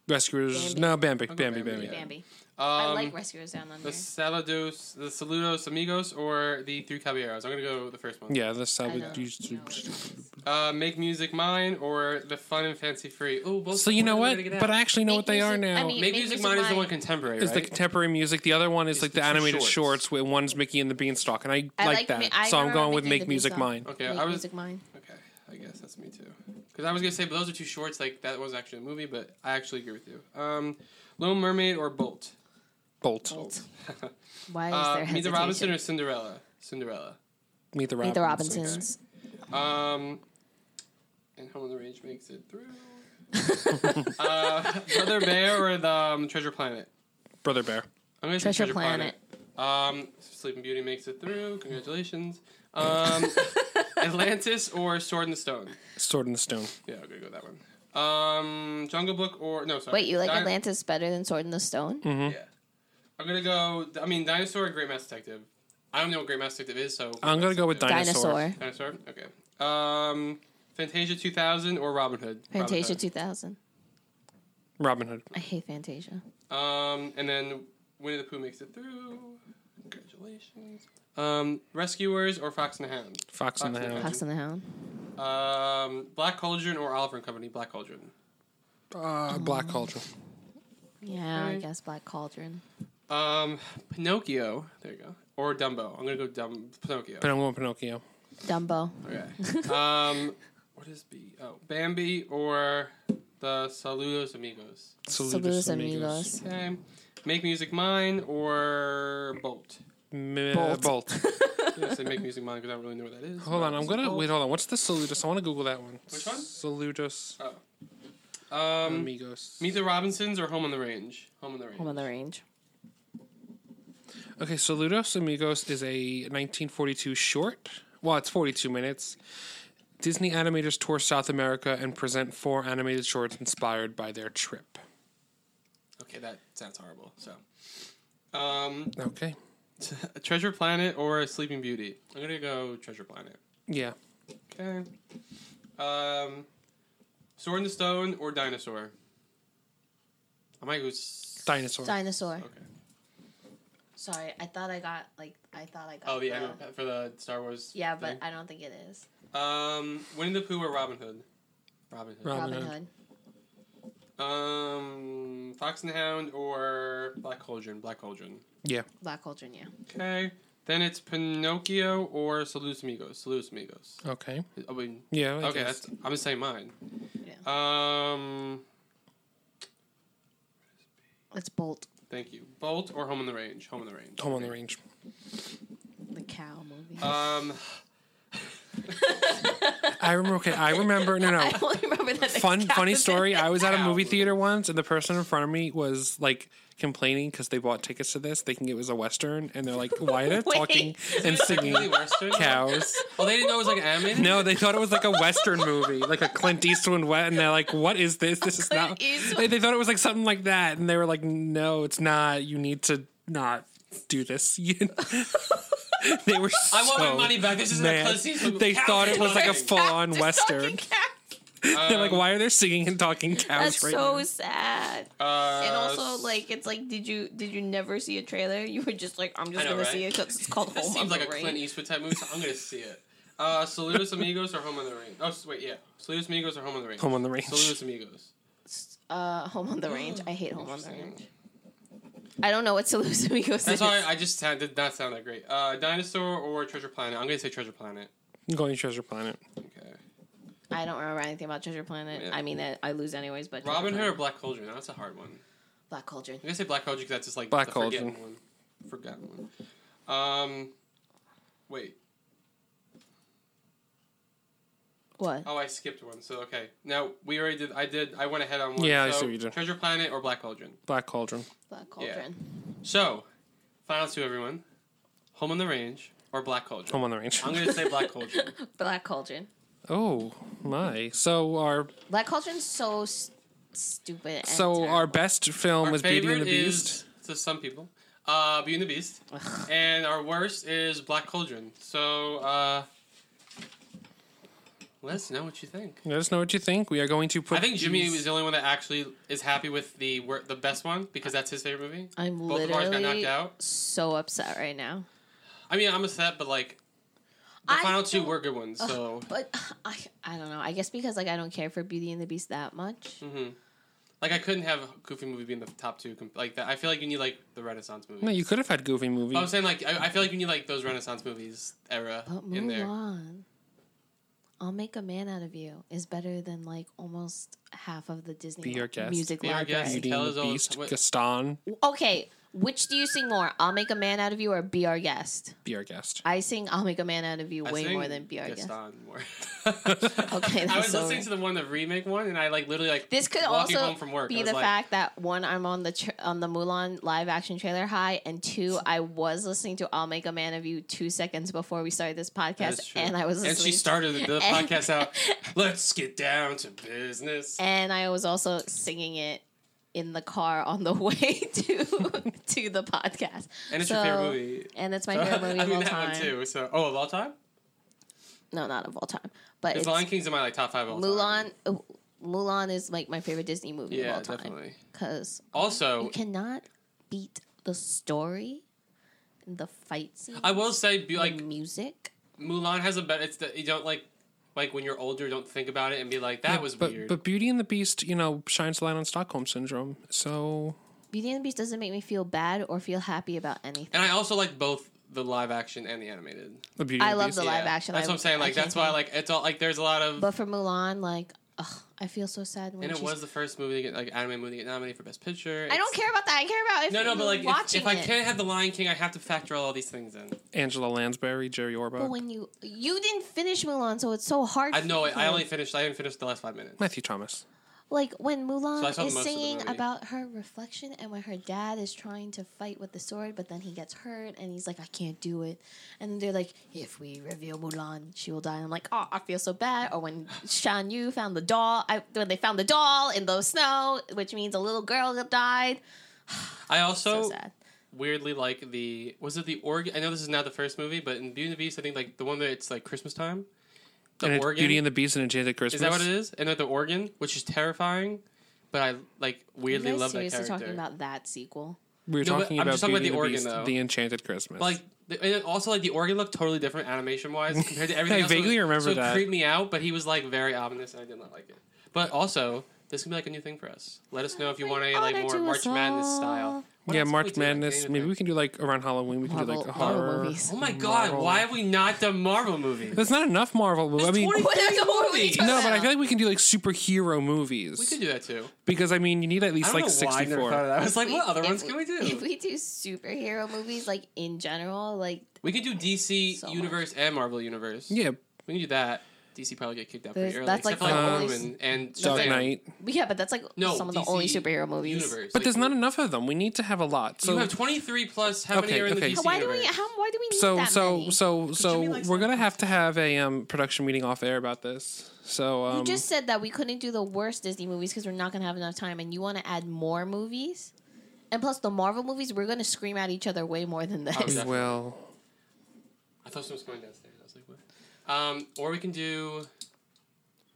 [SPEAKER 3] Rescuers.
[SPEAKER 1] Bambi.
[SPEAKER 3] No, Bambi.
[SPEAKER 2] Okay,
[SPEAKER 3] Bambi,
[SPEAKER 2] Bambi,
[SPEAKER 3] Bambi.
[SPEAKER 2] yeah.
[SPEAKER 1] Bambi.
[SPEAKER 2] Um,
[SPEAKER 1] I like Rescuers Down Under.
[SPEAKER 2] the Salados, the Saludos Amigos or the Three Caballeros. I'm gonna go with the first one.
[SPEAKER 3] Yeah, this I
[SPEAKER 1] I
[SPEAKER 3] would
[SPEAKER 1] don't
[SPEAKER 3] use.
[SPEAKER 1] know what it is.
[SPEAKER 2] Uh, Make Music Mine or the Fun and Fancy Free. Oh, both.
[SPEAKER 3] So you know
[SPEAKER 2] where are
[SPEAKER 3] what?
[SPEAKER 2] they gonna get
[SPEAKER 3] But
[SPEAKER 2] at?
[SPEAKER 3] I actually know
[SPEAKER 1] Make
[SPEAKER 3] what they are
[SPEAKER 1] music- I mean-
[SPEAKER 3] now.
[SPEAKER 2] Make,
[SPEAKER 1] Make
[SPEAKER 2] Music
[SPEAKER 1] Music
[SPEAKER 2] Mine is the
[SPEAKER 1] Mine.
[SPEAKER 2] one contemporary,
[SPEAKER 3] It's the
[SPEAKER 2] right?
[SPEAKER 3] contemporary music. The other one is
[SPEAKER 2] It's
[SPEAKER 3] like
[SPEAKER 2] the
[SPEAKER 3] the,
[SPEAKER 2] two
[SPEAKER 3] animated
[SPEAKER 2] shorts.
[SPEAKER 3] shorts. Where one's Mickey and the Beanstalk, and I,
[SPEAKER 1] I
[SPEAKER 3] like
[SPEAKER 1] like
[SPEAKER 3] that.
[SPEAKER 1] Mi- I
[SPEAKER 3] so I'm
[SPEAKER 1] remember
[SPEAKER 3] going with
[SPEAKER 1] Mickey and
[SPEAKER 3] Make
[SPEAKER 1] the
[SPEAKER 3] Music
[SPEAKER 1] Beanstalk.
[SPEAKER 3] Mine.
[SPEAKER 2] okay,
[SPEAKER 1] Make
[SPEAKER 2] I was
[SPEAKER 1] Music Mine.
[SPEAKER 2] okay. I guess that's me too. Because I was gonna say, but those are two shorts. Like that was actually a movie, but I actually agree with you. Um, Little Mermaid or Bolt?
[SPEAKER 3] Bolt.
[SPEAKER 1] Bolt. Why is
[SPEAKER 2] Oh. Uh,
[SPEAKER 1] there
[SPEAKER 2] Meet the
[SPEAKER 1] hesitation?
[SPEAKER 2] Robinson or Cinderella? Cinderella.
[SPEAKER 3] Meet the
[SPEAKER 1] Meet
[SPEAKER 3] Robinsons.
[SPEAKER 1] the Robinsons.
[SPEAKER 2] Um, and Home on the Range makes it through. uh, Brother Bear or the um, Treasure Planet?
[SPEAKER 3] Brother Bear.
[SPEAKER 2] I'm gonna say
[SPEAKER 1] Treasure
[SPEAKER 2] Um, Sleeping Beauty makes it through. Congratulations. Um, Atlantis or Sword in the Stone?
[SPEAKER 3] Sword in the Stone.
[SPEAKER 2] Yeah, I'm gonna go with that one. Um, Jungle Book or no? Sorry.
[SPEAKER 1] Wait, you like
[SPEAKER 2] Di-
[SPEAKER 1] Atlantis better than Sword in the Stone?
[SPEAKER 2] Yeah. I'm gonna go. I mean, Dinosaur or Great Mass Detective. I don't know what Great Mass Detective is, so
[SPEAKER 3] I'm gonna go with Dinosaur.
[SPEAKER 1] Dinosaur.
[SPEAKER 2] Dinosaur. Okay. Um, Fantasia 2000 or Robin Hood. Robin
[SPEAKER 1] Fantasia
[SPEAKER 2] Hood.
[SPEAKER 1] 2000.
[SPEAKER 3] Robin Hood.
[SPEAKER 1] I hate Fantasia.
[SPEAKER 2] Um, and then Winnie the Pooh makes it through. Congratulations. Um, Rescuers or Fox and the Hound.
[SPEAKER 3] Fox and the
[SPEAKER 2] Fox and
[SPEAKER 3] Hound.
[SPEAKER 1] Fox and the Hound.
[SPEAKER 2] Um, Black Cauldron or Oliver and Company. Black Cauldron. Ah,
[SPEAKER 3] Uh,
[SPEAKER 1] Mm.
[SPEAKER 3] Black Cauldron.
[SPEAKER 1] Yeah, I
[SPEAKER 2] Okay.
[SPEAKER 1] guess Black Cauldron.
[SPEAKER 2] Um, Pinocchio. There you go. Or Dumbo. I'm gonna go Dumb Pinocchio.
[SPEAKER 3] But I'm going Pinocchio.
[SPEAKER 1] Dumbo.
[SPEAKER 2] Okay. um, what is B? Oh, Bambi or the Saludos Amigos.
[SPEAKER 1] Saludos amigos.
[SPEAKER 2] Okay. Make Music Mine or Bolt.
[SPEAKER 3] M- uh,
[SPEAKER 1] Bolt.
[SPEAKER 3] Bolt.
[SPEAKER 2] I'm gonna say Make Music Mine because I don't really know what that is.
[SPEAKER 3] Hold on, I'm
[SPEAKER 2] Bolt.
[SPEAKER 3] gonna wait. Hold on. What's the Saludos? I want to Google that one.
[SPEAKER 2] Which one?
[SPEAKER 3] Saludos
[SPEAKER 2] Um,
[SPEAKER 3] amigos.
[SPEAKER 2] Meet the Robinsons or Home on the Range. Home on the Range.
[SPEAKER 1] Home on the Range.
[SPEAKER 3] Okay, Saludos Amigos is a 1942 short. Well, it's 42 minutes. Disney animators tour South America and present four animated shorts inspired by their trip.
[SPEAKER 2] Okay, that sounds horrible. So, um,
[SPEAKER 3] Okay.
[SPEAKER 2] Treasure Planet or Sleeping Beauty. I'm gonna go Treasure Planet.
[SPEAKER 3] Yeah.
[SPEAKER 2] Okay. Um, Sword in the Stone or Dinosaur. I might go. s-
[SPEAKER 3] Dinosaur.
[SPEAKER 1] Dinosaur.
[SPEAKER 2] Okay.
[SPEAKER 1] Sorry, I thought I got like I thought I got.
[SPEAKER 2] Oh, the ammo pa- for the Star Wars.
[SPEAKER 1] yeah, but
[SPEAKER 2] thing.
[SPEAKER 1] I don't think it is
[SPEAKER 2] um, Winnie the Pooh or Robin Hood? Robin Hood.
[SPEAKER 3] Rob-
[SPEAKER 1] Robin
[SPEAKER 3] Robin
[SPEAKER 1] Hood.
[SPEAKER 2] Um, Fox and the Hound or Black Cauldron. Black Cauldron.
[SPEAKER 3] Yeah.
[SPEAKER 1] Black Cauldron, yeah.
[SPEAKER 2] Okay. Then it's Pinocchio or Salus Amigos. Salus Amigos.
[SPEAKER 3] Okay.
[SPEAKER 2] I mean,
[SPEAKER 3] Yeah. I
[SPEAKER 2] okay,
[SPEAKER 3] guess.
[SPEAKER 2] that's, I'm just saying mine.
[SPEAKER 1] Yeah.
[SPEAKER 2] Um,
[SPEAKER 1] It's Bolt,
[SPEAKER 2] thank you. Bolt or Home on the Range. Home on the Range.
[SPEAKER 3] Home on the Range.
[SPEAKER 1] the cow movie.
[SPEAKER 2] Um,
[SPEAKER 3] I remember. Okay, I remember. No, no.
[SPEAKER 1] I only remember that. the
[SPEAKER 3] Fun,
[SPEAKER 1] cow
[SPEAKER 3] funny
[SPEAKER 1] was in
[SPEAKER 3] story.
[SPEAKER 1] it.
[SPEAKER 3] I was at a
[SPEAKER 2] Ow.
[SPEAKER 3] movie theater once, and the person in front of me was like complaining because they bought tickets to this, thinking it was a western, and they're like, "Why are they
[SPEAKER 1] Wait.
[SPEAKER 3] talking and
[SPEAKER 2] really
[SPEAKER 3] singing
[SPEAKER 2] Western?
[SPEAKER 3] cows?"
[SPEAKER 2] Oh, they didn't know it was like animated.
[SPEAKER 3] No, they thought it was like a western movie, like a Clint Eastwood. we- And they're like, "What is this? This is
[SPEAKER 1] Clint
[SPEAKER 3] not."
[SPEAKER 1] Eastwood.
[SPEAKER 3] They, they thought it was like something like that, and they were like, "No, it's not. You need to not do this." they were. So
[SPEAKER 2] I want my money back. This isn't a
[SPEAKER 3] mad.
[SPEAKER 2] Clint Eastwood
[SPEAKER 3] They
[SPEAKER 2] cow
[SPEAKER 3] thought it was like a
[SPEAKER 2] thing.
[SPEAKER 3] full on
[SPEAKER 1] Just talking
[SPEAKER 3] western.
[SPEAKER 1] cow.
[SPEAKER 3] They're
[SPEAKER 2] Um,
[SPEAKER 3] like, why are they singing and talking cows
[SPEAKER 1] That's
[SPEAKER 3] right
[SPEAKER 1] so
[SPEAKER 3] now?
[SPEAKER 1] sad.
[SPEAKER 2] Uh,
[SPEAKER 1] and also, like, it's like, did you did you never see a trailer? You were just like, I'm just
[SPEAKER 2] I know,
[SPEAKER 1] gonna
[SPEAKER 2] right?
[SPEAKER 1] see it because it's called
[SPEAKER 2] This
[SPEAKER 1] Home on
[SPEAKER 2] seems oh, like
[SPEAKER 1] the
[SPEAKER 2] a Clint
[SPEAKER 1] Range.
[SPEAKER 2] Eastwood type movie, so I'm gonna see it. Uh, Saludos Amigos or Home on the Range? Oh, s- wait, yeah. Saludos Amigos or Home on the Range?
[SPEAKER 3] Home on the Range.
[SPEAKER 2] Saludos Amigos.
[SPEAKER 1] Uh, Home on the Range. I hate Home on the Range. I don't know what Salus Amigos is.
[SPEAKER 2] That's why I just sound, did not sound that great. Uh, Dinosaur or Treasure Planet? I'm gonna say Treasure Planet.
[SPEAKER 3] I'm going to Treasure Planet.
[SPEAKER 2] Okay.
[SPEAKER 1] I don't remember anything about Treasure Planet.
[SPEAKER 2] Yeah.
[SPEAKER 1] I mean, I, I lose anyways. But
[SPEAKER 2] Robin
[SPEAKER 1] Treasure
[SPEAKER 2] Hood or
[SPEAKER 1] Planet.
[SPEAKER 2] Black Cauldron? That's a hard one. I'm
[SPEAKER 1] Black Cauldron.
[SPEAKER 2] gonna say Black Cauldron because that's just like
[SPEAKER 3] Black
[SPEAKER 2] the forgotten
[SPEAKER 3] Cauldron.
[SPEAKER 2] one. Forgotten one. Um, wait.
[SPEAKER 1] What?
[SPEAKER 2] Oh, I skipped one. So okay. Now we already did. I did. I went ahead on one.
[SPEAKER 3] Yeah, I
[SPEAKER 2] so,
[SPEAKER 3] see what you did.
[SPEAKER 2] Treasure Planet or Black Cauldron?
[SPEAKER 3] Black Cauldron.
[SPEAKER 1] Black Cauldron.
[SPEAKER 2] So, final two, everyone. Home on the Range or Black Cauldron?
[SPEAKER 3] Home on the Range.
[SPEAKER 2] I'm gonna say Black Cauldron.
[SPEAKER 1] Black Cauldron.
[SPEAKER 3] Oh my! So our
[SPEAKER 1] Black Cauldron's so s- stupid. And
[SPEAKER 3] so our
[SPEAKER 1] terrible.
[SPEAKER 3] best film
[SPEAKER 2] Our
[SPEAKER 3] was Beauty and the
[SPEAKER 2] favorite
[SPEAKER 3] Beast.
[SPEAKER 2] is to some people, uh, Beauty and the Beast,
[SPEAKER 1] Ugh.
[SPEAKER 2] and our worst is Black Cauldron. So, uh, let us know what you think.
[SPEAKER 3] Let us know what you think. We are going to put.
[SPEAKER 2] I think Jimmy
[SPEAKER 3] these-
[SPEAKER 2] is the only one that actually is happy with the wor- the best one because that's his favorite movie.
[SPEAKER 1] I'm
[SPEAKER 2] Both of ours got knocked
[SPEAKER 1] literally
[SPEAKER 2] out.
[SPEAKER 1] so upset right now.
[SPEAKER 2] I mean, I'm upset, but like the
[SPEAKER 1] I
[SPEAKER 2] final two
[SPEAKER 1] don't-
[SPEAKER 2] were good ones. So,
[SPEAKER 1] But I, I don't know. I guess because like I don't care for Beauty and the Beast that much.
[SPEAKER 2] hmm like, I couldn't have a Goofy movie be in the top two com- like that. I feel like you need like the Renaissance movies.
[SPEAKER 3] No, you could have had Goofy movie.
[SPEAKER 2] But I'm saying like I, I feel like you need like those Renaissance movies era
[SPEAKER 1] But
[SPEAKER 2] in
[SPEAKER 1] move
[SPEAKER 2] there.
[SPEAKER 1] on. I'll make a man out of you is better than like almost half of the Disney
[SPEAKER 3] Be Your Guest.
[SPEAKER 1] music
[SPEAKER 2] Be Your
[SPEAKER 1] library.
[SPEAKER 2] Guest.
[SPEAKER 3] Beauty
[SPEAKER 2] Tell
[SPEAKER 3] and
[SPEAKER 2] us
[SPEAKER 3] the
[SPEAKER 2] all-
[SPEAKER 3] Beast.
[SPEAKER 2] what-
[SPEAKER 3] Gaston.
[SPEAKER 1] Okay, which do you sing more? I'll make a man out of you or be our guest.
[SPEAKER 3] Be our guest.
[SPEAKER 1] I sing I'll make a man out of you
[SPEAKER 2] I
[SPEAKER 1] way
[SPEAKER 2] sing
[SPEAKER 1] more than be our guest.
[SPEAKER 2] Gaston more.
[SPEAKER 1] Okay,
[SPEAKER 2] I
[SPEAKER 1] that's
[SPEAKER 2] was
[SPEAKER 1] so
[SPEAKER 2] listening
[SPEAKER 1] weird.
[SPEAKER 2] to the one, the remake one, and I like literally like
[SPEAKER 1] This could
[SPEAKER 2] walking
[SPEAKER 1] also
[SPEAKER 2] home from work. I
[SPEAKER 1] be
[SPEAKER 2] was
[SPEAKER 1] the
[SPEAKER 2] like,
[SPEAKER 1] fact that one, I'm on the tr- on the Mulan live action trailer high, and two, I was listening to "I'll Make a Man of You" two seconds before we started this
[SPEAKER 2] that is
[SPEAKER 1] podcast,
[SPEAKER 2] true.
[SPEAKER 1] and I was
[SPEAKER 2] and
[SPEAKER 1] listening
[SPEAKER 2] she started the, the
[SPEAKER 1] and-
[SPEAKER 2] podcast out. Let's get down to business.
[SPEAKER 1] and I was also singing it in the car on the way to to the podcast.
[SPEAKER 2] And it's your favorite movie.
[SPEAKER 1] and it's my favorite movie
[SPEAKER 2] I
[SPEAKER 1] of
[SPEAKER 2] mean
[SPEAKER 1] all
[SPEAKER 2] that
[SPEAKER 1] time.
[SPEAKER 2] one too. So oh, of all time,
[SPEAKER 1] No, not of all time, but
[SPEAKER 2] is
[SPEAKER 1] it's
[SPEAKER 2] Lion King's in my like top five of all time.
[SPEAKER 1] Mulan. oh, Mulan is like my favorite Disney movie
[SPEAKER 2] Yeah,
[SPEAKER 1] of all time.
[SPEAKER 2] definitely.
[SPEAKER 1] because
[SPEAKER 2] Also,
[SPEAKER 1] You cannot beat the story, the fight scene,
[SPEAKER 2] I will say be like
[SPEAKER 1] the music.
[SPEAKER 2] Mulan has a better. It's the you don't like like when you're older, don't think about it and be like that was
[SPEAKER 3] but,
[SPEAKER 2] weird.
[SPEAKER 3] But Beauty and the Beast, you know, shines a light on Stockholm syndrome. So
[SPEAKER 1] Beauty and the Beast doesn't make me feel bad or feel happy about anything.
[SPEAKER 2] and I also like both the live action and the animated.
[SPEAKER 3] the Beauty.
[SPEAKER 1] I
[SPEAKER 3] and
[SPEAKER 1] love
[SPEAKER 3] Beast.
[SPEAKER 1] the live action.
[SPEAKER 2] That's
[SPEAKER 1] I-
[SPEAKER 2] what I'm saying.
[SPEAKER 1] I
[SPEAKER 2] Like
[SPEAKER 1] can't
[SPEAKER 2] that's why
[SPEAKER 1] do it.
[SPEAKER 2] like it's all like there's a lot of
[SPEAKER 1] But for Mulan, like, ugh, I feel so sad when
[SPEAKER 2] and it
[SPEAKER 1] she's.
[SPEAKER 2] was the first movie to get like anime movie to get nominated for best picture.
[SPEAKER 1] I don't
[SPEAKER 2] It's-
[SPEAKER 1] care about that. I care about if
[SPEAKER 2] No, no, but like if,
[SPEAKER 1] watching
[SPEAKER 2] if I
[SPEAKER 1] it.
[SPEAKER 2] can't have the Lion King, I have to factor all these things in.
[SPEAKER 3] Angela Lansbury, Jerry Orbach,
[SPEAKER 1] But when you you didn't finish Mulan, so it's so hard.
[SPEAKER 2] I know
[SPEAKER 1] for
[SPEAKER 2] it. I
[SPEAKER 1] you.
[SPEAKER 2] only finished. I didn't finish the last five minutes.
[SPEAKER 3] Matthew Thomas.
[SPEAKER 1] like when
[SPEAKER 2] So I
[SPEAKER 1] Mulan
[SPEAKER 2] saw
[SPEAKER 1] is
[SPEAKER 2] most of the
[SPEAKER 1] singing
[SPEAKER 2] movie.
[SPEAKER 1] about her reflection and when her dad is trying to fight with the sword, but then he gets hurt and he's like, I can't do it. And then they're like, if we reveal Mulan, she will die. And I'm like, oh, I feel so bad. Or when Shan Yu found the doll, I, when they found the doll in the snow, which means a little girl that died.
[SPEAKER 2] I
[SPEAKER 1] So
[SPEAKER 2] also
[SPEAKER 1] sad.
[SPEAKER 2] weirdly like the was it the organ? I know this is not the first movie, but in Beauty and the Beast, I think like the one that it's like Christmas time. The
[SPEAKER 3] and it's
[SPEAKER 2] organ
[SPEAKER 3] Beauty and the Beast and Enchanted Christmas.
[SPEAKER 2] is that what it is? And like the organ, which is terrifying, but I like
[SPEAKER 1] You
[SPEAKER 2] weirdly
[SPEAKER 1] guys
[SPEAKER 2] love that
[SPEAKER 1] seriously
[SPEAKER 2] character.
[SPEAKER 1] talking about that sequel?
[SPEAKER 3] We were
[SPEAKER 2] No, but
[SPEAKER 3] talking
[SPEAKER 2] I'm
[SPEAKER 3] about
[SPEAKER 2] just talking about
[SPEAKER 3] Beauty
[SPEAKER 2] the
[SPEAKER 3] and
[SPEAKER 2] organ,
[SPEAKER 3] Beast,
[SPEAKER 2] though.
[SPEAKER 3] the Enchanted Christmas.
[SPEAKER 2] like the- and also like the organ looked totally different animation wise compared to everything
[SPEAKER 3] I
[SPEAKER 2] else. so-
[SPEAKER 3] vaguely remember
[SPEAKER 2] so it
[SPEAKER 3] that.
[SPEAKER 2] creeped me out, but he was like very ominous, and I did not like it. But also, This could be like a new thing for us. Let us know if you
[SPEAKER 1] We
[SPEAKER 2] want any
[SPEAKER 1] ought
[SPEAKER 2] like
[SPEAKER 1] to
[SPEAKER 2] more
[SPEAKER 1] do a
[SPEAKER 2] March Madness style.
[SPEAKER 1] song.
[SPEAKER 2] What
[SPEAKER 3] yeah,
[SPEAKER 2] else can we
[SPEAKER 3] March
[SPEAKER 2] do? Like,
[SPEAKER 3] Madness.
[SPEAKER 2] anything.
[SPEAKER 3] Maybe we can do like around Halloween. We can do like
[SPEAKER 1] Marvel-
[SPEAKER 3] a
[SPEAKER 1] Marvel
[SPEAKER 3] horror.
[SPEAKER 1] movies.
[SPEAKER 2] Oh my god!
[SPEAKER 3] Marvel.
[SPEAKER 2] Why have we not done Marvel movies?
[SPEAKER 3] There's not enough Marvel. movies. I mean,
[SPEAKER 2] 20
[SPEAKER 1] What are the
[SPEAKER 2] Movies.
[SPEAKER 1] movies?
[SPEAKER 2] No,
[SPEAKER 3] no, but I feel like we can do like superhero movies
[SPEAKER 2] We could do that too.
[SPEAKER 3] because I mean, you need at
[SPEAKER 2] I
[SPEAKER 3] least
[SPEAKER 2] don't
[SPEAKER 3] like
[SPEAKER 2] know why I never thought
[SPEAKER 3] 64.
[SPEAKER 2] of that. I was like,
[SPEAKER 1] We-
[SPEAKER 2] what other
[SPEAKER 1] if
[SPEAKER 2] ones can we do?
[SPEAKER 1] If we do superhero movies, like in general, like
[SPEAKER 2] We could do DC
[SPEAKER 1] So much.
[SPEAKER 2] Universe and Marvel Universe.
[SPEAKER 3] Yeah,
[SPEAKER 2] We can do that. DC probably get kicked out pretty
[SPEAKER 1] There's-
[SPEAKER 2] early.
[SPEAKER 1] that's, like,
[SPEAKER 2] Except for,
[SPEAKER 1] the
[SPEAKER 2] like
[SPEAKER 1] only-
[SPEAKER 2] Aquaman and
[SPEAKER 3] Dark
[SPEAKER 2] Shazam.
[SPEAKER 3] Knight.
[SPEAKER 1] yeah, but that's like
[SPEAKER 2] No,
[SPEAKER 1] some of the
[SPEAKER 2] DC
[SPEAKER 1] only superhero movies.
[SPEAKER 2] Universe.
[SPEAKER 3] But there's not
[SPEAKER 2] Like,
[SPEAKER 3] enough of them. We need to have a lot.
[SPEAKER 2] You
[SPEAKER 3] So
[SPEAKER 2] have 23 plus. How many
[SPEAKER 3] Okay,
[SPEAKER 2] are in
[SPEAKER 3] okay.
[SPEAKER 2] the DC
[SPEAKER 1] Why do
[SPEAKER 2] universe?
[SPEAKER 1] we? How, why do we need
[SPEAKER 3] so
[SPEAKER 1] that
[SPEAKER 3] so
[SPEAKER 1] many?
[SPEAKER 3] so so
[SPEAKER 2] Jimmy likes
[SPEAKER 3] we're gonna
[SPEAKER 2] that.
[SPEAKER 3] have to have a um, production meeting off air about this. So um,
[SPEAKER 1] you just said that we couldn't do the worst Disney movies because we're not gonna have enough time, and you want to add more movies. And plus, the Marvel movies, we're gonna scream at each other way more than this.
[SPEAKER 2] Oh, yeah.
[SPEAKER 3] well,
[SPEAKER 2] I thought someone was going downstairs. I was like, what? Um, or we can do.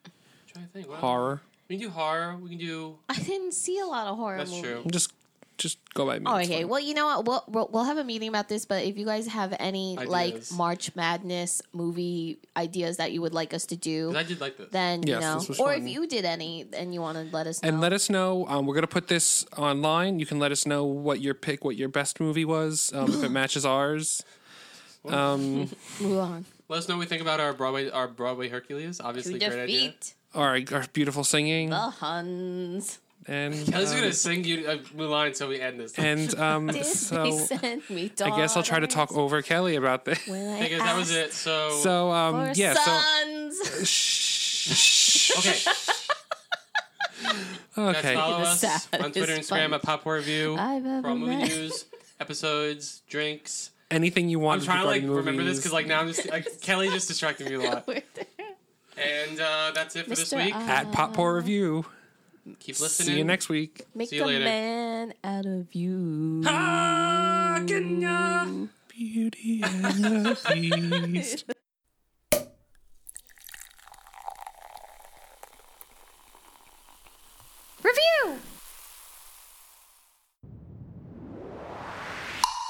[SPEAKER 2] i trying to think. What
[SPEAKER 3] horror.
[SPEAKER 2] We can do horror. We can do.
[SPEAKER 1] I didn't see a lot of horror
[SPEAKER 2] That's
[SPEAKER 1] movies.
[SPEAKER 2] true.
[SPEAKER 3] Just just go by me.
[SPEAKER 1] Oh,
[SPEAKER 3] It's
[SPEAKER 1] okay.
[SPEAKER 3] fine.
[SPEAKER 1] Well, you know what? We'll, we'll we'll have a meeting about this. But if you guys have any
[SPEAKER 2] Ideas.
[SPEAKER 1] like March Madness movie ideas that you would like us to
[SPEAKER 2] 'Cause
[SPEAKER 1] do,
[SPEAKER 2] I did like this.
[SPEAKER 1] then
[SPEAKER 3] Yes, this
[SPEAKER 1] you
[SPEAKER 3] was
[SPEAKER 1] know, or
[SPEAKER 3] fun.
[SPEAKER 1] if you did any and you want to let us know,
[SPEAKER 3] And let us know. Um, we're gonna put this online. You can let us know what your pick, what your best movie was, um, if it matches ours. Um,
[SPEAKER 1] move on.
[SPEAKER 2] Let us know what we think about our Broadway, our Broadway Hercules.
[SPEAKER 1] To
[SPEAKER 2] Obviously, great idea.
[SPEAKER 1] defeat
[SPEAKER 3] our our beautiful singing
[SPEAKER 1] the Huns,
[SPEAKER 3] and
[SPEAKER 2] I was
[SPEAKER 3] um,
[SPEAKER 2] gonna sing you uh, Mulan until we end this.
[SPEAKER 3] and um,
[SPEAKER 1] did they
[SPEAKER 3] so
[SPEAKER 1] send me?
[SPEAKER 3] I guess I'll try to talk
[SPEAKER 1] daughters
[SPEAKER 3] over Kelly about this.
[SPEAKER 1] When I
[SPEAKER 2] I guess that was
[SPEAKER 1] asked
[SPEAKER 2] it. So,
[SPEAKER 3] So um,
[SPEAKER 1] For
[SPEAKER 3] yeah. So
[SPEAKER 1] sons.
[SPEAKER 3] Shh.
[SPEAKER 2] okay. Guys,
[SPEAKER 3] Okay.
[SPEAKER 2] follow
[SPEAKER 1] The
[SPEAKER 2] us on
[SPEAKER 1] saddest
[SPEAKER 2] Twitter, Instagram
[SPEAKER 1] bunch
[SPEAKER 2] at Pop War Review
[SPEAKER 1] I've
[SPEAKER 2] for all
[SPEAKER 1] ever
[SPEAKER 2] movie
[SPEAKER 1] met.
[SPEAKER 2] news, episodes, drinks.
[SPEAKER 3] Anything you want.
[SPEAKER 2] I'm trying to like
[SPEAKER 3] regarding
[SPEAKER 2] remember this
[SPEAKER 3] movies.
[SPEAKER 2] because like now I'm just like, Kelly just distracted me a lot. And uh, that's it for this
[SPEAKER 1] Mr.
[SPEAKER 2] week.
[SPEAKER 1] I-
[SPEAKER 3] at Pop Poor Review.
[SPEAKER 2] Keep listening.
[SPEAKER 3] See you next week.
[SPEAKER 1] Make
[SPEAKER 2] See
[SPEAKER 1] a
[SPEAKER 2] you later.
[SPEAKER 1] man out of you.
[SPEAKER 2] Ah, can ya?
[SPEAKER 3] Beauty and the Beast.
[SPEAKER 1] Review.